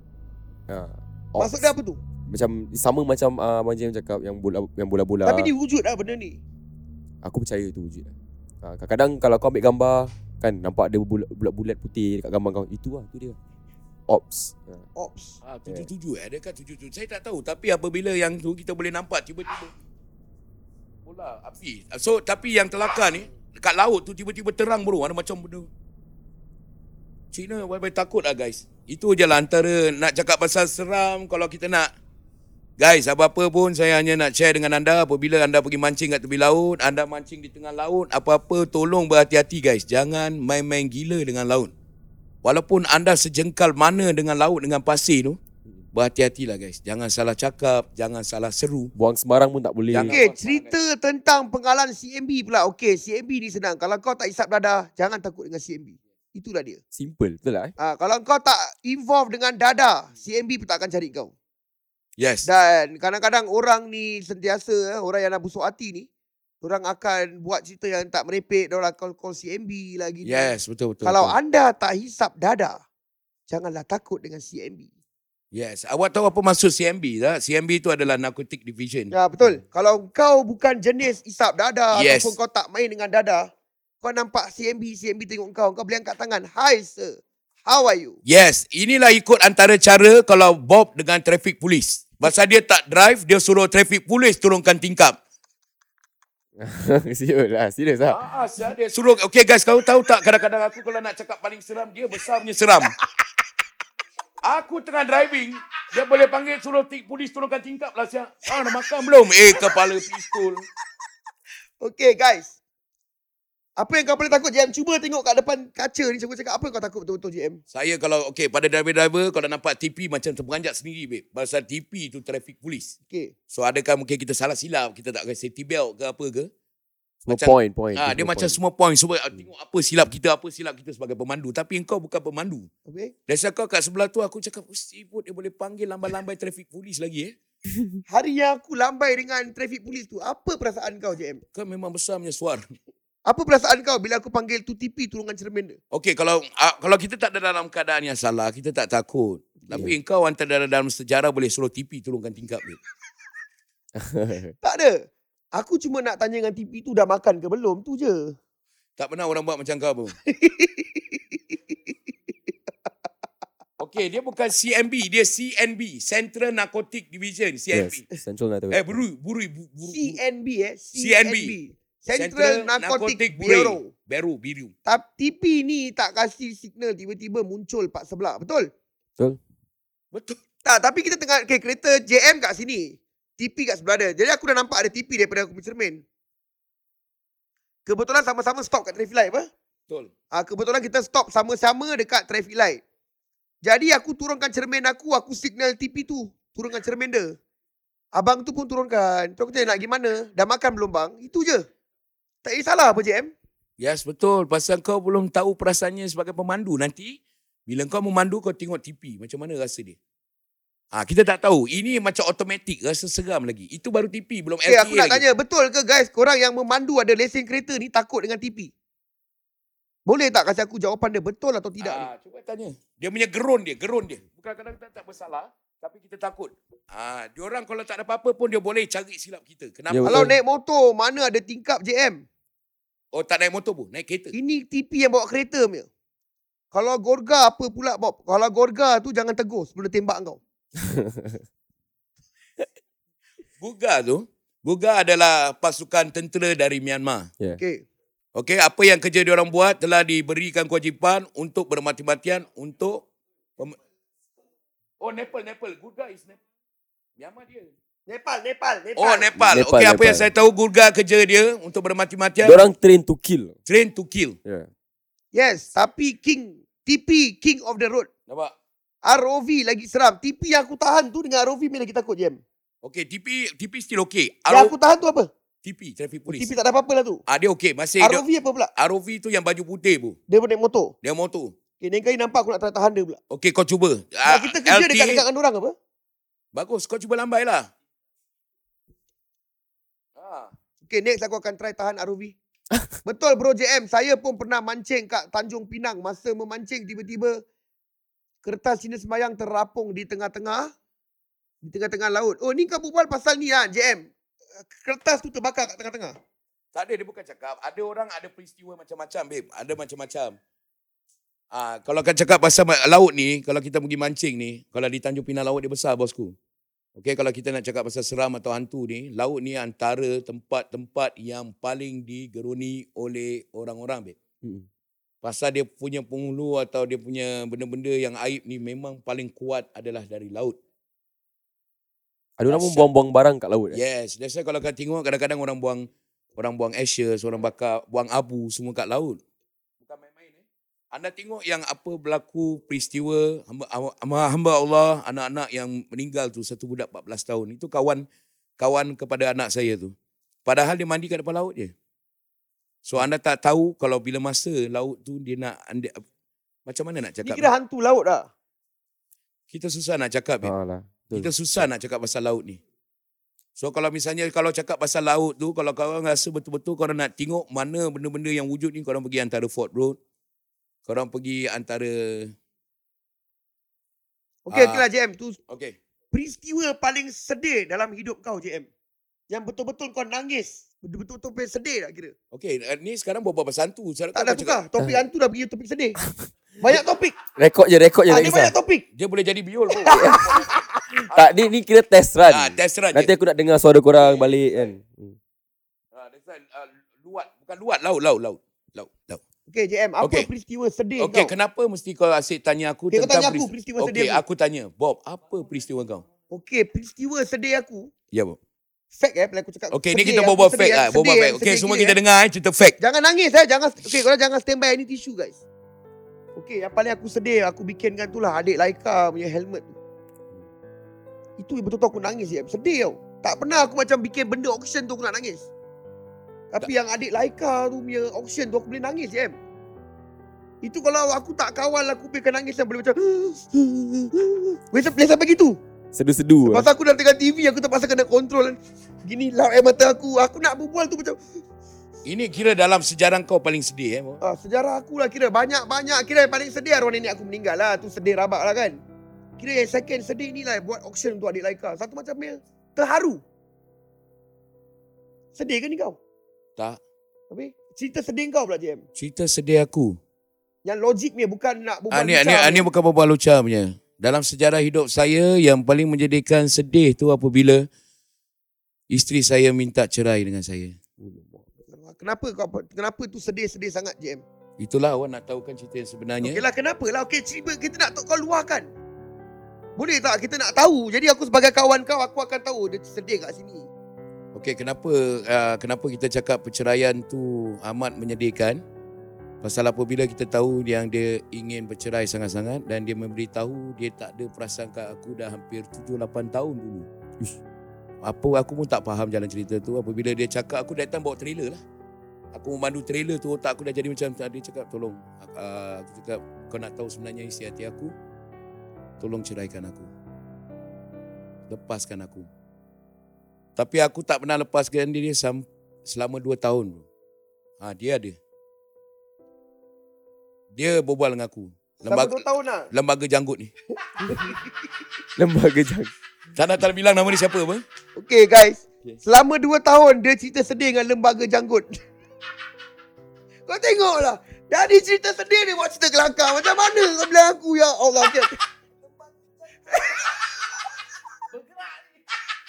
Speaker 3: Ya. Ops.
Speaker 1: Maksud dia apa tu?
Speaker 3: macam sama macam uh, Abang James cakap yang bola yang bola-bola.
Speaker 1: Tapi ni wujud lah benda ni.
Speaker 3: aku percaya tu wujud. Ha, kadang-kadang kalau kau ambil gambar kan nampak ada bulat- bulat-bulat putih dekat gambar kau. Itu lah, tu dia. Ops. Ha.
Speaker 1: Ops.
Speaker 2: tahu. Ah, tujuh-tujuh eh. Adakah tujuh-tujuh? Saya tak tahu. Tapi apabila yang tu kita boleh nampak tiba-tiba. Bola, api. So tapi yang kelakar ni, dekat laut tu tiba-tiba terang bro. Ada macam benda. Cina baik-baik takut lah guys. Itu je lah antara nak cakap pasal seram kalau kita nak Guys, apa-apa pun saya hanya nak share dengan anda apabila anda pergi mancing kat tepi laut, anda mancing di tengah laut, apa-apa tolong berhati-hati guys. Jangan main-main gila dengan laut. Walaupun anda sejengkal mana dengan laut dengan pasir tu, berhati-hatilah guys. Jangan salah cakap, jangan salah seru.
Speaker 3: Buang sembarang pun tak boleh.
Speaker 2: Jangan.
Speaker 1: Okay, cerita tentang pengalaman CMB pula. Okay, CMB ni senang. Kalau kau tak isap dada, jangan takut dengan CMB. Itulah dia.
Speaker 3: Simple, betul lah eh.
Speaker 1: Ha, kalau kau tak involve dengan dada, CMB pun tak akan cari kau.
Speaker 2: Yes.
Speaker 1: Dan kadang-kadang orang ni sentiasa, eh, orang yang nak busuk hati ni, orang akan buat cerita yang tak merepek, orang call-call CMB lagi.
Speaker 2: Yes, betul betul.
Speaker 1: Kalau
Speaker 2: betul.
Speaker 1: anda tak hisap dada, janganlah takut dengan CMB.
Speaker 2: yes, awak tahu apa maksud CMB tak? CMB itu adalah narcotic division.
Speaker 1: Ya betul. Kalau kau bukan jenis isap dada yes.
Speaker 2: Yes.
Speaker 1: ataupun kau tak main dengan dada, kau nampak CMB, CMB tengok kau, kau boleh angkat tangan. Hi sir, how are you?
Speaker 2: Yes, inilah ikut antara cara kalau Bob dengan traffic polis. Pasal dia tak drive, dia suruh traffic polis turunkan tingkap.
Speaker 3: serius lah, serius lah.
Speaker 2: Ah, ah, dia suruh. Okay guys, kau tahu tak kadang-kadang aku kalau nak cakap paling seram, dia besar punya seram. Aku tengah driving, dia boleh panggil suruh ti- polis turunkan tingkap lah siap. Ah, nak makan belum? Eh, kepala pistol.
Speaker 1: Okay guys. Apa yang kau boleh takut JM? Cuba tengok kat depan kaca ni. Cuba cakap apa yang kau takut betul-betul JM.
Speaker 2: Saya kalau, okay, pada driver-driver, kalau nampak TP macam terperanjat sendiri, babe. Pasal TP tu traffic polis.
Speaker 1: Okay.
Speaker 2: So, adakah mungkin kita salah silap? Kita tak pakai safety belt ke apa ke?
Speaker 3: Semua
Speaker 2: Macam-
Speaker 3: point, point.
Speaker 2: Ah, dia
Speaker 3: Semua
Speaker 2: macam
Speaker 3: Eh, point.
Speaker 2: semua point. Semua ah, tengok apa silap kita, apa silap kita sebagai pemandu. Tapi engkau bukan pemandu.
Speaker 1: Okay.
Speaker 2: Dasar kau kat sebelah tu aku cakap, oh, sibuk dia boleh panggil lambai-lambai traffic polis lagi eh.
Speaker 1: Hari yang aku lambai dengan traffic polis tu, apa perasaan kau JM?
Speaker 2: Kau memang besar punya suara.
Speaker 1: Apa perasaan kau bila aku panggil tu TP turunkan cermin dia?
Speaker 2: Okey, kalau ah, kalau kita tak ada dalam keadaan yang salah, kita tak takut. Tapi yeah. engkau antara dalam sejarah boleh suruh TV turunkan tingkap dia.
Speaker 1: Tak ada. Aku cuma nak tanya dengan TP tu dah makan ke belum tu je.
Speaker 2: Tak pernah orang buat macam kau pun. Okey, dia bukan CNB, dia CNB, Central Narcotic Division,
Speaker 3: Yes.
Speaker 2: CNB.
Speaker 3: Central Narcotic.
Speaker 2: Eh, buru, buru, buru, buru.
Speaker 1: CNB eh.
Speaker 2: CNB.
Speaker 1: Central, Narcotic, Bureau.
Speaker 2: Bureau, biru.
Speaker 1: Tap TP ni tak kasih signal tiba-tiba muncul pak sebelah. Betul?
Speaker 2: Betul.
Speaker 1: Tak, tapi kita tengah okay, kereta JM kat sini. TP kat sebelah dia. Jadi aku dah nampak ada TP daripada aku punya cermin. Kebetulan sama-sama stop kat traffic light apa?
Speaker 2: Betul.
Speaker 1: Ah kebetulan kita stop sama-sama dekat traffic light. Jadi aku turunkan cermin aku, aku signal TP tu. Turunkan cermin dia. Abang tu pun turunkan. Tu aku tanya nak gimana? Dah makan belum bang? Itu je. Tak kisahlah apa JM.
Speaker 2: Yes, betul. Pasal kau belum tahu perasaannya sebagai pemandu. Nanti, bila kau memandu, kau tengok TV. Macam mana rasa dia? Ah, kita tak tahu. Ini macam automatik. Rasa seram lagi. Itu baru TV, belum
Speaker 1: Eh
Speaker 2: LTA
Speaker 1: aku nak
Speaker 2: lagi.
Speaker 1: tanya, betul ke guys korang yang memandu ada lesen kereta ni takut dengan TP? Boleh tak kasih aku jawapan dia betul atau tidak ni?
Speaker 2: Ah, cuba tanya. Dia punya gerun dia, gerun dia. Bukan kadang kita tak bersalah, tapi kita takut. Ah, dia orang kalau tak ada apa-apa pun dia boleh cari silap kita.
Speaker 3: Ya,
Speaker 2: Kenapa?
Speaker 1: Kalau
Speaker 3: betul.
Speaker 1: naik motor mana ada tingkap JM?
Speaker 2: oh, tak naik motor pun, naik kereta.
Speaker 1: Ini TP yang bawa kereta punya. Kalau Gorga apa pula Bob? Kalau Gorga tu jangan tegur sebelum tembak kau.
Speaker 2: Guga tu, Guga adalah pasukan tentera dari Myanmar.
Speaker 1: Okay.
Speaker 2: Okey, apa yang kerja dia orang buat telah diberikan kewajipan untuk bermati-matian untuk pem- Oh, Nepal, Nepal. Guga is Nepal. Myanmar dia.
Speaker 1: Nepal, Nepal, Nepal.
Speaker 2: Oh,
Speaker 3: Nepal,
Speaker 2: Nepal. Okey, apa yang
Speaker 3: Nepal.
Speaker 2: saya tahu Guga kerja dia untuk bermati-matian
Speaker 3: Diorang train to kill.
Speaker 2: train to kill.
Speaker 3: Yeah.
Speaker 1: Yes, tapi King TP King of the Road.
Speaker 2: Nampak?
Speaker 1: ROV lagi seram. TP yang aku tahan tu dengan ROV mana kita takut JM.
Speaker 2: Okey, TP TP still okey.
Speaker 1: Yang
Speaker 2: RO,
Speaker 1: aku tahan tu apa?
Speaker 2: TP traffic police.
Speaker 1: TP tak ada apa-apa lah tu.
Speaker 2: Ah dia okey, masih ROV.
Speaker 1: ROV apa pula?
Speaker 2: Dia, ROV tu yang baju putih bu.
Speaker 1: Dia pun naik motor.
Speaker 2: Dia motor.
Speaker 1: Okay, lain kali nampak aku nak try tahan dia pula.
Speaker 2: Okey kau cuba.
Speaker 1: Nak
Speaker 2: Ah,
Speaker 1: kita kerja
Speaker 2: LTA.
Speaker 1: dekat-dekat dengan orang apa?
Speaker 2: Bagus, kau cuba lambai lah. Ah.
Speaker 1: Okay, next aku akan try tahan ROV. Betul bro JM, saya pun pernah mancing kat Tanjung Pinang. Masa memancing tiba-tiba kertas Cina Semayang terapung di tengah-tengah di tengah-tengah laut. Oh, ni kau berbual pasal ni ah JM. Kertas tu terbakar kat tengah-tengah.
Speaker 2: Tak ada dia bukan cakap. Ada orang ada peristiwa macam-macam babe. Ada macam-macam. Ah, kalau kan cakap pasal ma- laut ni, kalau kita pergi mancing ni, kalau di Tanjung Pinang laut dia besar bosku. Okey, kalau kita nak cakap pasal seram atau hantu ni, laut ni antara tempat-tempat yang paling digeruni oleh orang-orang babe.
Speaker 3: Mm.
Speaker 2: Pasal dia punya penghulu atau dia punya benda-benda yang aib ni memang paling kuat adalah dari laut.
Speaker 3: Ada orang Ah, pun
Speaker 2: Asyik. Ya,
Speaker 3: buang-buang barang kat laut. Eh?
Speaker 2: Yes, that's why kalau kau tengok kadang-kadang orang buang orang buang ashes, orang bakar, buang abu semua kat laut. Bukan main-main eh. Anda tengok yang apa berlaku peristiwa hamba, hamba, hamba Allah, anak-anak yang meninggal tu satu budak 14 tahun. Itu kawan kawan kepada anak saya tu. Padahal dia mandi kat depan laut je. So anda tak tahu kalau bila masa laut tu dia nak anda, macam mana nak
Speaker 1: Ni
Speaker 2: cakap?
Speaker 1: kira hantu laut ah. dah.
Speaker 2: Kita susah nak cakap. babe.
Speaker 3: Ha lah. Betul.
Speaker 2: Kita susah nak cakap pasal laut ni. So kalau misalnya kalau cakap pasal laut tu, kalau korang rasa betul-betul korang nak tengok mana benda-benda yang wujud ni, korang pergi antara Fort Road, korang pergi antara...
Speaker 1: Okey,
Speaker 2: Ah.
Speaker 1: okeylah JM. lah, Tu
Speaker 2: Okay.
Speaker 1: peristiwa paling sedih dalam hidup kau JM. Yang betul-betul kau nangis. Betul-betul paling sedih tak kira.
Speaker 2: Okay, eh, ni sekarang berbual pasal hantu.
Speaker 1: Tak
Speaker 2: Saya kau
Speaker 1: ada
Speaker 2: cakap- Eh. Ya.
Speaker 1: tukar. Topik hantu dah pergi topik sedih. Banyak topik.
Speaker 3: Rekod je, rekod je.
Speaker 1: Ada
Speaker 3: tak kisah.
Speaker 1: banyak topik.
Speaker 2: Ah, Dia boleh jadi biol. pun.
Speaker 3: Tak, ni, ni kira test run.
Speaker 1: Kan?
Speaker 2: ah, test run
Speaker 3: Nanti
Speaker 2: je.
Speaker 3: aku nak dengar suara korang balik kan. Hmm.
Speaker 2: Ah, that's right. Ah, luat. Bukan luat, laut, laut, laut. Laut, laut.
Speaker 1: Okay, JM. Apa
Speaker 2: Okey.
Speaker 1: peristiwa sedih
Speaker 2: Okay,
Speaker 1: kau?
Speaker 2: kenapa mesti kau asyik tanya aku
Speaker 1: Okay, kau
Speaker 2: tentang
Speaker 1: tanya aku peristiwa sedih aku.
Speaker 2: Okay, aku tanya. Bob, apa peristiwa kau?
Speaker 1: Okay, peristiwa sedih aku.
Speaker 2: Ya, Bob.
Speaker 1: Fact eh, bila aku cakap.
Speaker 2: Okay, ni
Speaker 1: sedih,
Speaker 2: kita
Speaker 1: aku
Speaker 2: berbual
Speaker 1: sedih,
Speaker 2: fact
Speaker 1: aku
Speaker 2: lah. Berbual
Speaker 1: sedih,
Speaker 2: fact.
Speaker 1: aku
Speaker 2: Okay,
Speaker 1: sedih
Speaker 2: semua
Speaker 1: gila,
Speaker 2: kita
Speaker 1: eh.
Speaker 2: dengar eh, cerita fact.
Speaker 1: Jangan nangis eh. Jangan, okay, korang jangan stand by any tisu guys. Okay, yang paling aku sedih, aku bikinkan tu lah adik Laika punya helmet tu. Itu yang betul-betul aku nangis je. Sedih tau. Tak pernah aku macam bikin benda auction tu aku nak nangis. Tapi yang adik Laika tu punya auction tu aku boleh nangis eh. je. Em. Itu kalau aku tak kawal aku boleh akan nangis yang boleh macam. Boleh sampai, boleh sampai gitu.
Speaker 3: Sedu-sedu. eh.
Speaker 1: Pasal aku dah tengah TV Aku terpaksa kena control Gini loud air mata aku Aku nak berbual tu macam
Speaker 2: Ini kira dalam sejarah kau paling sedih eh. Mo?
Speaker 1: ah, Sejarah aku lah kira Banyak-banyak Kira yang paling sedih Arwah nenek aku meninggal lah Tu sedih rabak lah kan Kira yang second sedih ni lah Buat auction untuk adik Laika Satu macam yang Terharu Sedih ke ni kau?
Speaker 2: Tak.
Speaker 1: Habis Cerita sedih kau pula JM
Speaker 2: Cerita sedih aku.
Speaker 1: Yang logik ni bukan nak berbual
Speaker 2: Ah, ni, ni,
Speaker 1: lincah
Speaker 2: ni bukan berbual lucah punya. Dalam sejarah hidup saya yang paling menjadikan sedih tu apabila isteri saya minta cerai dengan saya.
Speaker 1: Kenapa kau kenapa tu sedih-sedih sangat JM?
Speaker 2: Itulah awak nak tahukan cerita yang sebenarnya.
Speaker 1: Okeylah kenapa lah okey cuba kita nak tahu kau luahkan. Boleh tak kita nak tahu. Jadi aku sebagai kawan kau aku akan tahu dia sedih kat sini.
Speaker 2: Okey, kenapa uh, kenapa kita cakap perceraian tu amat menyedihkan? Pasal apabila kita tahu yang dia ingin bercerai sangat-sangat dan dia memberitahu dia tak ada perasaan kat aku dah hampir 7 8 tahun dulu. Ish. Apa aku pun tak faham jalan cerita tu apabila dia cakap aku datang bawa trailer lah. Aku memandu trailer tu otak aku dah jadi macam dia cakap tolong uh, aku cakap kau nak tahu sebenarnya isi hati aku tolong ceraikan aku. Lepaskan aku. Tapi aku tak pernah lepaskan dia sam- selama dua tahun. bro. Ha, dia ada. Dia berbual dengan aku.
Speaker 1: Selama
Speaker 2: Lembaga,
Speaker 1: 2 tahun lah.
Speaker 2: lembaga janggut ni.
Speaker 3: Lembaga jang.
Speaker 2: Tak nak tak nak bilang nama dia siapa apa.
Speaker 1: Okey guys. Selama 2 tahun dia cerita sedih dengan lembaga janggut. kau tengoklah. Dari cerita sedih dia buat cerita kelakar. Macam mana kau bilang aku ya Allah. Okey okey.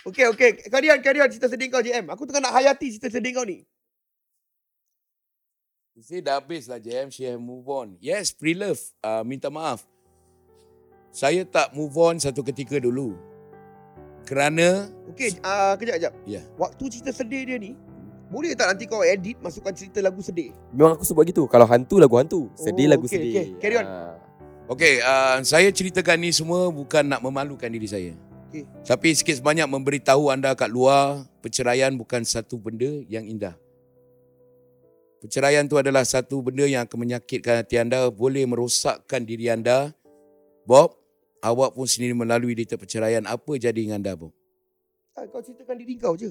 Speaker 1: Okey okey. Carry on, carry on cerita sedih kau JM. Aku tengah nak hayati cerita sedih kau ni.
Speaker 2: Saya dah habis lah JM. She have move on. Yes, pre-love. Uh, minta maaf. Saya tak move on satu ketika dulu. Kerana
Speaker 1: Okey, uh, kejap kejap.
Speaker 2: Ya.
Speaker 1: Waktu cerita sedih dia ni, boleh tak nanti kau edit masukkan cerita lagu sedih?
Speaker 3: Memang aku sebab gitu. Kalau hantu lagu hantu, sedih
Speaker 1: Oh,
Speaker 3: lagu
Speaker 1: okey,
Speaker 3: sedih.
Speaker 1: okey. Carry on.
Speaker 3: Ah.
Speaker 2: Okey, uh, saya ceritakan ni semua bukan nak memalukan diri saya.
Speaker 1: Okey.
Speaker 2: Tapi sikit sebanyak memberitahu anda kat luar, perceraian bukan satu benda yang indah. Perceraian tu adalah satu benda yang akan menyakitkan hati anda, boleh merosakkan diri anda. Bob, awak pun sendiri melalui cerita perceraian. Apa jadi dengan anda, Bob?
Speaker 1: Ah, kau ceritakan diri kau je.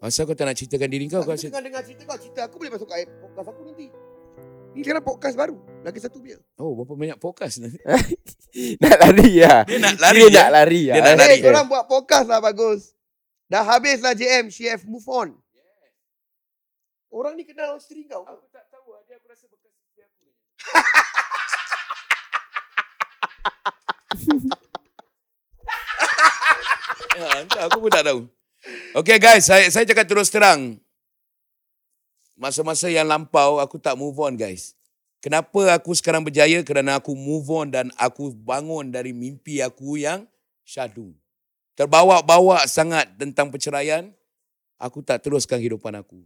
Speaker 2: Masa kau tak nak ceritakan diri kau,
Speaker 1: Kau, aku
Speaker 2: kau cerita.
Speaker 1: tengah dengar cerita kau, cerita aku boleh masuk kat podcast aku nanti. Ni sekarang podcast baru. Lagi satu punya.
Speaker 2: Oh, berapa banyak podcast nanti.
Speaker 3: nak lari ya.
Speaker 2: Dia nak
Speaker 3: Dia nak lari ya.
Speaker 2: Dia nak lari.
Speaker 1: Hey, Eh, korang buat podcast lah bagus. Dah habis lah JM, she have move on. Orang ni kenal isteri kau. Aku tak
Speaker 2: Ya, entah, aku pun tak tahu. Okay guys, saya, saya cakap terus terang. Masa-masa yang lampau, aku tak move on guys. Kenapa aku sekarang berjaya? Kerana aku move on dan aku bangun dari mimpi aku yang syadu. Terbawa-bawa sangat tentang perceraian. Aku tak teruskan kehidupan aku.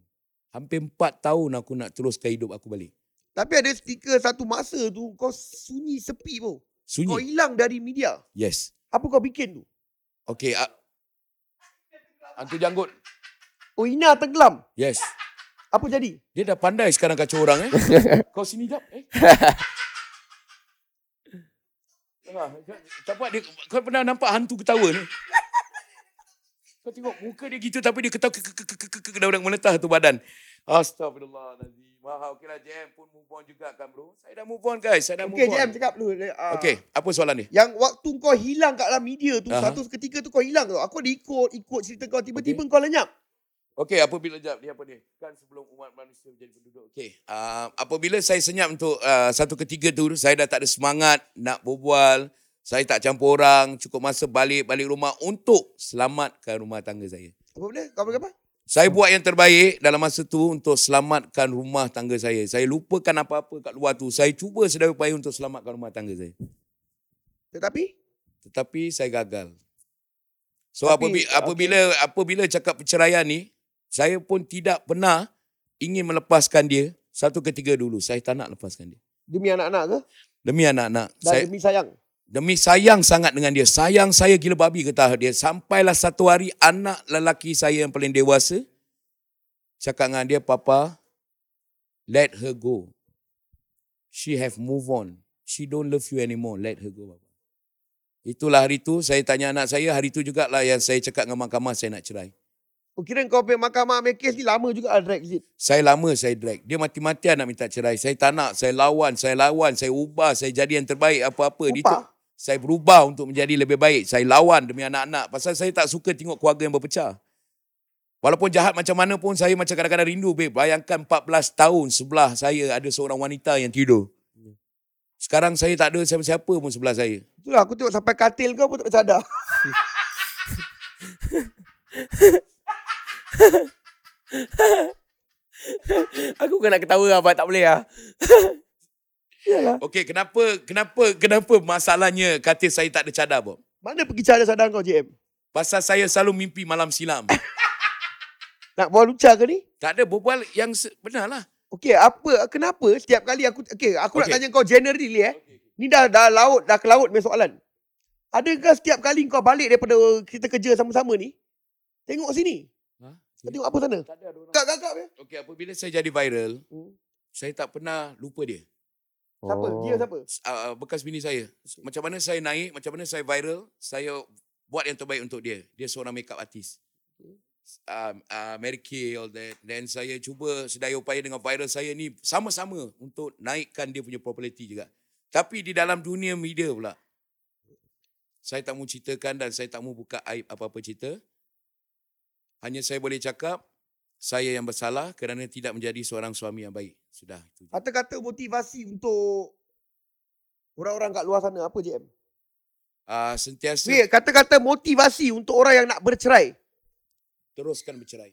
Speaker 2: Hampir empat tahun aku nak teruskan hidup aku balik.
Speaker 1: Tapi ada stiker satu masa tu kau sunyi sepi pun. Kau
Speaker 2: Sunyi.
Speaker 1: hilang dari media.
Speaker 2: Yes.
Speaker 1: Apa kau bikin tu?
Speaker 2: Okay. ah. Hantu janggut.
Speaker 1: Oh Ina tenggelam.
Speaker 2: Yes.
Speaker 1: Apa jadi?
Speaker 2: Dia dah pandai sekarang kacau orang eh. Kau sini jap eh. Tengah, Ah, tak buat dia, kau pernah nampak hantu ketawa ni? Kau tengok muka dia gitu tapi dia ketawa ke ke ke ke ke dah meletah tu badan. Astagfirullahalazim. Wah, okeylah JM pun move on juga kan bro. Saya dah move on guys, saya dah move
Speaker 1: Okey
Speaker 2: on.
Speaker 1: JM cakap dulu. Uh,
Speaker 2: Okey, apa soalan dia?
Speaker 1: Yang waktu kau hilang kat dalam media tu,
Speaker 2: Aha.
Speaker 1: satu ketika tu kau hilang tu. Aku ada ikut, ikut cerita kau. Tiba-tiba kau lenyap.
Speaker 2: Okey, apabila jap dia apa dia? Kan sebelum umat manusia menjadi penduduk. Okey. Uh, apabila saya senyap untuk uh, satu ketiga tu, saya dah tak ada semangat nak berbual. Saya tak campur orang, cukup masa balik-balik rumah untuk selamatkan rumah tangga saya.
Speaker 1: Apa benda? Kau apa apa?
Speaker 2: Saya buat yang terbaik dalam masa tu untuk selamatkan rumah tangga saya. Saya lupakan apa-apa kat luar tu. Saya cuba sedaya upaya untuk selamatkan rumah tangga saya.
Speaker 1: Tetapi,
Speaker 2: Tetapi saya gagal. So
Speaker 1: Tapi,
Speaker 2: Tapi, apabila okay. apabila cakap perceraian ni, saya pun tidak pernah ingin melepaskan dia satu ketika dulu. Saya tak nak lepaskan dia.
Speaker 1: demi anak-anak ke?
Speaker 2: Demi anak-anak.
Speaker 1: Dan
Speaker 2: Saya,
Speaker 1: demi sayang.
Speaker 2: demi sayang sangat dengan dia. Sayang saya gila babi kata dia. Sampailah satu hari anak lelaki saya yang paling dewasa cakap dengan dia, Papa, let her go. She have move on. She don't love you anymore. Let her go, Papa. Itulah hari tu saya tanya anak saya hari tu jugalah yang saya cakap dengan mahkamah saya nak cerai.
Speaker 1: Oh, kira kau punya mahkamah punya kes ni lama juga lah drag Zid.
Speaker 2: Saya lama saya drag. Dia mati-matian nak minta cerai. Saya tak nak. Saya lawan. Saya lawan. Saya ubah. Saya jadi yang terbaik apa-apa. Dia
Speaker 1: Ubah?
Speaker 2: tu- Saya berubah untuk menjadi lebih baik. Saya lawan demi anak-anak. Pasal saya tak suka tengok keluarga yang berpecah. Walaupun jahat macam mana pun saya macam kadang-kadang rindu. Babe. Bayangkan 14 tahun sebelah saya ada seorang wanita yang tidur. Sekarang saya tak ada siapa-siapa pun sebelah saya.
Speaker 1: Itulah aku tengok sampai katil kau pun tak sadar.
Speaker 3: Aku bukan nak ketawa abang tak boleh ah.
Speaker 2: Okey, kenapa kenapa kenapa masalahnya katil saya tak ada cadar, Bob?
Speaker 1: Mana pergi cara sadar kau JM?
Speaker 2: Pasal saya selalu mimpi malam silam.
Speaker 1: Nak bawa lucah ke ni?
Speaker 2: tak ada berbual yang se- benar lah.
Speaker 1: Okey, apa kenapa setiap kali aku okey, aku nak
Speaker 2: Okey.
Speaker 1: tanya kau generally eh. Ni dah dah laut, dah ke laut punya soalan. Adakah setiap kali kau balik daripada kita kerja sama-sama ni, tengok sini.
Speaker 2: Ha?
Speaker 1: Kau tengok apa sana?
Speaker 2: Tak ada orang.
Speaker 1: Kakak-kakak dia.
Speaker 2: Okey, apabila saya jadi viral,
Speaker 1: Hmm.
Speaker 2: saya tak pernah lupa dia.
Speaker 1: Siapa?
Speaker 2: Oh.
Speaker 3: Oh.
Speaker 1: Dia siapa?
Speaker 2: S- Uh, bekas bini saya. S- Macam mana saya naik, macam mana saya viral, saya buat yang terbaik untuk dia. Dia seorang makeup artist. S- Um, uh, Mary Kay, all that. Then saya cuba sedaya upaya dengan viral saya ni sama-sama untuk naikkan dia punya populariti juga. Tapi di dalam dunia media pula, saya tak mau ceritakan dan saya tak mau buka aib apa-apa cerita. Hanya saya boleh cakap, saya yang bersalah kerana tidak menjadi seorang suami yang baik. Sudah. Itu je.
Speaker 1: Atau kata motivasi untuk orang-orang kat luar sana apa JM?
Speaker 2: Uh, sentiasa
Speaker 1: Weh, kata-kata motivasi untuk orang yang nak bercerai.
Speaker 2: teruskan bercerai.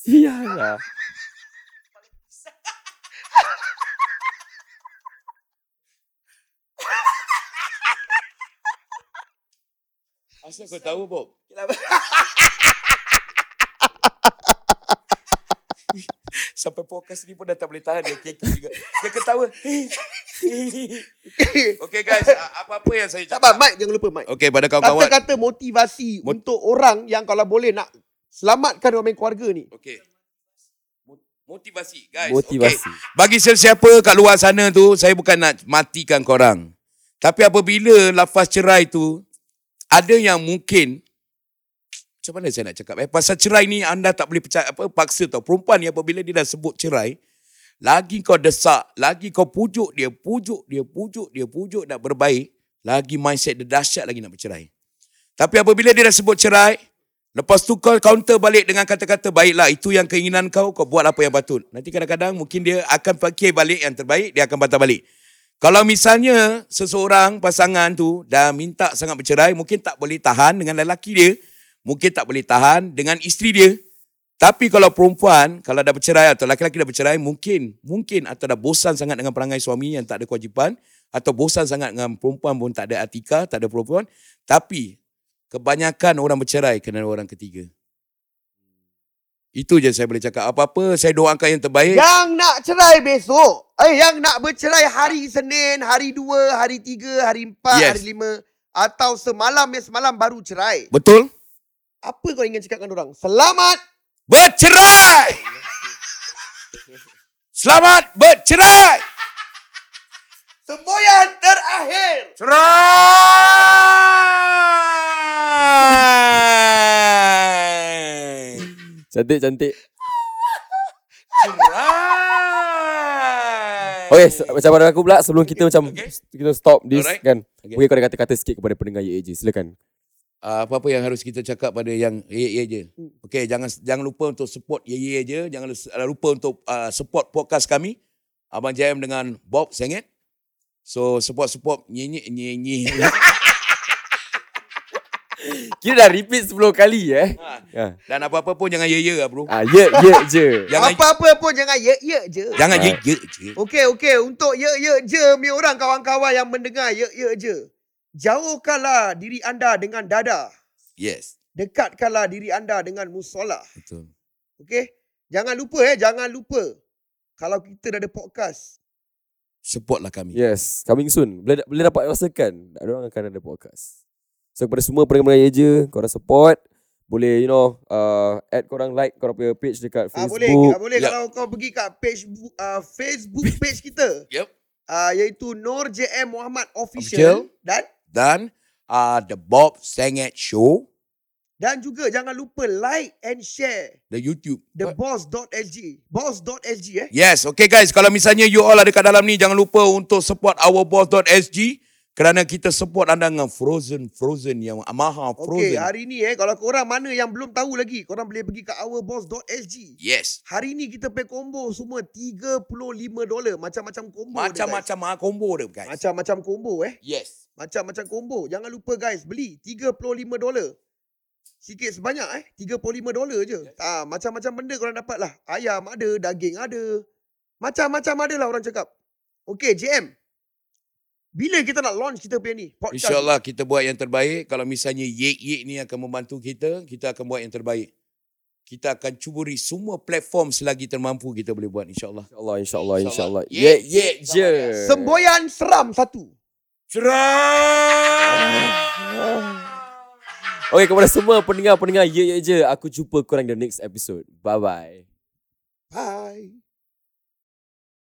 Speaker 3: Sial lah.
Speaker 2: Asal kau tahu Bob? Sampai podcast ni pun dah tak boleh tahan dia kekek juga. Dia ketawa. okay guys, a- apa-apa yang saya
Speaker 1: Sabar,
Speaker 2: cakap.
Speaker 1: Mike jangan lupa Mike.
Speaker 2: Okay pada Oh, kawan-kawan.
Speaker 1: Kata-kata motivasi
Speaker 2: Mot-
Speaker 1: untuk orang yang kalau boleh nak selamatkan orang main keluarga ni.
Speaker 2: Okay. Mo- Motivasi guys. Okay.
Speaker 3: Motivasi.
Speaker 2: Bagi sesiapa kat luar sana tu, saya bukan nak matikan korang. Tapi apabila lafaz cerai tu, ada yang mungkin, macam mana saya nak cakap eh? Pasal cerai ni anda tak boleh percaya, apa, paksa tau. Perempuan ni apabila dia dah sebut cerai, lagi kau desak, lagi kau pujuk dia, pujuk dia, pujuk dia, pujuk nak berbaik, lagi mindset dia dahsyat lagi nak bercerai. Tapi apabila dia dah sebut cerai, lepas tu kau counter balik dengan kata-kata baiklah, itu yang keinginan kau, kau buat apa yang patut. Nanti kadang-kadang mungkin dia akan fikir balik yang terbaik, dia akan patah balik. Kalau misalnya seseorang pasangan tu dah minta sangat bercerai, mungkin tak boleh tahan dengan lelaki dia, mungkin tak boleh tahan dengan isteri dia. Tapi kalau perempuan, kalau dah bercerai atau lelaki-lelaki dah bercerai, mungkin, mungkin atau dah bosan sangat dengan perangai suami yang tak ada kewajipan, atau bosan sangat dengan perempuan pun tak ada atika, tak ada perempuan. Tapi kebanyakan orang bercerai kerana orang ketiga. Itu je saya boleh cakap. Apa-apa saya doakan yang terbaik.
Speaker 1: Yang nak cerai besok. Eh, yang nak bercerai hari Senin, hari dua, hari tiga, hari empat,
Speaker 2: Yes.
Speaker 1: hari lima. Atau semalam ya semalam baru cerai.
Speaker 2: Betul?
Speaker 1: Apa kau ingin cakapkan orang? Selamat
Speaker 2: bercerai. Selamat bercerai.
Speaker 1: semboyan terakhir.
Speaker 2: Cerai.
Speaker 3: Cantik cantik.
Speaker 2: Cerai.
Speaker 3: Okay, se- macam pada aku pula sebelum kita macam
Speaker 2: okay.
Speaker 3: kita stop this
Speaker 2: Alright.
Speaker 3: kan.
Speaker 2: Okay.
Speaker 3: Mungkin kau ada kata-kata sikit kepada pendengar YAJ. Silakan.
Speaker 2: Uh, apa-apa yang harus kita cakap pada yang ye ye je. Okey, jangan jangan lupa untuk support ye ye je. Jangan lus- uh, lupa untuk uh, support podcast kami. Abang JM dengan Bob Sengit. So support-support nye nye nye nye.
Speaker 3: Kita dah repeat 10 kali eh. Ha.
Speaker 2: Dan apa-apa pun jangan ye ye lah bro.
Speaker 3: Ah, ye ye je.
Speaker 2: Jangan
Speaker 1: Apa-apa pun jangan ye-ye je.
Speaker 2: jangan ye
Speaker 3: Ah.
Speaker 2: ye je.
Speaker 1: Okey, okey. Untuk ye-ye je punya orang kawan-kawan yang mendengar ye-ye je. Jauhkanlah diri anda dengan dada.
Speaker 2: Yes.
Speaker 1: Dekatkanlah diri anda dengan musola.
Speaker 2: Betul.
Speaker 1: Okey? Jangan lupa eh, jangan lupa. Kalau kita dah ada podcast,
Speaker 2: Supportlah lah kami.
Speaker 3: Yes, coming soon. Bila bila dapat rasakan, ada orang akan ada podcast. So kepada semua perangai-perangai je Korang support Boleh you know uh, Add korang like Korang punya page dekat
Speaker 1: Ah,
Speaker 3: Facebook
Speaker 1: boleh ah, boleh
Speaker 2: Ya.
Speaker 1: kalau kau pergi kat page bu- ah, Facebook page kita.
Speaker 2: Yep.
Speaker 1: Ah iaitu Nur JM Muhammad official dan
Speaker 2: Dan uh, The Bob Sangat Show,
Speaker 1: dan juga jangan lupa like and share
Speaker 2: the YouTube.
Speaker 1: theboss.sg. Boss.sg eh.
Speaker 2: Yes, okay guys. Kalau misalnya you all ada kat dalam ni, jangan lupa untuk support ourboss.sg kerana kita support anda dengan Frozen Frozen yang Amaha
Speaker 1: Okey,
Speaker 2: Frozen.
Speaker 1: hari ni eh kalau korang mana yang belum tahu lagi, korang boleh pergi kat ourboss.sg.
Speaker 2: yes.
Speaker 1: Hari ni kita pay combo semua 35 dolar, macam-macam combo dia, guys.
Speaker 2: Macam-macam ah, combo dia guys.
Speaker 1: macam-macam combo eh.
Speaker 2: Yes.
Speaker 1: Macam-macam combo. Jangan lupa guys, beli 35 dolar. Sikit sebanyak eh, 35 dolar je. Ah, macam-macam benda korang dapat lah. Ayam ada, daging ada. Macam-macam ada lah orang cakap. Okay, JM. Bila kita nak launch kita punya ni? Podcast.
Speaker 2: InsyaAllah kita buat yang terbaik. Kalau misalnya Yek-Yek ni akan membantu kita, kita akan buat yang terbaik. Kita akan cuburi semua platform selagi termampu kita boleh buat insyaAllah.
Speaker 3: InsyaAllah InsyaAllah InsyaAllah
Speaker 2: InsyaAllah.
Speaker 3: Ye
Speaker 2: Yeah,
Speaker 3: ye
Speaker 2: yeah,
Speaker 3: je
Speaker 1: Semboyan seram satu.
Speaker 3: Okay kepada semua ya, pendengar-pendengar Ye ye je Aku jumpa korang the next episode Bye bye
Speaker 1: Bye.